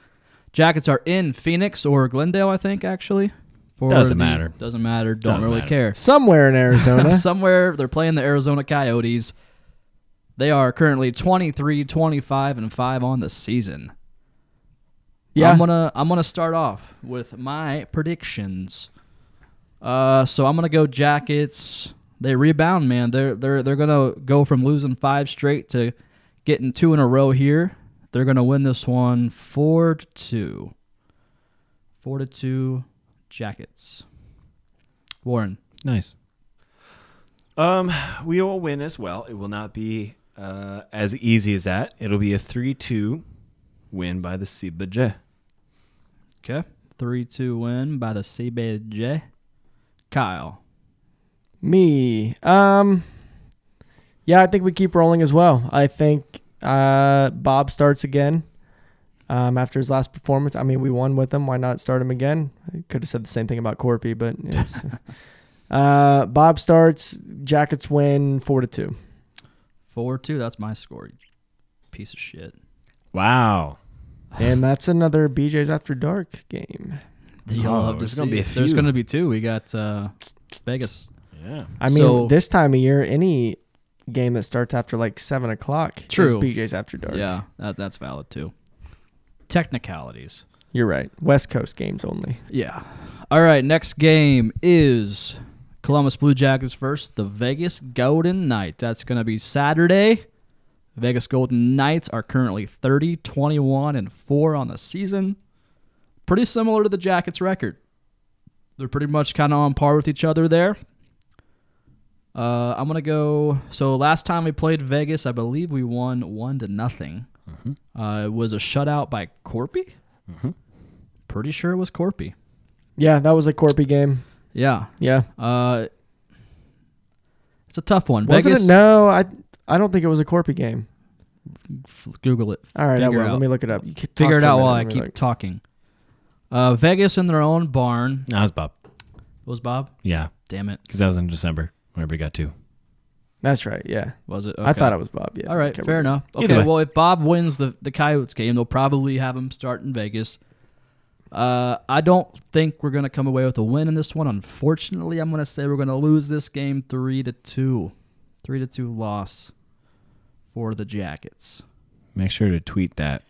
Speaker 2: Jackets are in Phoenix or Glendale, I think, actually. for
Speaker 4: Doesn't matter.
Speaker 2: Doesn't matter. Don't
Speaker 4: Doesn't
Speaker 2: really
Speaker 4: matter.
Speaker 2: care.
Speaker 3: Somewhere in Arizona.
Speaker 2: Somewhere they're playing the Arizona Coyotes. They are currently 23, 25, and 5 on the season.
Speaker 3: yeah.
Speaker 2: I'm gonna I'm gonna start off with my predictions. Uh, so I'm gonna go Jackets. They rebound, man. They're they're they're gonna go from losing five straight to getting two in a row here. They're gonna win this one four to two. Four to two, Jackets. Warren,
Speaker 4: Nice. Um, we will win as well. It will not be uh, as easy as that. It'll be a three-two win by the CBJ.
Speaker 2: okay, three two win by the CBJ. Kyle,
Speaker 3: Me. Um Yeah, I think we keep rolling as well. I think uh Bob starts again. Um, after his last performance, I mean, we won with him. Why not start him again? I could have said the same thing about Corpy, but it's, uh, Bob starts. Jackets win four to two.
Speaker 2: four two. That's my score. you Piece of shit.
Speaker 4: Wow.
Speaker 3: And that's another BJ's After Dark game.
Speaker 2: You'll
Speaker 4: Oh,
Speaker 2: love to
Speaker 4: there's
Speaker 2: see.
Speaker 4: gonna be a
Speaker 2: There's
Speaker 4: few.
Speaker 2: going to be two. We got uh, Vegas.
Speaker 4: Yeah.
Speaker 3: I mean,
Speaker 2: So-
Speaker 3: this time of year, any game that starts after like seven o'clock is
Speaker 2: True.
Speaker 3: BJ's After Dark.
Speaker 2: Yeah, that, that's valid too. Technicalities.
Speaker 3: You're right. West Coast games only.
Speaker 2: Yeah. All right. Next game is Columbus Blue Jackets versus the Vegas Golden Knights. That's going to be Saturday. Vegas Golden Knights are currently 30, 21, and 4 on the season. Pretty similar to the Jackets record. They're pretty much kind of on par with each other there. Uh, I'm going to go. So last time we played Vegas, I believe we won 1 to nothing. Uh, it was a shutout by Corpy. Pretty sure it was Corpy.
Speaker 3: Yeah, that was a Corpy game.
Speaker 2: Yeah.
Speaker 3: Yeah.
Speaker 2: Uh, it's a tough one.
Speaker 3: Was
Speaker 2: Vegas.
Speaker 3: it? No, I I don't think it was a Corpy game.
Speaker 2: f- Google it.
Speaker 3: All right, I
Speaker 2: Figure
Speaker 3: will.
Speaker 2: out.
Speaker 3: Let me look it up. You can talk
Speaker 2: Figure it
Speaker 3: for a
Speaker 2: out
Speaker 3: minute.
Speaker 2: while
Speaker 3: Let
Speaker 2: I
Speaker 3: me
Speaker 2: keep
Speaker 3: look.
Speaker 2: talking. Uh, Vegas in their own barn.
Speaker 4: That was Bob.
Speaker 2: Was Bob?
Speaker 4: Yeah,
Speaker 2: Damn it.
Speaker 4: because that was in December. Whenever we got two.
Speaker 3: That's right. Yeah,
Speaker 2: Was it?
Speaker 3: I
Speaker 2: Okay.
Speaker 3: thought it was Bob. Yeah.
Speaker 2: All right,
Speaker 3: Okay,
Speaker 2: fair
Speaker 3: we're good.
Speaker 2: enough.
Speaker 4: Either
Speaker 2: Okay,
Speaker 4: way.
Speaker 2: well, if Bob wins the the Coyotes game, they'll probably have him start in Vegas. Uh, I don't think we're gonna come away with a win in this one. Unfortunately, I'm gonna say we're gonna lose this game three to two, three to two loss for the Jackets.
Speaker 4: Make sure to tweet that.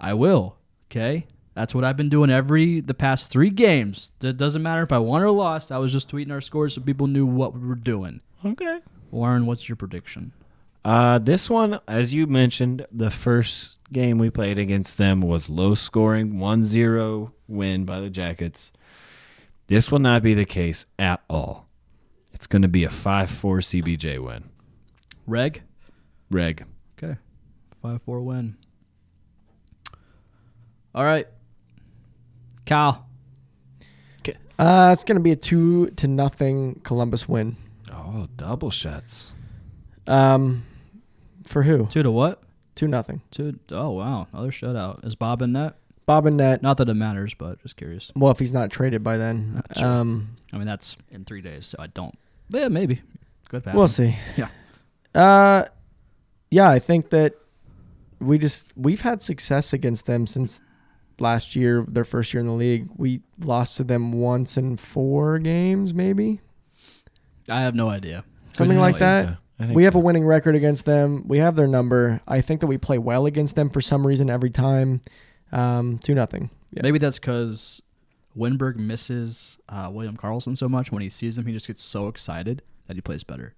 Speaker 2: I will. Okay. That's what I've been doing every the past three games. It doesn't matter if I won or lost. I was just tweeting our scores so people knew what we were doing.
Speaker 4: Okay.
Speaker 2: Warren, what's your prediction?
Speaker 4: Uh, this one, as you mentioned, the first game we played against them was low scoring, 1 0 win by the Jackets. This will not be the case at all. It's going to be a 5 4 CBJ win.
Speaker 2: Reg.
Speaker 4: Reg.
Speaker 2: Okay. Five four win. All right. Kyle.
Speaker 3: Uh, it's gonna be a two to nothing Columbus win.
Speaker 4: Oh, double shots.
Speaker 3: Um, for who?
Speaker 2: Two to what?
Speaker 3: Two nothing.
Speaker 2: Two oh wow. Another shutout. Is Bob in that?
Speaker 3: Bob and Net.
Speaker 2: Not that it matters, but just curious.
Speaker 3: Well, if he's not traded by then,
Speaker 2: Not sure.
Speaker 3: um,
Speaker 2: I mean that's in three days, so I don't Yeah, maybe. Good pass.
Speaker 3: we'll see.
Speaker 2: Yeah.
Speaker 3: Uh, yeah, I think that we just we've had success against them since last year, their first year in the league. We lost to them once in four games, maybe
Speaker 2: I have no idea.
Speaker 3: something like
Speaker 2: Couldn't tell
Speaker 3: that. We have a winning record against them. We have their number. I think that we play well against them for some reason every time. Um, two nothing. Yeah.
Speaker 2: Maybe that's because Winberg misses uh, William Carlson so much. When he sees him, he just gets so excited that he plays better.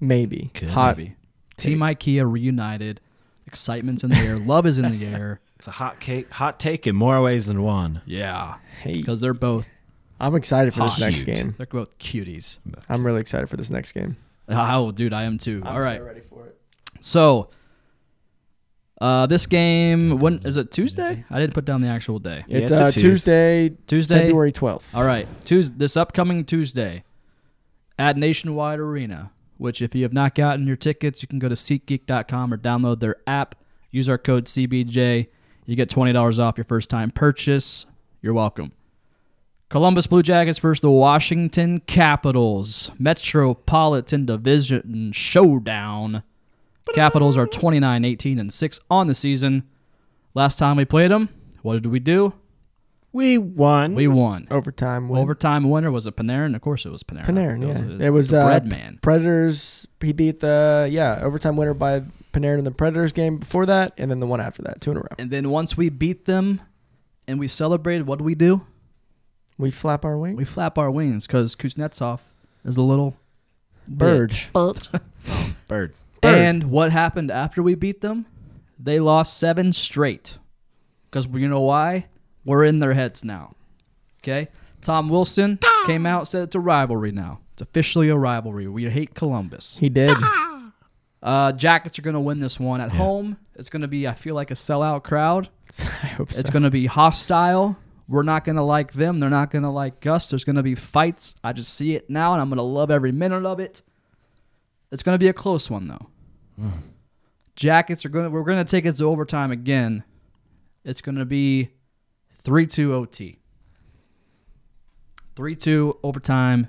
Speaker 3: Maybe
Speaker 4: Could
Speaker 3: hot.
Speaker 2: Maybe. Team IKEA reunited. Excitement's in the air. Love is in the air.
Speaker 4: It's a hot cake, hot take in more ways than one.
Speaker 2: Yeah,
Speaker 3: Hey,
Speaker 2: because they're both
Speaker 3: I'm excited for this
Speaker 2: Hot.
Speaker 3: next
Speaker 4: Cute.
Speaker 3: game.
Speaker 2: they're both cuties.
Speaker 3: I'm really excited for this next game.
Speaker 2: Oh, dude, I am too. All right,
Speaker 3: ready for it.
Speaker 2: so uh, this game when is it Tuesday? I didn't put down the actual day.
Speaker 4: Yeah,
Speaker 3: It's,
Speaker 4: it's a
Speaker 3: uh,
Speaker 4: Tues-
Speaker 3: Tuesday,
Speaker 2: Tuesday.
Speaker 3: February 12th.
Speaker 2: All right, Tuesday, this upcoming Tuesday at Nationwide Arena, which if you have not gotten your tickets, you can go to SeatGeek.com or download their app. Use our code CBJ. You get $20 off your first time purchase. You're welcome. Columbus Blue Jackets versus the Washington Capitals. Metropolitan Division Showdown. Capitals are 29 18 and 6 on the season. Last time we played them, what did we do?
Speaker 4: We won.
Speaker 2: We won.
Speaker 3: Overtime win.
Speaker 2: Overtime winner was it Panarin? Of course it was Panarin.
Speaker 3: Panarin.
Speaker 2: It was,
Speaker 3: Yeah.
Speaker 2: it
Speaker 3: There was
Speaker 2: the
Speaker 3: uh,
Speaker 2: bread man.
Speaker 3: Predators. He beat the yeah overtime winner by Panarin in the Predators game before that, and then the one after that, two in a row.
Speaker 2: And then once we beat them and we celebrated, what do we do?
Speaker 3: We flap our wings.
Speaker 2: We flap our wings because Kuznetsov is a little
Speaker 3: Bird.
Speaker 2: bitch.
Speaker 4: Bird.
Speaker 3: Bird.
Speaker 2: And what happened after we beat them? They lost seven straight. Because you know why? We're in their heads now. Okay? Tom Wilson came out said it's a rivalry now. It's officially a rivalry. We hate Columbus.
Speaker 3: He did.
Speaker 2: Uh, Jackets are going to win this one at home. It's going to be, I feel like, a sellout crowd.
Speaker 3: I hope so.
Speaker 2: It's going to be hostile. We're not going to like them. They're not going to like us. There's going to be fights. I just see it now, and I'm going to love every minute of it. It's going to be a close one, though.
Speaker 3: Hmm.
Speaker 2: Jackets are going to, we're going to take it to overtime again. It's going to be 3 2 OT. 3 2 overtime.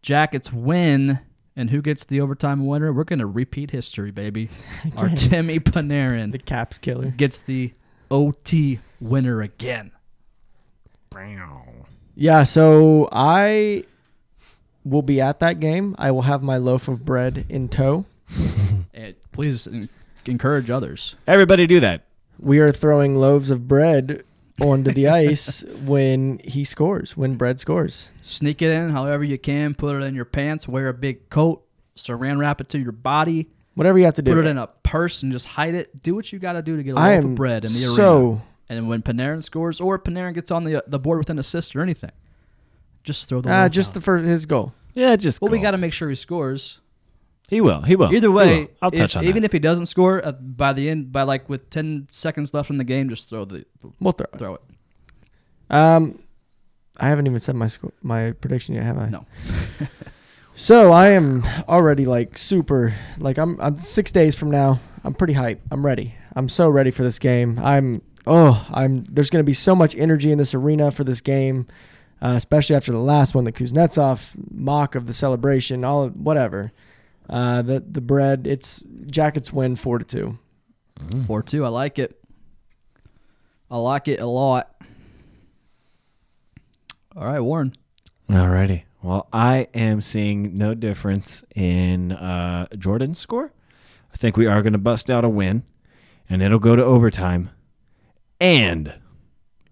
Speaker 2: Jackets win. And who gets the overtime winner? We're going to repeat history, baby. Our Timmy Panarin
Speaker 3: the Caps killer.
Speaker 2: gets the OT winner again.
Speaker 3: Yeah. So I will be at that game. I will have my loaf of bread in tow.
Speaker 2: And please en- encourage others.
Speaker 4: Everybody do that.
Speaker 3: We are throwing loaves of bread onto the ice when he scores. When bread scores.
Speaker 2: Sneak it in however you can. Put it in your pants. Wear a big coat. Saran wrap it to your body.
Speaker 3: Whatever you have to do.
Speaker 2: Put it in a purse and just hide it. Do what you got to do to get a
Speaker 3: I
Speaker 2: loaf
Speaker 3: am
Speaker 2: of bread in the
Speaker 3: so
Speaker 2: arena. And when Panarin scores or Panarin gets on the the board with an assist or anything, just throw the.
Speaker 3: Ah,
Speaker 2: loaf
Speaker 3: just
Speaker 2: out.
Speaker 3: the first his goal.
Speaker 4: Yeah, just.
Speaker 2: Well, we
Speaker 4: go.
Speaker 2: got to make sure he scores.
Speaker 4: He will. He will.
Speaker 2: Either
Speaker 4: He
Speaker 2: way,
Speaker 4: will. Oh. I'll
Speaker 2: if-
Speaker 4: touch on
Speaker 2: even
Speaker 4: that.
Speaker 2: if he doesn't score uh, by the end, by like with ten seconds left in the game, just throw the
Speaker 3: We'll throw it.
Speaker 2: throw it.
Speaker 3: Um, I haven't even said my sco- my prediction yet, have I?
Speaker 2: No.
Speaker 3: So I am already like super like I'm I'm six days from now. I'm pretty hype. I'm ready. I'm so ready for this game. I'm oh I'm there's gonna be so much energy in this arena for this game, uh, especially after the last one, the Kuznetsov mock of the celebration, all of, whatever. Uh, the the bread. It's Jackets win four to two.
Speaker 2: Four two, I like it. I like it a lot. All right, Warren.
Speaker 4: Alrighty. Well, I am seeing no difference in uh, Jordan's score. I think we are going to bust out a win, and it'll go to overtime, and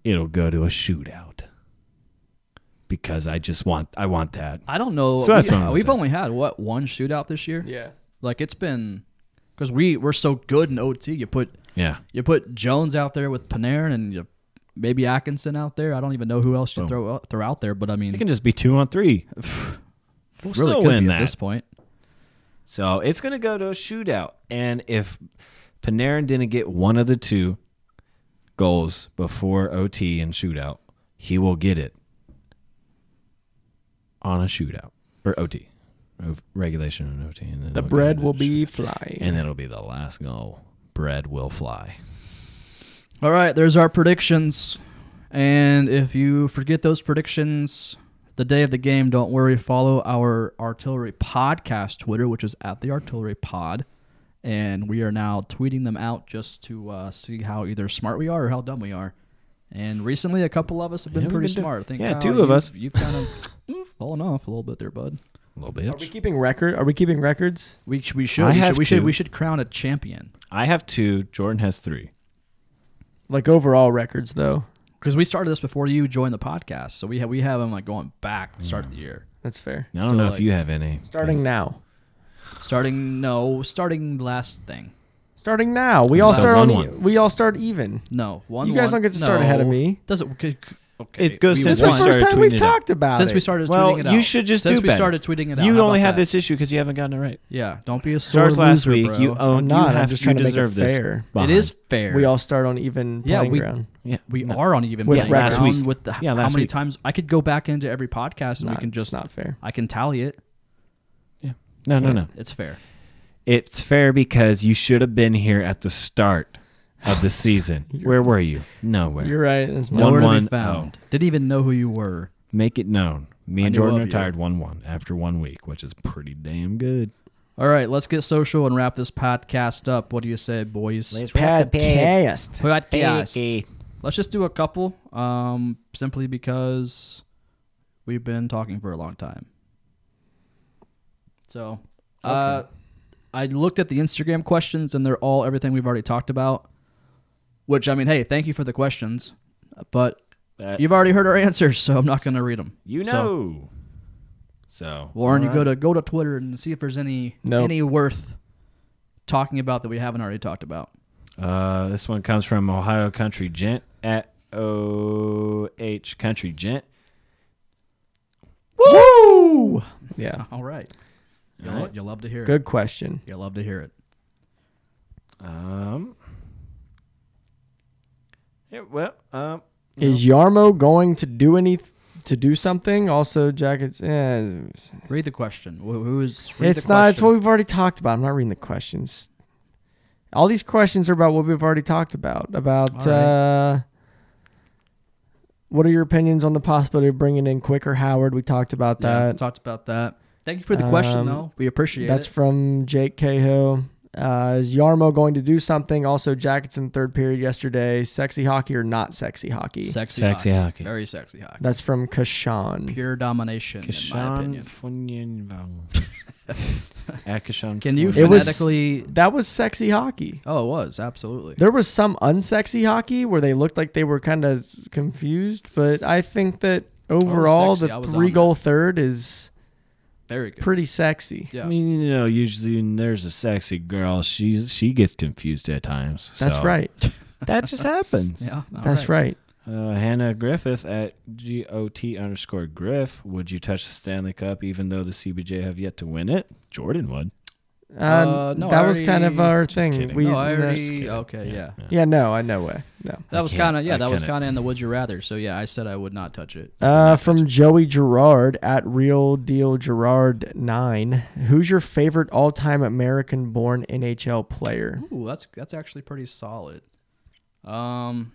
Speaker 4: it'll go to a shootout because I just want I want that.
Speaker 2: I don't know.
Speaker 4: So that's what I'm gonna
Speaker 2: we, have
Speaker 4: say.
Speaker 2: only had what one shootout this year.
Speaker 3: Yeah.
Speaker 2: Like it's been because we we're so good in OT. You put
Speaker 4: Yeah.
Speaker 2: you put Jones out there with Panarin and you maybe Atkinson out there. I don't even know who else you throw out- throw out there, but I mean,
Speaker 4: It can just be two on three. We'll
Speaker 2: really
Speaker 4: still
Speaker 2: could
Speaker 4: win
Speaker 2: be
Speaker 4: that.
Speaker 2: at this point.
Speaker 4: So it's going to go to a shootout. And if Panarin didn't get one of the two goals before OT and shootout, he will get it on a shootout or OT, Of regulation and OT. And then
Speaker 3: The
Speaker 4: it'll go
Speaker 3: bread
Speaker 4: to
Speaker 3: will be
Speaker 4: shootout.
Speaker 3: flying.
Speaker 4: And that'll be the last goal. Bread will fly.
Speaker 2: All right, there's our predictions. And if you forget those predictions the day of the game, don't worry. Follow our Artillery Podcast Twitter, which is at the Artillery Pod. And we are now tweeting them out just to uh, see how either smart we are or how dumb we are. And recently, a couple of us have been
Speaker 4: Yeah, we've
Speaker 2: pretty
Speaker 4: been doing-
Speaker 2: smart. I think
Speaker 4: yeah,
Speaker 2: Kyle,
Speaker 4: two of
Speaker 2: you've-
Speaker 4: us.
Speaker 2: You've kind of fallen off a little bit there, bud.
Speaker 4: Little
Speaker 3: Are we
Speaker 4: bitch.
Speaker 3: keeping record? Are we keeping records?
Speaker 2: We, sh- we should.
Speaker 4: I
Speaker 2: we,
Speaker 4: have
Speaker 2: should we should.
Speaker 4: two.
Speaker 2: We should crown a champion
Speaker 4: I have two. Jordan has three.
Speaker 3: Like overall records, though.
Speaker 2: because we started this before you joined the podcast. So we have we have them like going back to the start of the year.
Speaker 3: That's fair.
Speaker 4: I don't
Speaker 2: So,
Speaker 4: know if
Speaker 2: like,
Speaker 4: you have any.
Speaker 3: Starting now.
Speaker 2: Starting no, starting last thing.
Speaker 3: Starting now. We all
Speaker 4: So
Speaker 3: start on.
Speaker 4: one,
Speaker 3: e-
Speaker 4: one.
Speaker 3: we all start even.
Speaker 2: No, one.
Speaker 3: You guys
Speaker 2: one-
Speaker 3: don't get to start ahead of
Speaker 2: no.
Speaker 3: me.
Speaker 2: Doesn't okay. c- okay.
Speaker 4: It goes
Speaker 2: we
Speaker 4: since
Speaker 3: It's
Speaker 4: we
Speaker 3: the
Speaker 2: won.
Speaker 4: started
Speaker 3: first time we've
Speaker 4: tweeting it out.
Speaker 3: talked about
Speaker 2: Since
Speaker 3: it.
Speaker 2: we started tweeting it out.
Speaker 4: you should just
Speaker 2: since
Speaker 4: do
Speaker 2: we
Speaker 4: better.
Speaker 2: started tweeting it out.
Speaker 4: You
Speaker 2: how
Speaker 4: only
Speaker 2: about
Speaker 4: have
Speaker 2: that?
Speaker 4: this issue because you haven't gotten it right.
Speaker 2: Yeah, don't be a sore
Speaker 4: Starts last
Speaker 2: loser,
Speaker 4: week.
Speaker 2: bro.
Speaker 4: You own.
Speaker 3: I'm not.
Speaker 4: You
Speaker 3: I'm
Speaker 4: have.
Speaker 3: just
Speaker 4: you
Speaker 3: trying to make it
Speaker 4: deserve this.
Speaker 3: fair.
Speaker 2: It
Speaker 4: behind.
Speaker 2: is fair.
Speaker 3: We all start on even
Speaker 2: Yeah,
Speaker 3: playing
Speaker 2: we-
Speaker 3: ground.
Speaker 4: Yeah.
Speaker 2: we
Speaker 4: No.
Speaker 2: are on even
Speaker 3: With
Speaker 2: playing
Speaker 3: records.
Speaker 2: ground
Speaker 4: Last week.
Speaker 2: with the,
Speaker 4: Yeah,
Speaker 2: how
Speaker 4: last
Speaker 2: many
Speaker 4: week.
Speaker 2: times I could go back into every podcast and
Speaker 3: Not-
Speaker 2: we can just
Speaker 3: it's not fair.
Speaker 2: I can tally it.
Speaker 4: No, no, no.
Speaker 2: It's fair.
Speaker 4: It's fair because you should have been here at the start of the season. Where were you? Nowhere.
Speaker 3: You're right. It's my
Speaker 4: One-
Speaker 2: Nowhere to
Speaker 4: one, oh.
Speaker 2: be found. Didn't even know who you were.
Speaker 4: make it known. Me
Speaker 2: I
Speaker 4: and
Speaker 2: knew
Speaker 4: Jordan
Speaker 2: of
Speaker 4: are
Speaker 2: you.
Speaker 4: tired 1 1 after one week, which is pretty damn good.
Speaker 2: All right, let's get social and wrap this podcast up. What do you say, boys?
Speaker 3: Podcast.
Speaker 2: Podcast. Let's just do a couple, um, simply because we've been talking for a long time. So, uh, I looked at the Instagram questions, and they're all everything we've already talked about. Which I mean, hey, thank you for the questions, but
Speaker 4: That-
Speaker 2: you've already heard our answers, so I'm not going to read them.
Speaker 4: Uh, you
Speaker 2: So,
Speaker 4: know. So,
Speaker 2: Warren, you go to go to Twitter and see if there's any
Speaker 3: Nope.
Speaker 2: any worth talking about that we haven't already talked about.
Speaker 4: Uh, this one comes from Ohio Country Gent at OH Country Gent.
Speaker 3: Woo! Yeah.
Speaker 2: All right, you'll,
Speaker 4: All right.
Speaker 2: you'll love to hear it.
Speaker 3: Good question.
Speaker 2: You'll love to hear it.
Speaker 4: Um, yeah, well, um,
Speaker 3: Is Yarmo going to do any to do something? Also, jackets. Eh,
Speaker 2: Read the question. Wh- Who's read
Speaker 3: it's
Speaker 2: the
Speaker 3: not. It's
Speaker 2: question.
Speaker 3: what we've already talked about. I'm not reading the questions. All these questions are about what we've already talked about. About
Speaker 2: All
Speaker 3: uh, what are your opinions on the possibility of bringing in Quicker Howard? We talked about
Speaker 2: Yeah,
Speaker 3: that.
Speaker 2: talked about that. Thank you for the question,
Speaker 3: Um,
Speaker 2: though. We appreciate
Speaker 3: That's
Speaker 2: it.
Speaker 3: from Jake Cahill. Uh, is Yarmo going to do something? Also, jackets in third period yesterday. Sexy hockey or not sexy hockey?
Speaker 2: Sexy,
Speaker 4: Sexy
Speaker 2: hockey.
Speaker 4: hockey.
Speaker 2: Very sexy hockey.
Speaker 3: That's from Kashan.
Speaker 2: Pure domination, in my opinion. Can you
Speaker 3: It was-
Speaker 2: phonetically?
Speaker 3: That was sexy hockey.
Speaker 2: oh, it was absolutely.
Speaker 3: There was some unsexy hockey where they looked like they were kind of confused, but I think that overall
Speaker 2: Oh, sexy. I
Speaker 3: the
Speaker 2: was on
Speaker 3: three goal third is
Speaker 2: Very good.
Speaker 3: pretty sexy.
Speaker 4: I
Speaker 2: yeah.
Speaker 4: mean, you know, usually when there's a sexy girl, she's she gets confused at times.
Speaker 3: That's
Speaker 4: so-
Speaker 3: right.
Speaker 4: That just happens.
Speaker 2: yeah. all
Speaker 3: That's right.
Speaker 4: Uh, Hannah Griffith at G O T underscore Griff. Would you touch the Stanley Cup even though the CBJ have yet to win it? Jordan would.
Speaker 3: Um,
Speaker 2: Uh, no,
Speaker 3: that
Speaker 2: I
Speaker 3: was kind of
Speaker 2: already-
Speaker 3: our
Speaker 4: Just
Speaker 3: thing.
Speaker 4: kidding.
Speaker 3: We,
Speaker 2: No, I
Speaker 3: the-
Speaker 2: already-
Speaker 4: Just kidding.
Speaker 2: okay, yeah.
Speaker 3: yeah, no, I no way. No. Uh,
Speaker 2: That
Speaker 4: I
Speaker 2: was
Speaker 4: can't-
Speaker 2: kind of yeah.
Speaker 4: I
Speaker 2: That was
Speaker 4: can't-
Speaker 2: kind of in the would you rather. So yeah, I said I would not touch it.
Speaker 3: Uh, from Joey Gerard at Real Deal Gerard nine. Who's your favorite all-time American-born NHL player?
Speaker 2: Ooh, that's that's actually pretty solid. Um,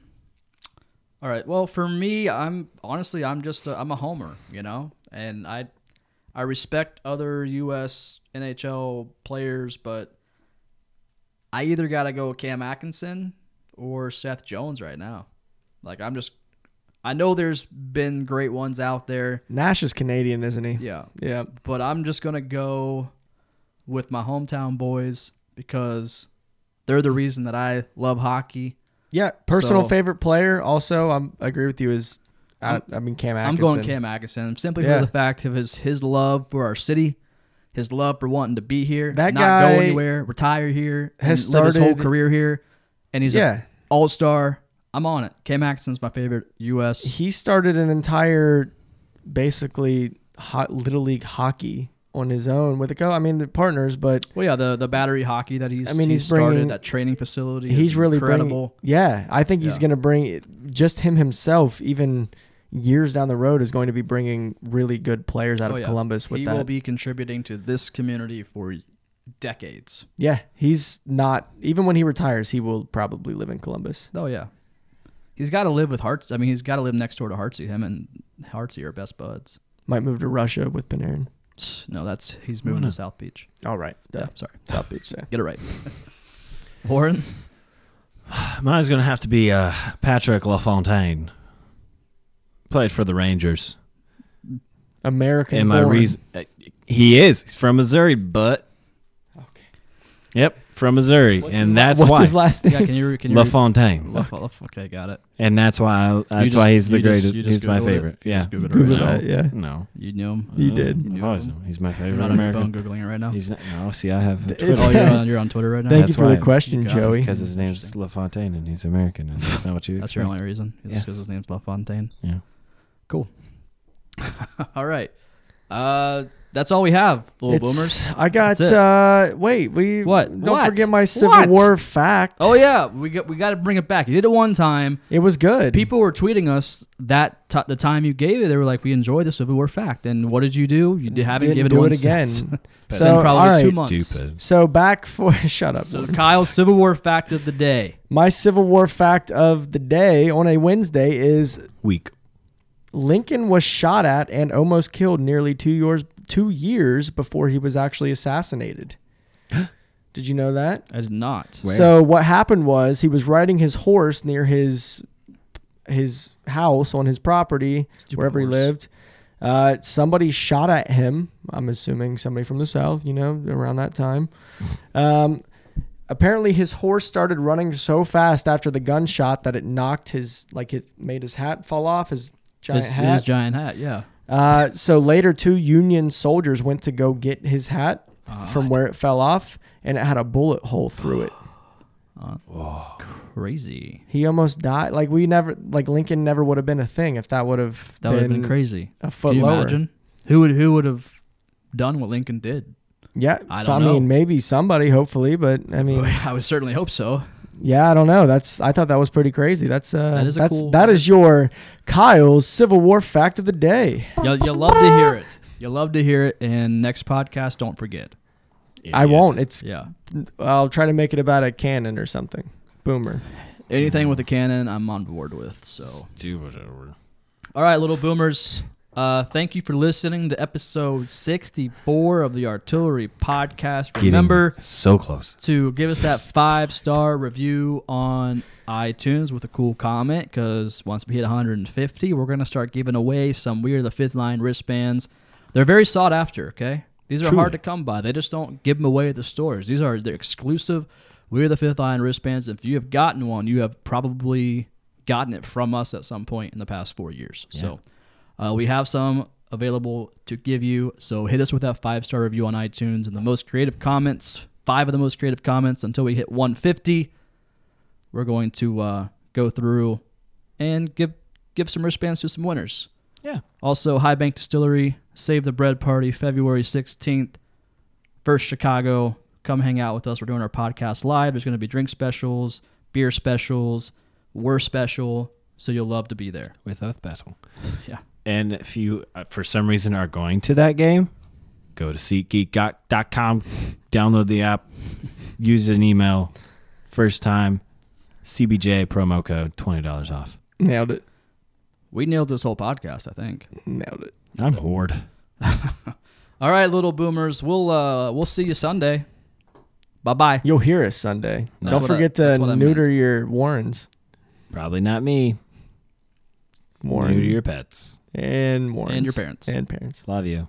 Speaker 2: all right. Well, for me, I'm honestly I'm just a, I'm a homer, you know, and I I respect other U.S. NHL players, but I either gotta go with Cam Atkinson or Seth Jones right now. Like I'm just I know there's been great ones out there.
Speaker 3: Nash is Canadian, isn't he?
Speaker 2: Yeah,
Speaker 3: Yeah.
Speaker 2: but I'm just gonna go with my hometown boys because they're the reason that I love hockey.
Speaker 3: Yeah, personal
Speaker 2: So-
Speaker 3: favorite player. Also, I'm, I agree with you. Is I, I mean Cam Atkinson.
Speaker 2: I'm going Cam Atkinson simply
Speaker 3: Yeah.
Speaker 2: for the fact of his his love for our city, his love for wanting to be here,
Speaker 3: That
Speaker 2: not go
Speaker 3: guy
Speaker 2: anywhere, retire here,
Speaker 3: has
Speaker 2: and live his whole
Speaker 3: started-
Speaker 2: career here, and he's
Speaker 3: Yeah.
Speaker 2: an all star. I'm on it. Cam Atkinson's my favorite U.S.
Speaker 3: He started an entire, basically, hot little league hockey on his own with a co. I mean, the partners, but
Speaker 2: Well, yeah, the the battery hockey that he's
Speaker 3: I mean,
Speaker 2: he
Speaker 3: he's
Speaker 2: started
Speaker 3: bringing-
Speaker 2: that training facility.
Speaker 3: he's
Speaker 2: is
Speaker 3: really bringing-
Speaker 2: incredible.
Speaker 3: yeah, I think he's
Speaker 2: Yeah.
Speaker 3: going to bring just him himself. Even years down the road, is going to be bringing really good players out
Speaker 2: Oh,
Speaker 3: of
Speaker 2: yeah.
Speaker 3: Columbus with
Speaker 2: he
Speaker 3: that.
Speaker 2: will be contributing to this community for decades.
Speaker 3: yeah, he's not even when he retires, he will probably live in Columbus.
Speaker 2: Oh yeah, he's got to live with Hearts. I mean, he's got to live next door to Heartsy. Him and Heartsy are best buds.
Speaker 3: Might move to Russia with Panarin.
Speaker 2: No, that's he's moving to South Beach.
Speaker 3: All right,
Speaker 2: Yeah,
Speaker 3: yeah,
Speaker 2: sorry,
Speaker 3: South Beach. yeah.
Speaker 2: get it right. Warren,
Speaker 4: Mine's gonna have to be uh, Patrick LaFontaine. Played for the Rangers.
Speaker 3: American.
Speaker 4: and my
Speaker 3: born.
Speaker 4: reason uh, he is. He's from Missouri, but
Speaker 3: Okay.
Speaker 4: yep, from Missouri,
Speaker 3: What's his
Speaker 4: and
Speaker 3: la-
Speaker 4: that's
Speaker 3: what's
Speaker 4: why
Speaker 3: his last name?
Speaker 2: yeah, can you can you
Speaker 4: LaFontaine.
Speaker 2: Laf- Laf- okay, got it.
Speaker 4: and that's why I, that's
Speaker 2: just-
Speaker 4: why he's the
Speaker 2: you just-
Speaker 4: greatest.
Speaker 2: you just
Speaker 4: he's my
Speaker 2: Googled it.
Speaker 4: favorite.
Speaker 2: You
Speaker 4: Yeah,
Speaker 2: just Googled it
Speaker 3: Google
Speaker 2: right now.
Speaker 3: that. Yeah.
Speaker 4: No,
Speaker 2: You knew him.
Speaker 3: You
Speaker 4: Uh,
Speaker 3: did.
Speaker 4: I've always known. He's my
Speaker 2: You're
Speaker 4: favorite
Speaker 2: not on your phone
Speaker 4: American.
Speaker 2: googling it right now.
Speaker 4: He's not, no, see, I have
Speaker 3: It-
Speaker 4: Twitter
Speaker 2: oh, you're on, you're on Twitter right now.
Speaker 3: Thank
Speaker 4: That's
Speaker 3: you for
Speaker 4: why-
Speaker 3: the question,
Speaker 2: Got it.
Speaker 3: Joey.
Speaker 4: because his name's LaFontaine and he's American, and that's not what you.
Speaker 2: That's your
Speaker 4: expect.
Speaker 2: only reason. Yes.
Speaker 4: Yes.
Speaker 2: Because his name's LaFontaine.
Speaker 4: Yeah.
Speaker 2: Cool. all right. Uh, that's all we have, little
Speaker 3: It's-
Speaker 2: boomers.
Speaker 3: I got.
Speaker 2: That's it.
Speaker 3: uh Wait, we
Speaker 2: What?
Speaker 3: Don't
Speaker 2: What?
Speaker 3: forget my Civil
Speaker 2: What?
Speaker 3: War fact.
Speaker 2: Oh yeah, we got we got to bring it back. You did it one time.
Speaker 3: it was good.
Speaker 2: People were tweeting us that t- the time you gave it, they were like, "We enjoy the Civil War fact." And what did you do? You d- haven't
Speaker 3: didn't
Speaker 2: given
Speaker 3: do
Speaker 2: one
Speaker 3: it again.
Speaker 2: since. It's
Speaker 3: so
Speaker 2: been probably
Speaker 3: all
Speaker 2: two
Speaker 3: right.
Speaker 2: months.
Speaker 4: Stupid.
Speaker 3: So back for shut up.
Speaker 2: So
Speaker 3: Lauren.
Speaker 2: Kyle's Civil War fact of the day.
Speaker 3: my Civil War fact of the day on a Wednesday is
Speaker 4: Weak.
Speaker 3: Lincoln was shot at and almost killed nearly two years two years before he was actually assassinated. Did you know that?
Speaker 2: I did not.
Speaker 3: So what happened was he was riding his horse near his his house on his property,
Speaker 2: Stupid
Speaker 3: wherever he
Speaker 2: horse.
Speaker 3: lived. Uh, somebody shot at him. I'm assuming somebody from the south, you know, around that time. Um, apparently, his horse started running so fast after the gunshot that it knocked his like it made his hat fall off his giant
Speaker 2: his,
Speaker 3: hat.
Speaker 2: his giant hat, yeah.
Speaker 3: Uh, so later, two Union soldiers went to go get his hat
Speaker 2: Ah.
Speaker 3: from where it fell off, and it had a bullet hole through it.
Speaker 2: Crazy.
Speaker 3: He almost died. Like we never, like Lincoln never would have been a thing if that would have.
Speaker 2: That would have been crazy.
Speaker 3: A foot
Speaker 2: Can you
Speaker 3: lower.
Speaker 2: imagine? Who would who would have done what Lincoln did?
Speaker 3: Yeah,
Speaker 2: I
Speaker 3: so, I
Speaker 2: don't know.
Speaker 3: mean, maybe somebody, hopefully, but I mean,
Speaker 2: I would certainly hope so.
Speaker 3: yeah, I don't know. That's I thought that was pretty crazy. That's uh,
Speaker 2: That is a
Speaker 3: that's
Speaker 2: cool-
Speaker 3: that is your Kyle's Civil War fact of the day.
Speaker 2: You you love to hear it. You love to hear it. And next podcast, don't forget.
Speaker 3: I
Speaker 4: Idiot.
Speaker 3: won't. It's
Speaker 2: Yeah,
Speaker 3: I'll try to make it about a cannon or something. Boomer.
Speaker 2: anything with a cannon, I'm on board with. So,
Speaker 4: Do whatever.
Speaker 2: all right, little boomers. Uh, thank you for listening to episode 64 of the Artillery Podcast. Remember
Speaker 4: Getting so close.
Speaker 2: to give us that five star review on iTunes with a cool comment because once we hit 150, we're going to start giving away some We Are the Fifth Line wristbands. They're very sought after, okay? These are
Speaker 4: Truly.
Speaker 2: hard to come by. They just don't give them away at the stores. These are they're exclusive We Are the Fifth Line wristbands. If you have gotten one, you have probably gotten it from us at some point in the past four years. So uh, we have some available to give you. So hit us with that five star review on iTunes and the most creative comments, five of the most creative comments until we hit 150. We're going to uh, go through and give give some wristbands to some winners.
Speaker 4: Yeah.
Speaker 2: Also, High Bank Distillery, Save the Bread Party, February 16th, First Chicago. Come hang out with us. We're doing our podcast live. There's going to be drink specials, beer specials, we're special. So you'll love to be there.
Speaker 4: Without battle.
Speaker 2: Yeah.
Speaker 4: And if you, uh, for some reason, are going to that game, go to SeatGeek.com, download the app, use an email, first time, CBJ promo code, $20 off.
Speaker 3: Nailed it.
Speaker 2: We nailed this whole podcast, I think.
Speaker 3: Nailed it.
Speaker 4: I'm hoard.
Speaker 2: All right, little boomers. We'll uh we'll see you Sunday. Bye bye.
Speaker 3: You'll hear us Sunday.
Speaker 2: That's
Speaker 3: Don't
Speaker 2: what I-
Speaker 3: forget
Speaker 2: that's what I
Speaker 3: to
Speaker 2: meant.
Speaker 3: neuter your Warrens.
Speaker 4: Probably not me.
Speaker 3: Warren
Speaker 4: New to your pets.
Speaker 3: and Warrens
Speaker 2: your parents.
Speaker 3: and parents.
Speaker 4: Love you.